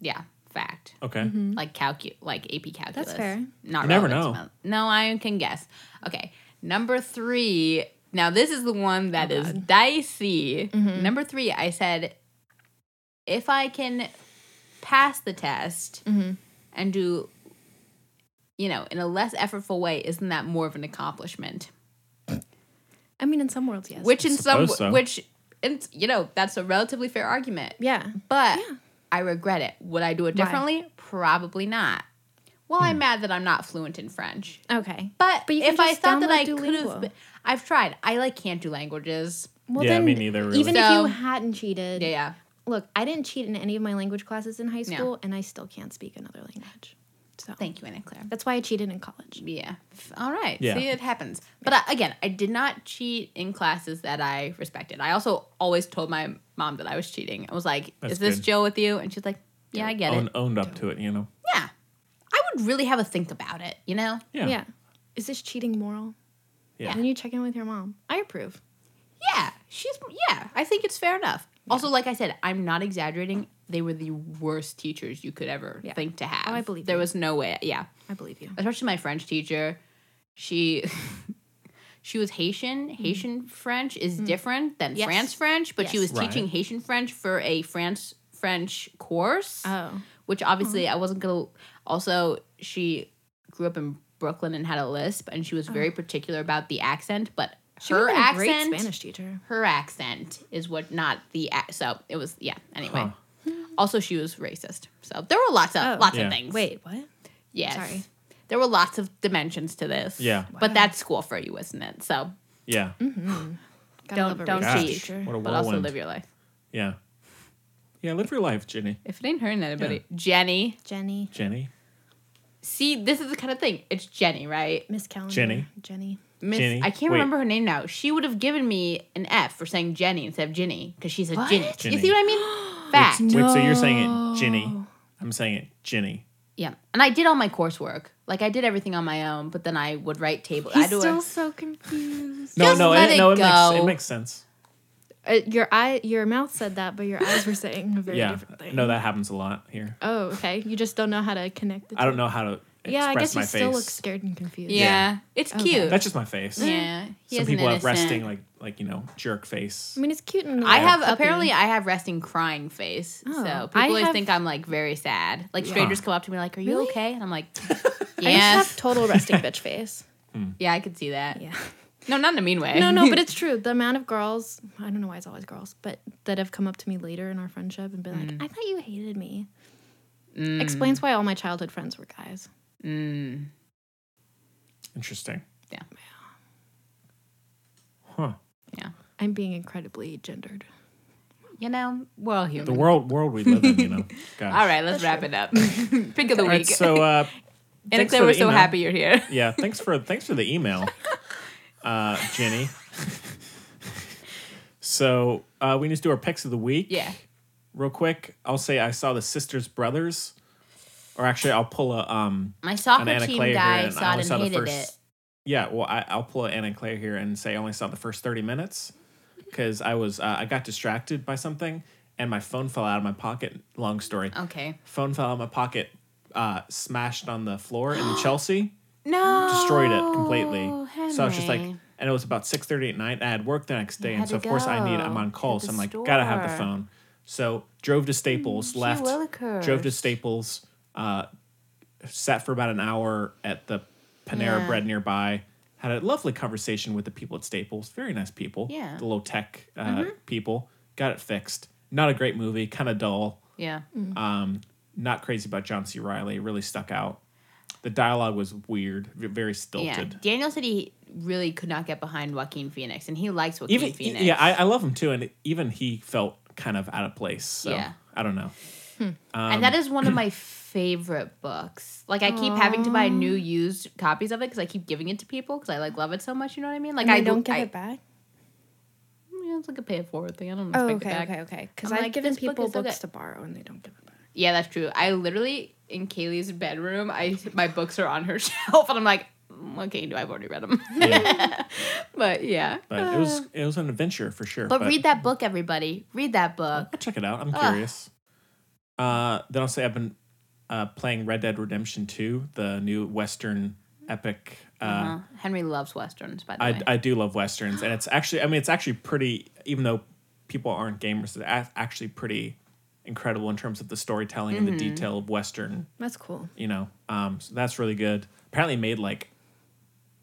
Yeah, fact.
Okay.
Like calcu- like AP calculus.
fair.
Not
You never know.
relevant to my- no, I can guess. Okay, number three. Now this is the one
Oh,
that is dicey.
Mm-hmm.
Number three, I said, if I can pass the test
Mm-hmm.
and do, you know, in a less effortful way, isn't that more of an accomplishment?
I mean, in some worlds, yes.
which in some
Suppose so.
which it's you know that's a relatively fair argument
yeah.
but i regret it would i do it
Why?
differently probably not well
Hmm.
i'm mad that i'm not fluent in french
Okay.
but,
But you can
if i
just
thought that
download
i could
Duolingo.
have i've tried i like can't do languages
Well,
Yeah,
then,
me neither, really.
Even if
So-
you hadn't cheated,
yeah yeah
look, I didn't cheat in any of my language classes in high
No.
school, and I still can't speak another language. So
thank you anna claire
That's why I cheated in college.
yeah F- all right
Yeah.
see it happens but I, again i did not cheat in classes that i respected i also always told my mom that i was cheating i was like
That's
is this
good. Oh,
joe with you and she's like yeah i get it
Own, owned up to it, you know.
yeah i would really have a think about it you know
Yeah.
Is this cheating moral?
Yeah.
And then you check in with your mom. I approve.
Yeah, she's yeah. I think it's fair enough. Also, like I said, I'm not exaggerating. They were the worst teachers you could ever
Yeah.
think to have.
Oh, I believe
there
you.
was no way. Yeah,
I believe you.
especially my French teacher. She <laughs> she was Haitian. Haitian French is different than
Mm-hmm. Mm. Yes.
France French, but she
Yes.
was teaching
Right.
Haitian French for a France French course
Oh.
which obviously I wasn't gonna. Also, she grew up in Brooklyn and had a lisp, and she was very particular about the accent. But
Oh. She
her
would've been a great
accent,
Spanish teacher.
her accent is what not the ac- so it was yeah. Anyway, also she was racist, so there were lots of
Oh.
lots
Yeah.
of things.
Wait, what?
yes,
sorry.
there were lots of dimensions to this.
Yeah.
but that's school for you, isn't it? So
Yeah.
Gotta
Don't-
love a
don't
racist
cheat.
teacher.
What a
Mm-hmm. but also
whirlwind.
live your life.
yeah. Yeah. Live your life, Jenny.
If it ain't hurting anybody, Jenny.
Jenny.
Jenny.
See, this is the kind of thing. It's Jenny, right?
Miss Calendar.
Jenny.
Jenny.
Miss,
Jenny?
I can't
Wait.
remember her name now. She would have given me an F for saying Jenny instead of Ginny because she's a Ginny.
Ginny.
You see what I
<gasps>
mean? Fact.
Wait, so you're saying it, Jenny. I'm saying it, Jenny.
Yeah, and I did all my coursework. Like I did everything on my own, but then I would write table. I
He's
do
still
a-
so confused.
No,
Just
no,
let
it,
it
no. It makes
go.
it makes sense.
Uh, your eye, your mouth said that, but your eyes were saying a very
Yeah.
different thing.
No, that happens a lot here.
Oh, okay. You just don't know how to connect the two.
I don't know how to express
Yeah, I guess
my
you still
face.
look scared and confused.
yeah. it's cute.
That's just my face.
yeah, he
Some
has an
people have resting
innocent-
like like you know jerk face.
I mean, it's cute and
I
like
have
puppy.
apparently I have resting crying face.
Oh.
so people
I
always
have-
think I'm like very sad. Like strangers come up to me like, "Are you
Really?
<laughs>
okay?" And I'm like,
I just
"Yes, <laughs>
have total resting bitch face.
yeah, I could see that."
Yeah.
No, not in a mean way.
No, no,
<laughs>
but it's true. The amount of girls, I don't know why it's always girls, but that have come up to me later in our friendship and been like, I thought you hated me.
Mm.
Explains why all my childhood friends were guys.
Mm.
Interesting.
Yeah.
Huh.
I'm being incredibly gendered.
You know, we're all human.
The world world we live in, you
<laughs>
know. Gosh.
All right, let's wrap it
<laughs>
up. <laughs> Pick of the
All right,
week.
so uh
<laughs> and
thanks
except
for
we're
the
so
email.
happy
<laughs>
you're here. <laughs>
yeah, thanks for thanks for the email, uh, Jenny. so uh, we need to do our picks of the week.
Yeah.
Real quick, I'll say I saw the Sisters Brothers, or actually I'll pull a um
My soccer
an Anna
team
Clay
guy
here, and
saw it
I only
and
saw the
hated
first.
it.
Yeah, well I, I'll pull an Anna Claire here and say I only saw the first thirty minutes because I was uh, I got distracted by something and my phone fell out of my pocket. Long story.
Okay.
Phone fell out of my pocket, uh, smashed on the
<gasps>
floor in Chelsea
No.
destroyed it completely. So I was just like,
Oh, Henry.
and it was about six thirty at night. and I had work the next day,
You
and
had
so of
to
course I need.
go
I'm on call,
to
so
the
I'm like, gotta have the
store. Mm,
phone. So drove to Staples, left,
willikers.
drove to Staples, uh, sat for about an hour at the Panera
Yeah.
Bread nearby. Had a lovely conversation with the people at Staples. Very nice people.
Yeah.
The low tech uh,
Mm-hmm.
Mhm.
people. Got it fixed. Not a great movie. Kind of dull.
Yeah.
Um, not crazy about John C. Riley. Really stuck out. The dialogue was weird, v- very stilted.
Yeah. Daniel said he really could not get behind Joaquin Phoenix, and he likes Joaquin
Even
Phoenix.
yeah, I, I love him too, and even he felt kind of out of place. So
Yeah.
I don't
<laughs>
know.
Hmm.
Um,
and that is one of my favorite books. Like I keep having to buy new used copies of it because I keep giving it to people because I like love it so much. You know what I mean? Like
And
I
they don't
give
give it back.
Yeah, it's like a pay it forward thing. I don't
Oh,
expect it
okay,
back.
okay, okay. Because
I'm
I've
like,
given
this book
people
is so
books
good.
to borrow and they don't give it back.
Yeah, that's true. I literally in Kaylee's bedroom, I my books are on her <laughs> shelf, and I'm like, "Mm, what can you do? I've already read them. <laughs> but yeah,
But it was it was an adventure for sure.
But, read that book, everybody. Read that book.
I'll check it out. I'm
Ugh.
curious. Uh, then I'll say I've been uh, playing Red Dead Redemption 2, the new Western epic. Uh,
Uh-huh. Henry loves westerns, by the
I,
way.
I do love westerns, and it's actually I mean it's actually pretty even though people aren't gamers, it's a- actually pretty incredible in terms of the storytelling and the
Mm-hmm.
Mhm.
detail of western
That's cool.
you know um so that's really good apparently made like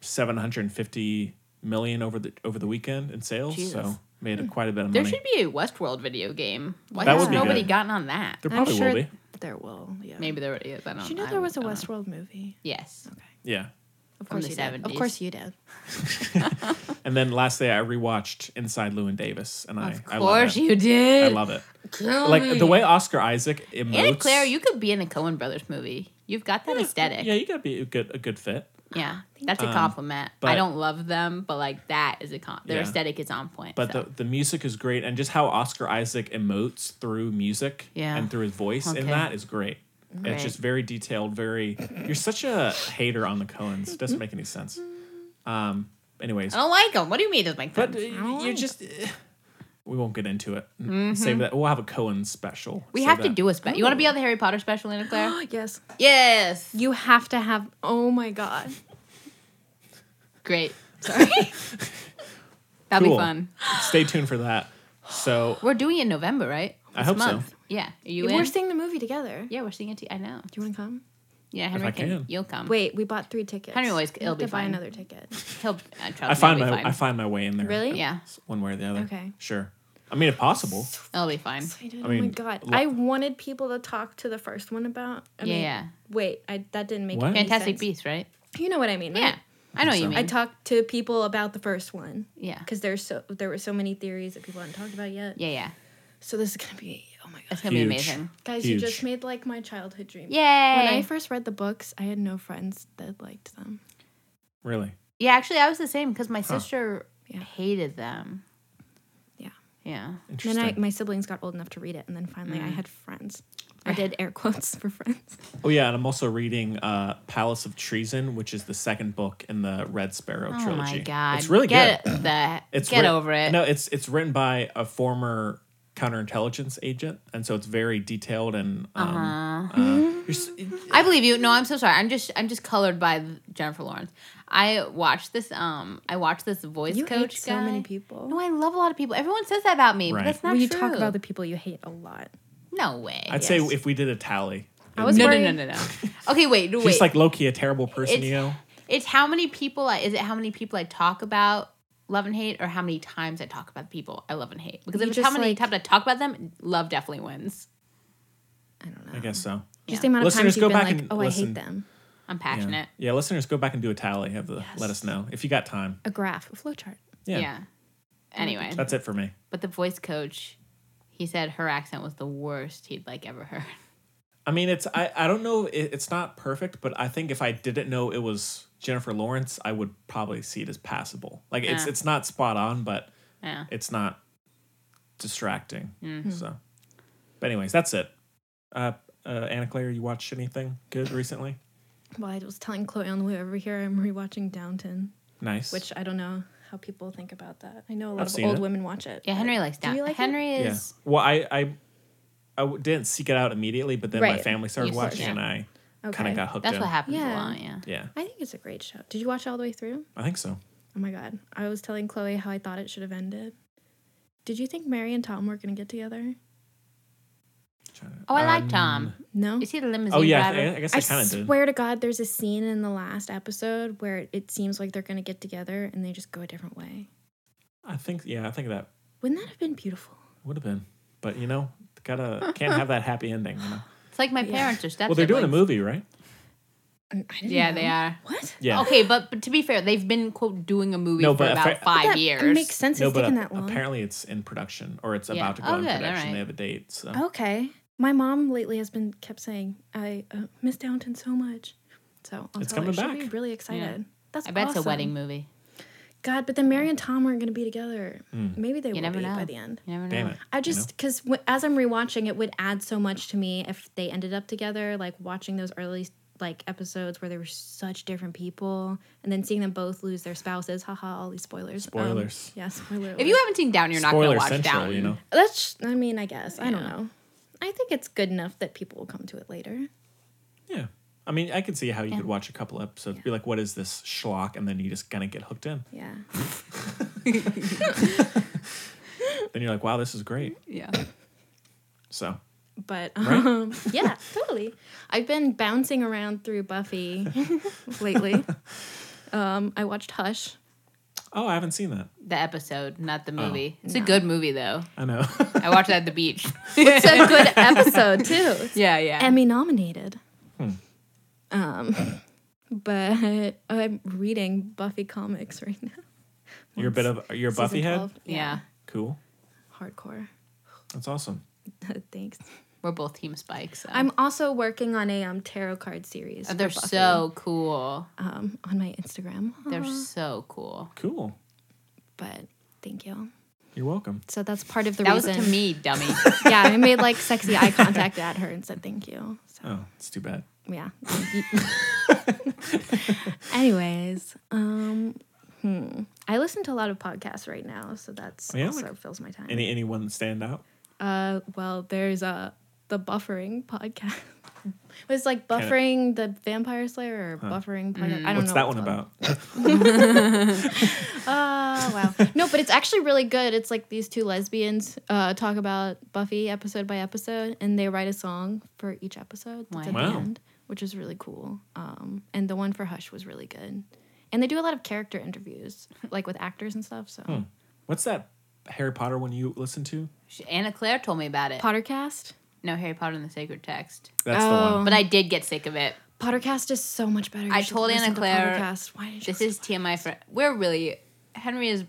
750 million over the over the weekend in sales
Jesus. Hmm.
so made it quite a bit of
there
money
should be a Westworld video game. Why
That
has
would be
nobody
good.
gotten on that?
There I'm probably will sure be.
There will. Yeah.
Maybe there already is. I don't.
Did you know
I
there was a
don't know.
Westworld movie?
Yes. Okay.
yeah
Of
From
course
the
you did. Of
70s.
course you did.
and then lastly i rewatched inside lewin davis and i of
course you did.
i love it
Kill
like
me.
the way oscar isaac emotes
Anna Claire, you could be in a Coen Brothers movie. You've got that aesthetic.
yeah you gotta be a good a good fit
Yeah, that's a
Um,
compliment. I
but-
don't love them, but like that is a con. Their
Yeah.
aesthetic is on point.
but the, the music is great and just how oscar isaac emotes through music
Yeah.
and through his voice
Okay.
and that is great
Great.
it's just very detailed very you're such a hater on the cohens it doesn't make any sense um anyways
I don't like them. What do you mean? It doesn't make sense.
But, uh, you just <sighs> we won't get into it
Mhm.
save that we'll have a cohen special
we
Save
have to
that.
do a special. You want to be on the Harry Potter special, Anna <gasps> Claire?
<gasps> yes.
Yes.
You have to have. Oh my god.
Great. <laughs> Sorry. That'll
Cool.
be fun.
stay tuned for that so
We're doing it in November, right?
I hope so.
Yeah. Are you
We're
in?
seeing the movie together.
yeah, we're seeing it. T- I know.
Do you want to come?
Yeah, Henry
I
can,
can.
You'll come.
Wait, we bought three tickets.
Henry always-
We
he'll
have
be
to buy
fine.
another ticket.
<laughs> He'll. Uh, trust
i find
me, it'll
my
be
i
fine.
find my way in there
Really?
Yeah.
one way or the other
Okay.
sure i mean if possible
It'll be fine.
Excited.
I
oh my
mean,
god!
lo-
I wanted people to talk to the first one about. I
Yeah,
mean,
yeah.
Wait, I that didn't make
What?
any
Fantastic
sense.
Beasts, right?
You know what I mean?
Yeah,
right?
I know what you
So-
mean.
I talked to people about the first one.
Yeah.
Because there's so there were so many theories that people hadn't talked about yet.
yeah, yeah.
So this is gonna be oh my god.
That's gonna be
Huge.
amazing.
Guys,
Huge.
you just made like my childhood dream.
Yay!
When I first read the books, I had no friends that liked them.
really
Yeah, actually, I was the same because my
Huh.
sister
Yeah.
hated them.
Yeah.
Yeah.
Then
interesting
I, my siblings got old enough to read it, and then finally I
Mm.
had friends. I did air quotes for friends.
oh yeah and i'm also reading uh palace of treason which is the second book in the red sparrow
Oh
trilogy
my god!
it's really
get
good <clears throat>
it- The,
it's
get
writ-
over it.
No, it's it's written by a former counterintelligence agent, and so it's very detailed and um,
Uh-huh.
uh, you're s-
I believe you. No, I'm so sorry. I'm just I'm just colored by Jennifer Lawrence. I watched this. Um, I watched this voice
you
coach
hate
guy.
so many people.
No, I love a lot of people. Everyone says that about me,
Right.
but that's not
well, you
true.
talk about the people you hate a lot.
no way.
I'd say if we did a tally,
I was
no,
worried.
no, no, no, no. <laughs> Okay, wait, wait.
she's like Loki, a terrible person,
It's-
you know.
It's how many people I is it how many people I talk about love and hate or how many times I talk about the people I love and hate. Because
You
if it's how
just,
many
like-
times I talk about them, love definitely wins.
I guess so.
Just the amount of
Listeners,
times you've
go
been
back
like,
and
"Oh, I
listen.
hate them."
I'm
Yeah.
passionate.
Yeah. listeners, go back and do a tally of the. Let us know if you got time.
A graph, a flowchart.
Yeah.
yeah. Anyway.
That's it for me.
But the voice coach, he said her accent was the worst he'd like ever heard. <laughs>
I mean, it's I, I don't know. It, it's not perfect, but I think if I didn't know it was Jennifer Lawrence, I would probably see it as passable. Like it's
Yeah.
it's not spot on, but
Yeah.
it's not distracting.
Mhm.
So, but anyways, that's it. Uh, uh, Anna Claire, you watched anything good recently?
Well, I was telling Chloe on the way over here, I'm rewatching Downton.
Nice.
Which I don't know how people think about that. I know a lot
I've
of
seen
old
it.
women watch it.
Yeah,
but
Henry likes
Uh, do you
down.
like it?
Henry
Yeah.
is
Well, I I I w- didn't seek it out immediately, but then my
Right.
family started
You searched
watching,
it.
and I kind
Okay.
of got hooked.
That's
in.
what happens
Yeah.
a lot, yeah.
Yeah,
I think it's a great show. Did you watch it all the way through?
I think so.
Oh my god. I was telling Chloe how I thought it should have ended. Did you think Mary and Tom were gonna get together?
Oh, I like Tom.
No.
Is he the limousine
Um, Oh yeah, I,
driver?
th- I guess I, kind of did.
swear to God, there's a scene in the last episode where it seems like they're gonna get together and they just go a different way.
I think yeah, I think that
Wouldn't that have been beautiful?
would have been, but you know, gotta can't have that happy ending.
<laughs>
You know?
It's like my
Yeah.
parents are step
Well, they're doing a
siblings.
movie, right?
Yeah, they are.
What?
Yeah.
Okay, but, but to be fair, they've been quote doing a movie
No,
for
but
about
affa-
five
That
years.
makes sense.
No,
it's
but
taken
ap-
that long.
apparently it's in production or it's
Yeah.
about to go
Oh,
in
good, all
production.
right.
They have a date.
Oh,
So
Okay. My mom lately has been kept saying I uh, miss Downton so much, so I'll
It's
tell
coming
her she'll be
back.
really excited. That's
I bet it's
awesome.
a wedding movie.
God, but then Mary and Tom aren't going to be together.
Hmm.
Mm.
Maybe they
You
will
never
be
know.
by the end.
You never
Damn
know.
it.
I just because w- as I'm rewatching, it would add so much to me if they ended up together. Like watching those early like episodes where they were such different people, and then seeing them both lose their spouses. Haha! All these spoilers. Um,
Spoilers.
yeah, spoiler.
If you
alert.
haven't seen Down, you're not going to
spoiler
watch
central,
Down.
you know.
that's. I mean, I guess I don't know. I think it's good enough that people will come to it later.
Yeah. I mean, I could see how you
Yeah.
could watch a couple episodes, be like, "What is this schlock?" and then you just kind of get hooked in.
Yeah.
Then you're like, "Wow, this is great." <laughs>
Yeah.
So
But
Right?
<laughs> um, yeah, totally. I've been bouncing around through Buffy <laughs> lately. Um, I watched Hush.
Oh, I haven't seen that.
The episode, not the
Oh,
movie. it's a good movie though.
I know. <laughs>
I watched it at the beach.
<laughs>
<laughs>
It's a good episode too. It's
yeah, yeah.
Emmy nominated.
Hmm.
Um, <laughs> but I'm reading Buffy comics right now.
you're a bit of you're a
Season
Buffy head.
12.
yeah.
Cool.
hardcore. <laughs>
That's awesome.
Thanks.
We're both team spikes. So.
I'm also working on a um, tarot card series.
Uh, They're
for Buffy,
so cool.
um, on my Instagram.
They're so cool.
Cool.
But thank you.
You're welcome.
So that's part of the
that
reason.
was to me, dummy.
<laughs> yeah, I made like sexy eye contact at her and said thank you. So
Oh, it's too bad.
yeah. <laughs> Anyways, um, hmm. I listen to a lot of podcasts right now, so that's
Oh, yeah?
also
Like,
fills my time.
Any anyone stand out?
uh, well, there's uh the buffering podcast. <laughs> It was like
Can it-
buffering the Vampire Slayer or buffering. Podcast. I don't
Mm. What's
know
that
what
one
it's
about?
Oh wow! No, but it's actually really good. It's like these two lesbians uh, talk about Buffy episode by episode, and they write a song for each episode that's at
Wow.
the end, which is really cool. Um, and the one for Hush was really good. And they do a lot of character interviews, like with actors and stuff. So
Hmm. What's that Harry Potter one you listen to?
She- Anna Claire told me about it.
Pottercast,
no, Harry Potter and the Sacred Text.
That's the
Um,
one.
But I did get sick of it.
Pottercast is so much better. You
Oh. I
should
told
listen
Anna
to
Claire,
Pottercast. Why did you?
This is TMI for we're really Henry has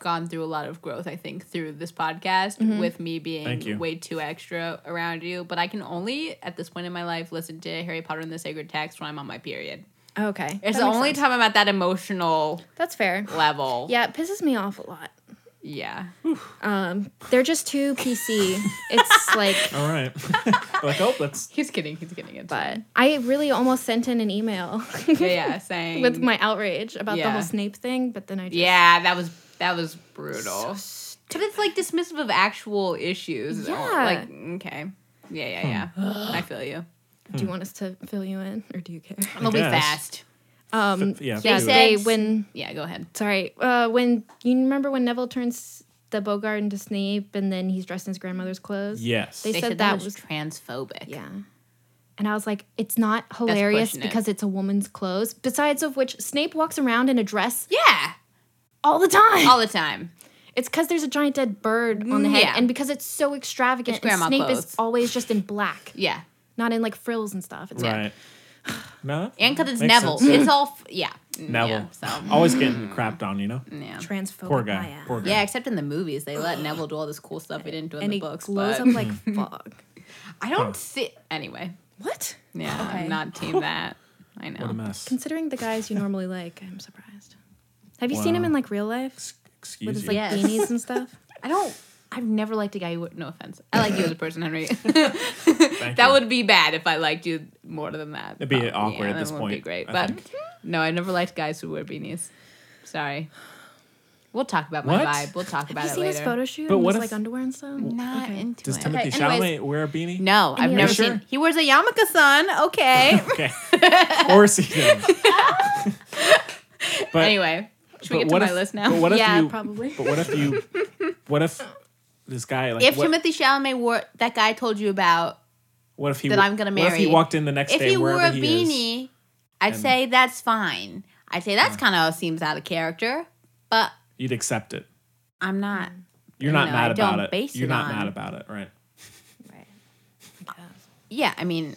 gone through a lot of growth, I think, through this podcast
Mm-hmm.
with me
Thank you.
being way too extra around you. But I can only at this point in my life listen to Harry Potter and the Sacred Text when I'm on my period.
okay.
It's
that
the
makes
only
sense.
time I'm at that emotional
That's fair.
level.
Yeah, it pisses me off a lot.
Yeah.
Um, they're just too
<laughs>
PC. it's like
Oh.
All right. <laughs> like, oh, that's
He's kidding, he's kidding it.
But I really almost sent in an email <laughs>
yeah, yeah, saying
with my outrage about the
Yeah.
whole Snape thing, but then I just
Yeah, that was that was brutal. but it's like dismissive of actual issues.
Yeah.
Like okay. Yeah, yeah, yeah.
Hmm.
I feel you.
do you want us to fill you in or do you care?
I'm gonna be
guess.
fast.
Um,
F- yeah,
yeah,
do it.
they when
Yeah, go ahead.
sorry, uh, when you remember when Neville turns the Bogart into Snape and then he's dressed in his grandmother's clothes?
yes.
They-
They
said
said,
that
that, was,
was-
transphobic.
Yeah. And I was like, it's not hilarious
pushing it.
because it's a woman's clothes. Besides of which, Snape walks around in a dress
Yeah.
all the time.
All the time.
It's because there's a giant dead bird on the head,
Yeah.
and because it's so extravagant,
It's grandma
and Snape
clothes.
is always just in black,
Yeah.
not in like frills and stuff. It's
Right. No.
And because it's
Mm, Makes
Neville.
sense.
It's all, f- yeah.
Neville.
Yeah, so.
Always getting crapped on, you know?
yeah. Oh,
transphobic.
Poor guy. Poor guy.
Yeah, except in the movies, they let Neville do all this cool stuff he didn't do in
And
the
he
books.
glows
but
up
<laughs>
like fog.
I don't see. Anyway,
What?
yeah,
Okay.
<laughs>
I'm not team that. I
What a
know.
mess.
Considering the guys you normally like, I'm surprised. Have you seen him
Wow.
in like real life with
Excuse
his
you.
like
Yes.
beanies and
<laughs>
stuff?
I don't. I've never liked a guy who. No offense. I like you as a person, <laughs> Henry.
Thank
that
you.
would be bad if I liked you more than that.
It'd be
Probably.
awkward at
that
this
wouldn't Be
point,
great,
I
but
think.
no, I never liked guys who wear beanies. Sorry. We'll talk about my
What?
vibe. We'll talk about
Have you
it
seen
later.
his photo shoot
But
and
what
his
if-
like underwear and stuff?
Not into
Does
it.
Timothy
Okay,
Chalamet
anyways,
wear a beanie?
No, I've
he
never
has- Are you
seen.
sure?
He wears a yarmulke, son. Okay. <laughs>
Okay. or see him. <laughs> but,
<laughs> anyway, should we
but
get to
what
my
if-
list now?
But what if
yeah,
you,
probably.
But what if you? What if this guy like?
if
what,
Timothy Chalamet wore that guy I told you about,
what if he
that
wa-
I'm gonna
What if he
marry,
walked in the next
if
day
he wore
wherever
a
he is?
beanie, I'd
and-
say that's fine. I'd say that's kind of seems out of character, but
You'd accept it.
I'm not.
You're not
No,
mad
I
about
don't
it.
base
You're
it
not
on-
mad about it, right?
Yeah, I mean,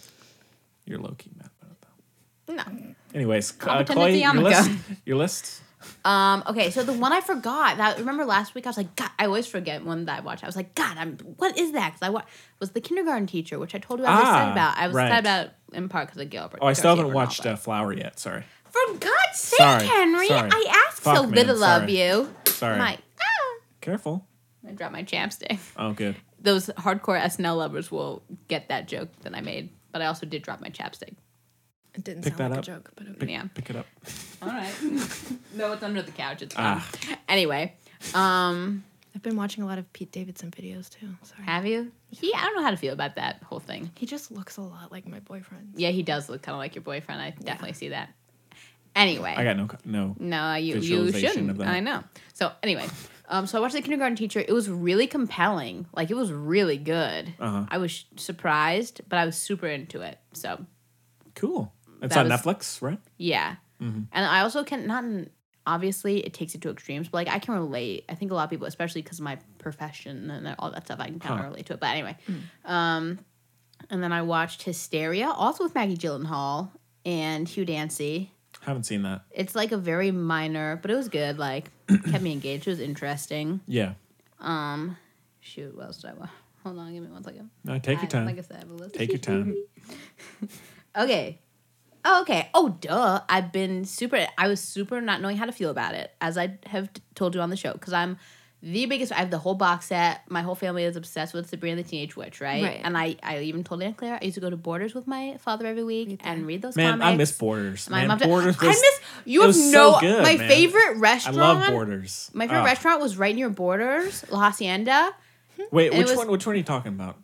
You're low key mad about it though.
no.
Anyways, uh,
pretend it's
Chloe,
a
your list.
yarmulke.
Your
<laughs>
list.
Um, okay, so the one I forgot that remember last week I was like, God, I always forget one that I watched. I was like, God, I'm what is that? Because I wa- was the kindergarten teacher, which I told you I was
Ah,
excited about. I was
right.
excited about in part because of Gilbert.
Oh, I still
Garcia
haven't watched
Bernal,
uh, Flower yet. Sorry.
but- For God's sake,
Sorry,
Henry,
sorry.
I asked
Fuck,
so
man,
little of
sorry.
you.
Sorry.
My, ah,
Careful.
I dropped my chapstick. <laughs>
Oh, good.
Those hardcore SNL lovers will get that joke that I made, but I also did drop my chapstick.
It <laughs> didn't
Pick
sound
that
like
up.
a joke, but okay.
Pick,
Yeah.
pick it up.
All right. <laughs> no, it's under the couch. It's fine.
Ah.
Anyway, um,
I've been watching a lot of Pete Davidson videos too. Sorry.
have you? He, I don't know how to feel about that whole thing.
He just looks a lot like my boyfriend.
Yeah, he does look kind of like your boyfriend. I definitely see that. Anyway,
I got no no.
no, you you
visualization of
shouldn't.
that.
I know. So anyway, um, so I watched the kindergarten teacher. It was really compelling. Like it was really good.
Uh-huh.
I was surprised, but I was super into it. So
Cool. It's
That
on
was-
Netflix, right?
Yeah.
Mm-hmm.
And I also can not in, obviously it takes it to extremes, but like I can relate. I think a lot of people, especially because of my profession and all that stuff, I can kind of
Huh. Hmm.
relate to it. But anyway, um, and then I watched Hysteria, also with Maggie Gyllenhaal and Hugh Dancy.
Haven't seen that.
It's like a very minor, but it was
<clears throat>
good. Like kept me engaged. It was interesting.
Yeah.
Um, shoot, what else did I watch? Hold on, give me one second.
No, take your
I-
time.
Like I said, I have a list. <laughs>
Take your time.
Okay. Oh, okay. Oh, duh. I've been super. I was super not knowing how to feel about it, as I have t- told you on the show, because I'm the biggest. I have the whole box set. My whole family is obsessed with Sabrina the Teenage Witch, right?
Right.
And I, I even told Aunt Claire I used to go to Borders with my father every week and read those.
Man,
comics.
I miss Borders.
My
man,
mom-
Borders
I
was-
miss. You
it
have
was so
no.
good,
my
man.
favorite
I
restaurant.
love Borders.
My favorite
Ah.
restaurant was right near Borders, La Hacienda.
Wait,
and it
which
was-
one? Which one are you talking about?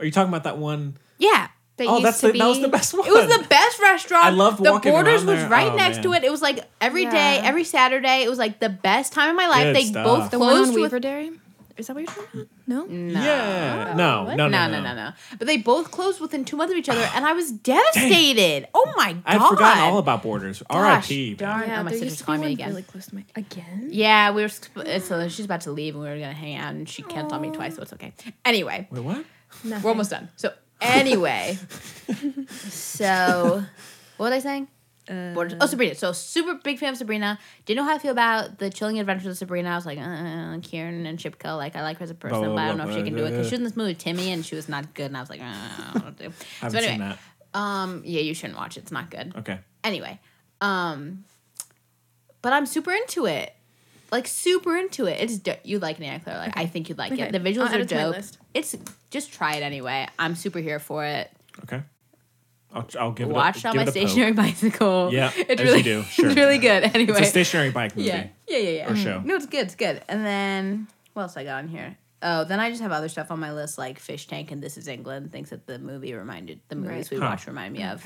Are you talking about that one?
Yeah.
That
oh,
used
that's
to
the, that was
be-
the best one.
It was the best restaurant.
I loved
the
walking
Borders
around
was
there.
right
Oh,
next to
man.
it. It was like every day,
Yeah.
every Saturday. It was like the best time of my life.
Good
they
stuff.
both
The one
closed
on
with Mm,
Weaver Dairy? Is that what you're talking about? No?
Yeah. No, no, no,
no, no, no, no. But they both closed within two months of
<sighs>
each other, and I was devastated. Oh my god!
I'd forgotten all about Borders.
Gosh,
R.I.P. man.
darn. Oh, my
there
sister's
used to be
calling me
one
again.
Really close to my again.
Yeah, we were. sp- So she's about to leave, and we were gonna hang out, and she canceled on me twice, so it's okay. Anyway,
Wait, what?
we're almost done. So <laughs> anyway, so what was I saying? Borders. Oh, Sabrina. So super big fan of Sabrina. Didn't know how I feel about the Chilling Adventures of Sabrina. I was like, uh, Kieran and Shipko. Like, I like her as a person,
Blah, blah,
but I don't
blah,
know if she
blah,
can do it because
yeah.
she was in this movie with Timmy and she was not good. And I was like, uh, I
<laughs>
don't do.
Haven't seen that.
um, yeah, you shouldn't watch it. It's not good.
Okay.
Anyway, um, but I'm super into it. Like super into it. It's do- you like Nana Claire. Like I think you'd like
Okay.
it. The visuals
I'll
are
add it to my
dope.
list.
It's just try it anyway. I'm super here for it.
Okay. I'll, I'll give it.
Watch it
A,
on
give
my
it a poke.
stationary <laughs> bicycle.
Yeah, as
<laughs> it's
you
really
do. Sure.
it's really good. Anyway,
It's a stationary bike movie.
yeah, yeah, yeah, yeah.
or show.
No, it's good. It's good. And then what else I got on here? Oh, then I just have other stuff on my list like Fish Tank and This Is England. Things that the movie reminded the movies we
Huh.
watched remind me of.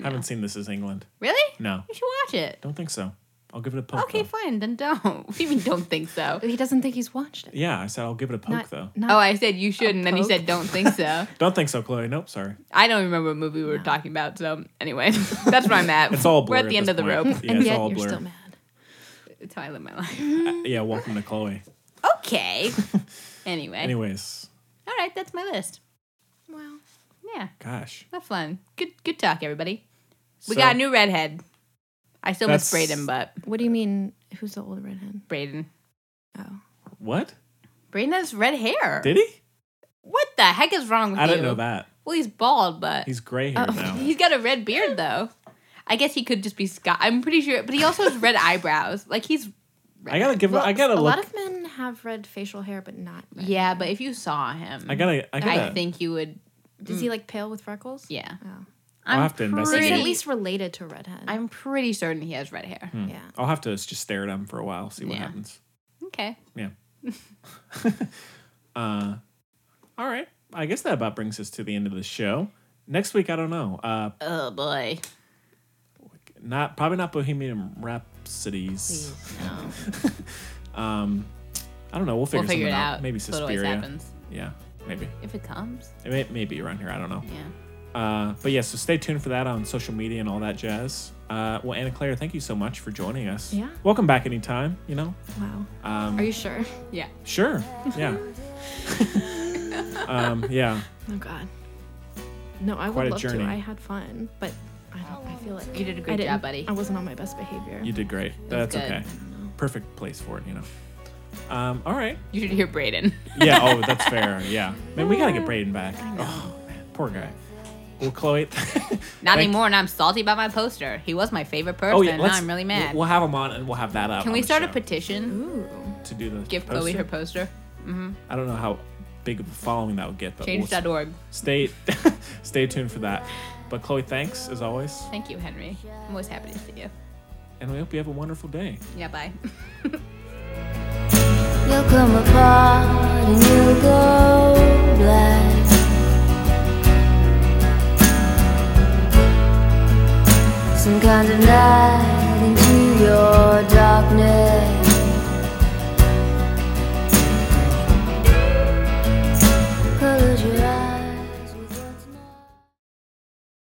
Haven't seen This Is England.
Really?
No,
You should watch it.
don't think so. I'll give it a poke.
Okay,
though.
fine. Then don't. <laughs> What do you mean don't think <laughs> so?
He doesn't think he's watched it.
Yeah, I said I'll give it a poke
Not,
though.
not
Oh, I said you shouldn't, and you
poke.
said don't think <laughs> so.
Don't think so, Chloe. Nope. Sorry.
I don't remember what movie we were talking about. So anyway, <laughs> that's where I'm at.
It's all
We're
blur
at the end
this
of
<laughs>
the
point.
<laughs> rope.
Yeah,
and
it's
yet
all
you're
blur.
still mad.
It's how I live my life.
Uh, yeah, welcome to
<laughs>
Chloe. <laughs>
Okay. anyway.
Anyways,
All right, that's my list.
Wow.
Yeah,
gosh.
have fun. Good, good talk, everybody. We
So-
got a new redhead. I still miss
That's-
Braden, but
What do you mean? Who's the old redhead?
Braden.
Oh,
What?
Braden has red hair.
Did he?
What the heck is wrong with
I
you?
didn't know that.
Well, he's bald, but
He's gray haired
Oh.
now.
<laughs> he's got a red beard though. I guess he could just be Scott. I'm pretty sure, but he also has red eyebrows. Like he's
I gotta give. I gotta
a
look.
lot of men have red facial hair, but not. Red.
yeah. But if you saw him,
I gotta. I gotta.
I think you would.
Does he like pale with freckles?
Yeah,
Oh.
I'll have to
So he's
investigate.
at
pretty-
least related to a redhead.
I'm pretty certain he has red hair.
Hmm.
yeah.
I'll have to just stare at him for a while, see what
Yeah.
happens.
Okay.
Yeah. uh, all right. I guess that about brings us to the end of the show. Next week, I don't know. Uh,
Oh boy.
not probably not Bohemian Rhapsodies.
No.
<laughs> Um, I don't know. We'll figure,
We'll figure
something
it out.
Maybe
That's what always
Suspiria.
happens
Yeah, maybe.
if it comes.
It may, maybe around here. I don't know.
Yeah.
Uh, but yeah, so stay tuned for that on social media and all that jazz. Uh, well, Anna Claire, thank you so much for joining us.
Yeah.
Welcome back anytime. You know.
Wow.
Um,
Are you sure?
Yeah.
Sure.
<laughs>
Yeah. <laughs> um, yeah.
Oh God. No,
Quite
I
a
would love to.
journey.
I had fun, but I don't. I feel like
You did a
I
great
didn't-
job, buddy.
I wasn't on my best behavior.
You did great.
was
That's
good.
okay. Perfect place for it, you know. Um, all
<laughs>
right.
You should hear Braden.
Yeah.
<laughs>
Oh, that's fair. Yeah. Man, we gotta get Braden back. Oh, man, poor guy. Well, Chloe. <laughs>
Not
Thank-
anymore, and I'm salty about my poster. He was my favorite person.
Oh yeah.
now
let's-
I'm really mad.
We'll, we'll have him on, and we'll have that up.
Can
on
we
the
start a
show
petition?
Ooh.
to do the
Give Chloe
poster.
her poster.
I don't know how big of a following that would get, but we'll
Change.org.
stay <laughs> stay tuned for that. But Chloe, thanks as always,
Thank you, Henry. I'm always happy to see you.
and we hope you have a wonderful day.
Yeah, bye. <laughs>
You'll come apart and you'll go black. Some kind of night.